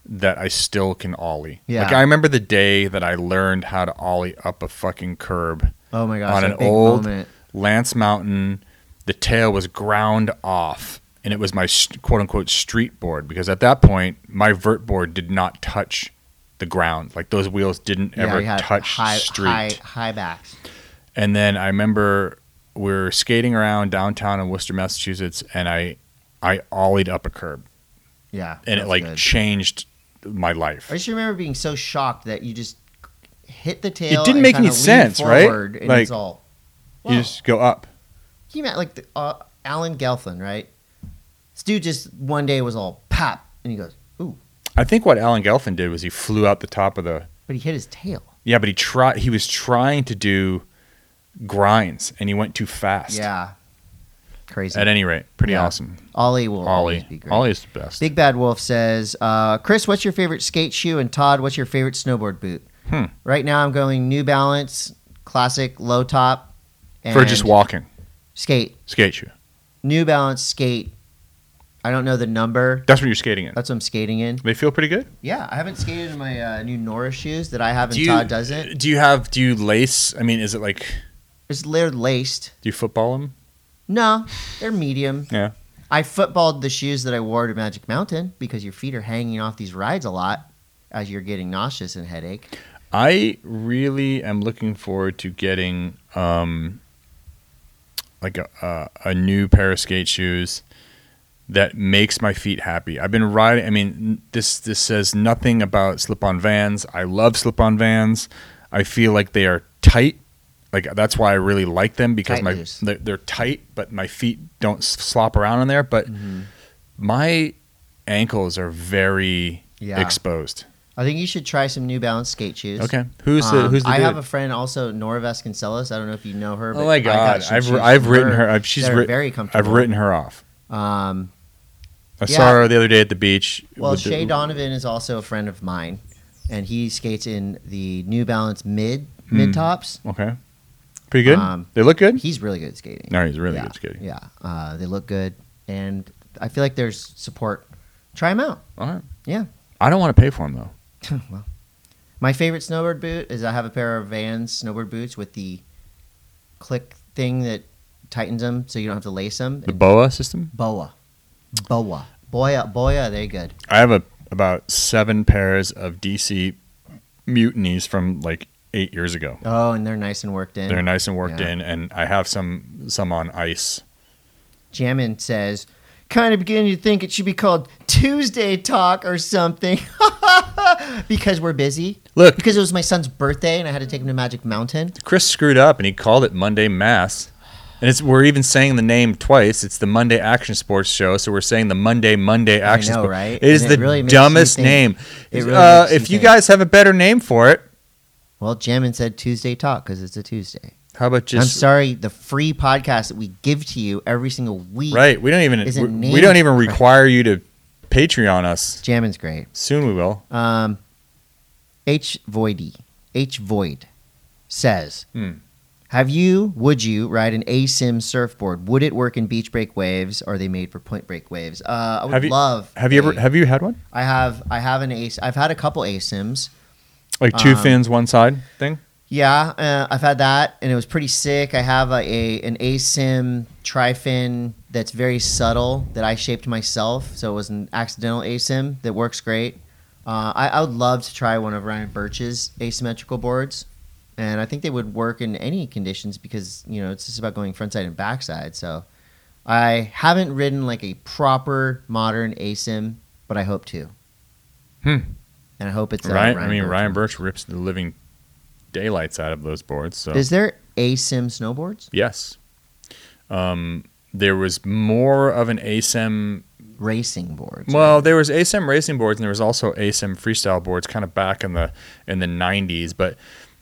Speaker 2: that I still can ollie.
Speaker 1: Yeah.
Speaker 2: Like I remember the day that I learned how to ollie up a fucking curb.
Speaker 1: Oh my gosh!
Speaker 2: on
Speaker 1: a
Speaker 2: an
Speaker 1: big
Speaker 2: old-
Speaker 1: moment.
Speaker 2: Lance Mountain, the tail was ground off, and it was my quote unquote street board because at that point my vert board did not touch the ground. Like those wheels didn't
Speaker 1: yeah,
Speaker 2: ever
Speaker 1: we had
Speaker 2: touch
Speaker 1: high,
Speaker 2: street.
Speaker 1: high, high backs.
Speaker 2: And then I remember we were skating around downtown in Worcester, Massachusetts, and I I ollied up a curb,
Speaker 1: Yeah,
Speaker 2: and it
Speaker 1: that's
Speaker 2: like
Speaker 1: good.
Speaker 2: changed my life.
Speaker 1: I just remember being so shocked that you just hit the tail.
Speaker 2: It didn't
Speaker 1: and
Speaker 2: make any
Speaker 1: kinda leaned
Speaker 2: sense, right?
Speaker 1: forward, And
Speaker 2: Like,
Speaker 1: it's all. Wow.
Speaker 2: You just go up.
Speaker 1: He meant like the, uh, Alan Gelfin, right? This dude just one day was all pop, and he goes, "Ooh,"
Speaker 2: I think what Alan Gelfin did was he flew out the top of the
Speaker 1: but he hit his tail.
Speaker 2: Yeah, but he tried. He was trying to do grinds, and he went too fast.
Speaker 1: Yeah, crazy.
Speaker 2: At any rate, pretty
Speaker 1: Yeah.
Speaker 2: awesome.
Speaker 1: Ollie will always
Speaker 2: Ollie,
Speaker 1: be great.
Speaker 2: Ollie is the best.
Speaker 1: Big Bad Wolf says, uh, Chris, what's your favorite skate shoe? And Todd, what's your favorite snowboard boot?
Speaker 2: Hmm.
Speaker 1: Right now, I'm going New Balance, classic low top, and
Speaker 2: for just walking.
Speaker 1: skate.
Speaker 2: Skate shoe.
Speaker 1: New Balance skate. I don't know the number.
Speaker 2: That's what you're skating in.
Speaker 1: That's what I'm skating in.
Speaker 2: They feel pretty good.
Speaker 1: Yeah, I haven't skated in my uh, new Nora shoes that I have and Todd doesn't.
Speaker 2: Do you have? Do you lace? I mean, is it like?
Speaker 1: It's they're laced.
Speaker 2: Do you football them?
Speaker 1: No, they're medium.
Speaker 2: Yeah.
Speaker 1: I footballed the shoes that I wore to Magic Mountain because your feet are hanging off these rides a lot as you're getting nauseous and headache.
Speaker 2: I really am looking forward to getting um, like a, a a new pair of skate shoes that makes my feet happy. I've been riding. I mean, n- this this says nothing about slip on Vans. I love slip on Vans. I feel like they are tight. Like that's why I really like them because
Speaker 1: Tight
Speaker 2: my
Speaker 1: loose.
Speaker 2: they're, they're tight, but my feet don't s- slop around in there. But
Speaker 1: Mm. Mm-hmm.
Speaker 2: my ankles are very
Speaker 1: Yeah.
Speaker 2: exposed.
Speaker 1: I think you should try some New Balance skate shoes.
Speaker 2: Okay, who's the
Speaker 1: Um,
Speaker 2: who's the?
Speaker 1: I
Speaker 2: dude?
Speaker 1: have a friend also, Nora Vasconcelos. I don't know if you know her. But
Speaker 2: oh my
Speaker 1: I got
Speaker 2: god,
Speaker 1: some
Speaker 2: I've
Speaker 1: shoes
Speaker 2: I've
Speaker 1: from
Speaker 2: written her. I've, she's
Speaker 1: that are
Speaker 2: writ-
Speaker 1: very
Speaker 2: I've
Speaker 1: comfortable.
Speaker 2: written her off.
Speaker 1: Um,
Speaker 2: I
Speaker 1: Yeah.
Speaker 2: saw her the other day at the beach.
Speaker 1: well,
Speaker 2: with the-
Speaker 1: Shay Donovan is also a friend of mine, and he skates in the New Balance mid mid tops.
Speaker 2: Okay, pretty good.
Speaker 1: Um,
Speaker 2: they look Hmm. good.
Speaker 1: He's really good at skating.
Speaker 2: No, he's really
Speaker 1: yeah,
Speaker 2: good skating.
Speaker 1: Yeah, uh, they look good, and I feel like there's support. Try them out.
Speaker 2: All right.
Speaker 1: Yeah.
Speaker 2: I don't want to pay for them though.
Speaker 1: well, my favorite snowboard boot is I have a pair of Vans snowboard boots with the click thing that tightens them, so you don't have to lace them.
Speaker 2: The boa system.
Speaker 1: Boa, boa, boya, boya. They're good.
Speaker 2: I have a, about seven pairs of DC mutinies from like eight years ago.
Speaker 1: Oh, and they're nice and worked in.
Speaker 2: They're nice and worked
Speaker 1: Yeah.
Speaker 2: in, and I have some some on ice.
Speaker 1: Jammin says, kind of beginning to think it should be called Tuesday Talk or something because we're busy.
Speaker 2: Look,
Speaker 1: Because it was my son's birthday and I had to take him to Magic Mountain.
Speaker 2: Chris screwed up, and he called it Monday Mass. And it's we're even saying the name twice. It's the Monday Action Sports Show, so we're saying the Monday Monday Action
Speaker 1: know,
Speaker 2: Sports.
Speaker 1: right?
Speaker 2: It is
Speaker 1: And it
Speaker 2: the
Speaker 1: really makes you
Speaker 2: dumbest
Speaker 1: think.
Speaker 2: name.
Speaker 1: It really
Speaker 2: Uh,
Speaker 1: makes you
Speaker 2: if you
Speaker 1: think.
Speaker 2: guys have a better name for it,
Speaker 1: Well, Jammin said Tuesday Talk because it's a Tuesday.
Speaker 2: how about
Speaker 1: I'm
Speaker 2: just
Speaker 1: sorry, the free podcast that we give to you every single week.
Speaker 2: right? We don't even
Speaker 1: Is it
Speaker 2: we, we
Speaker 1: named
Speaker 2: don't even
Speaker 1: correct?
Speaker 2: require you to Patreon us.
Speaker 1: Jammin's great.
Speaker 2: Soon we will.
Speaker 1: Um, H Voidy, H Void says,
Speaker 2: Hmm.
Speaker 1: Have you, would you ride an ASIM surfboard? Would it work in beach break waves? Are they made for point break waves? Uh, I would
Speaker 2: Have you-
Speaker 1: love.
Speaker 2: Have you ever
Speaker 1: a-
Speaker 2: have you had one?
Speaker 1: I have. I have an ace. I've had a couple ASIMs.
Speaker 2: Like two
Speaker 1: Um,
Speaker 2: fins, one side thing?
Speaker 1: Yeah, uh, I've had that, and it was pretty sick. I have a, a an asim trifin that's very subtle that I shaped myself, so it was an accidental asim that works great. Uh, I, I would love to try one of Ryan Birch's asymmetrical boards, and I think they would work in any conditions because you know it's just about going frontside and backside. So I haven't ridden like a proper modern asim, but I hope to.
Speaker 2: Hmm.
Speaker 1: And I hope it's uh,
Speaker 2: Ryan, I mean,
Speaker 1: Birch
Speaker 2: Ryan
Speaker 1: one.
Speaker 2: Birch rips the living daylights out of those boards. So
Speaker 1: Is there asim snowboards?
Speaker 2: yes, um, there was more of an E ASIM.
Speaker 1: Racing boards.
Speaker 2: Well, there was ASIM racing boards, and there was also ASIM freestyle boards, kind of back in the in the '90s. But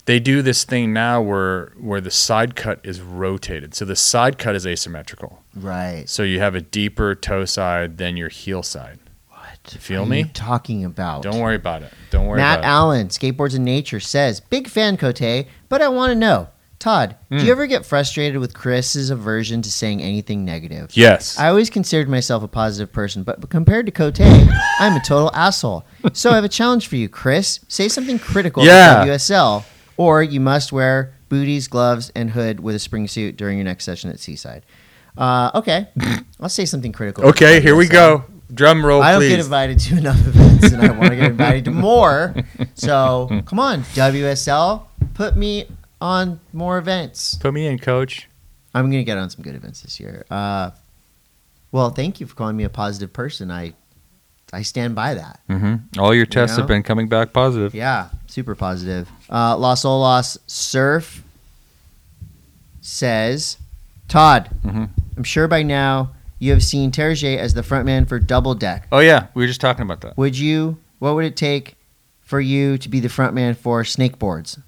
Speaker 2: they do this thing now where where the side cut is rotated, so the side cut is asymmetrical.
Speaker 1: Right.
Speaker 2: So you have a deeper toe side than your heel side.
Speaker 1: What?
Speaker 2: feel
Speaker 1: are
Speaker 2: me?
Speaker 1: you talking about?
Speaker 2: Don't worry about it. Don't worry
Speaker 1: Matt
Speaker 2: about it.
Speaker 1: Allen, Skateboards in Nature, says, Big fan, Cote, but I want to know, Todd,
Speaker 2: Hmm.
Speaker 1: do you ever get frustrated with Chris's aversion to saying anything negative?
Speaker 2: Yes.
Speaker 1: I always considered myself a positive person, but compared to Cote, I'm a total asshole. So I have a challenge for you, Chris. Say something critical
Speaker 2: Yeah.
Speaker 1: of WSL, or you must wear booties, gloves, and hood with a spring suit during your next session at Seaside. Uh, okay, I'll say something critical.
Speaker 2: Okay,
Speaker 1: of
Speaker 2: here we
Speaker 1: WSL.
Speaker 2: go. Drum roll,
Speaker 1: I don't get
Speaker 2: please.
Speaker 1: invited to enough events, and I want to get invited to more. So come on, WSL, put me on more events.
Speaker 2: Put me in, coach.
Speaker 1: I'm gonna get on some good events this year. Uh, well, thank you for calling me a positive person. I I stand by that.
Speaker 2: Mm-hmm. All your
Speaker 1: tests have know?
Speaker 2: been coming back positive.
Speaker 1: Yeah, super positive. Uh, Los Olas Surf says, Todd,
Speaker 2: Mhm.
Speaker 1: I'm sure by now you have seen Terje as the frontman for Double Deck.
Speaker 2: Oh yeah, we were just talking about that.
Speaker 1: would you what would it take for you to be the front man for snake boards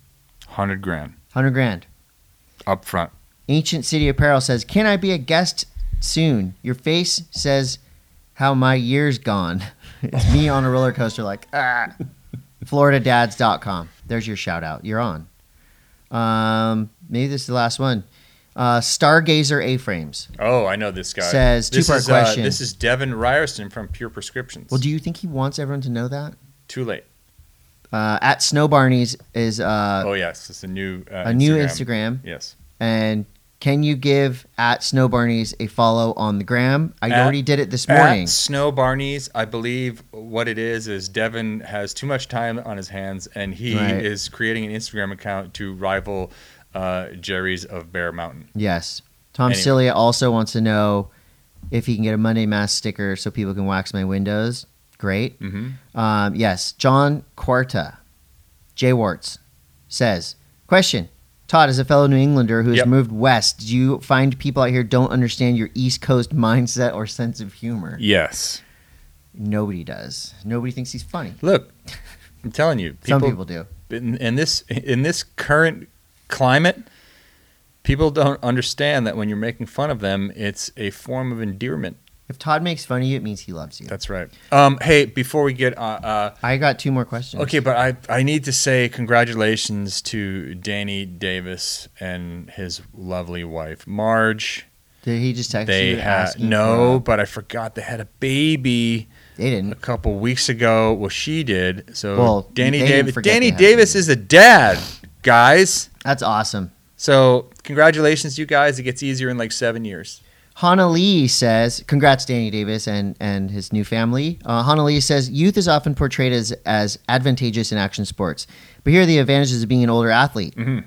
Speaker 2: Hundred grand
Speaker 1: 100 grand
Speaker 2: up front.
Speaker 1: ancient city apparel says can i be a guest soon your face says how my year's gone it's me on a roller coaster like ah. floridadads.com there's your shout out you're on um maybe this is the last one uh stargazer a-frames
Speaker 2: Oh, I know this guy.
Speaker 1: Says,
Speaker 2: This
Speaker 1: two-part
Speaker 2: is, uh,
Speaker 1: question.
Speaker 2: this is Devin Ryerson from Pure Prescriptions.
Speaker 1: well do you think he wants everyone to know that
Speaker 2: Too late.
Speaker 1: uh at snow barney's is uh
Speaker 2: oh yes, it's a new uh,
Speaker 1: a new instagram
Speaker 2: Yes.
Speaker 1: And can you give at Snow Barney's a follow on the gram? I already did it this morning.
Speaker 2: At Snow Barney's, I believe what it is is Devin has too much time on his hands, and he
Speaker 1: Right.
Speaker 2: is creating an Instagram account to rival uh, Jerry's of Bear Mountain.
Speaker 1: Yes. Tom
Speaker 2: Anyway.
Speaker 1: Cilia also wants to know if he can get a Monday Mass sticker so people can wax my windows. Great.
Speaker 2: Mm-hmm.
Speaker 1: Um, yes. John Quarta, J Warts, says Question Todd, as a fellow New Englander who has
Speaker 2: Yep.
Speaker 1: moved west, do you find people out here don't understand your East Coast mindset or sense of humor?
Speaker 2: Yes.
Speaker 1: Nobody does. Nobody thinks he's funny.
Speaker 2: Look, I'm telling you,
Speaker 1: Some
Speaker 2: people,
Speaker 1: people do.
Speaker 2: in, in this in this current climate, people don't understand that when you're making fun of them, it's a form of endearment.
Speaker 1: If Todd makes fun of you, it means he loves you.
Speaker 2: That's right. Um, hey, before we get uh, uh,
Speaker 1: I got two more questions.
Speaker 2: okay, but I I need to say congratulations to Danny Davis and his lovely wife Marge.
Speaker 1: Did he just text
Speaker 2: They
Speaker 1: you?
Speaker 2: had
Speaker 1: asking
Speaker 2: no,
Speaker 1: for-
Speaker 2: but I forgot they had a baby.
Speaker 1: they
Speaker 2: a
Speaker 1: didn't.
Speaker 2: couple weeks ago. Well, she did. So
Speaker 1: Well,
Speaker 2: Danny
Speaker 1: they didn't
Speaker 2: Davis.
Speaker 1: forget
Speaker 2: Danny
Speaker 1: they had
Speaker 2: Davis
Speaker 1: babies.
Speaker 2: is a dad, guys.
Speaker 1: That's awesome.
Speaker 2: So congratulations, you guys. It gets easier in like seven years.
Speaker 1: Hannah Lee says, "Congrats, Danny Davis and and his new family." Uh, Hannah Lee says, "Youth is often portrayed as as advantageous in action sports, but here are the advantages of being an older athlete."
Speaker 2: Mhm.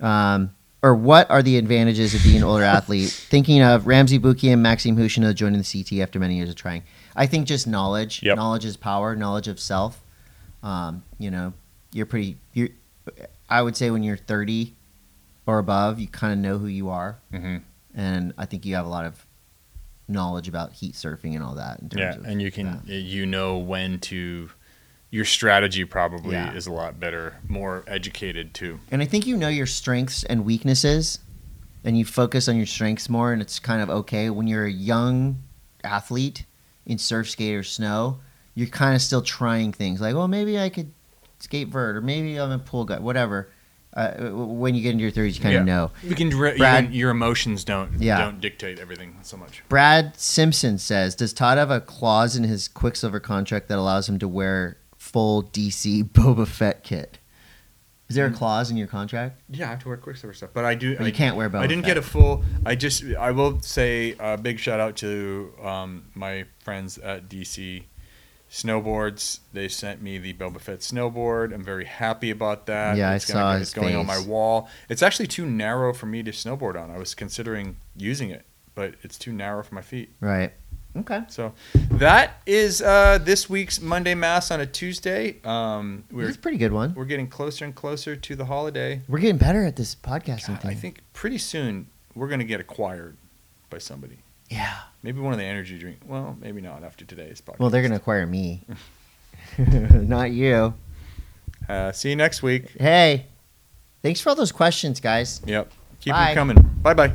Speaker 1: Um, or what are the advantages of being an older athlete? Thinking of Ramsey Buki and Maxime Hushino joining the CT after many years of trying. I think just knowledge.
Speaker 2: Yep.
Speaker 1: Knowledge is power. Knowledge of self. Um, you know, you're pretty. You're. I would say when you're 30 or above, you kind of know who you are
Speaker 2: Mm-hmm.
Speaker 1: and I think you have a lot of knowledge about heat surfing and all that. In terms
Speaker 2: Yeah,
Speaker 1: of
Speaker 2: and you can
Speaker 1: that.
Speaker 2: you know when to. Your strategy probably
Speaker 1: Yeah.
Speaker 2: is a lot better, more educated too.
Speaker 1: and I think you know your strengths and weaknesses, and you focus on your strengths more, and it's kind of okay when you're a young athlete in surf, skate, or snow. You're kind of still trying things like, well, maybe I could skate vert, or maybe I'm a pool guy, whatever. Uh, w- when you get into your 30s, you kind
Speaker 2: Yeah.
Speaker 1: of know.
Speaker 2: You can dri-
Speaker 1: Brad-
Speaker 2: even your emotions don't
Speaker 1: Yeah.
Speaker 2: don't dictate everything so much.
Speaker 1: Brad Simpson says, "Does Todd have a clause in his Quicksilver contract that allows him to wear full DC Boba Fett kit? Is there a clause in your contract?
Speaker 2: Yeah, I have to wear Quicksilver stuff, but I do.
Speaker 1: Or
Speaker 2: Mm. I,
Speaker 1: you can't wear Boba.
Speaker 2: I didn't
Speaker 1: Fett?
Speaker 2: get a full. I just. I will say a big shout out to um, my friends at DC Snowboards. They sent me the Boba Fett snowboard. I'm very happy about that.
Speaker 1: Yeah, I
Speaker 2: it's gonna-
Speaker 1: saw
Speaker 2: It's
Speaker 1: his
Speaker 2: going on my
Speaker 1: face.
Speaker 2: wall. It's actually too narrow for me to snowboard on. I was considering using it, but it's too narrow for my feet.
Speaker 1: right. Okay.
Speaker 2: So that is uh, this week's Monday Mass on a Tuesday. Um, we're
Speaker 1: That's a pretty good one.
Speaker 2: we're getting closer and closer to the holiday.
Speaker 1: We're getting better at this podcasting
Speaker 2: God,
Speaker 1: thing.
Speaker 2: I think pretty soon we're gonna get acquired by somebody.
Speaker 1: yeah.
Speaker 2: Maybe one of the energy drink. Well, maybe not after today's podcast.
Speaker 1: Well, they're gonna acquire me, not you.
Speaker 2: Uh, see you next week.
Speaker 1: Hey, thanks for all those questions, guys."
Speaker 2: Yep. Keep
Speaker 1: Bye.
Speaker 2: them coming. Bye bye.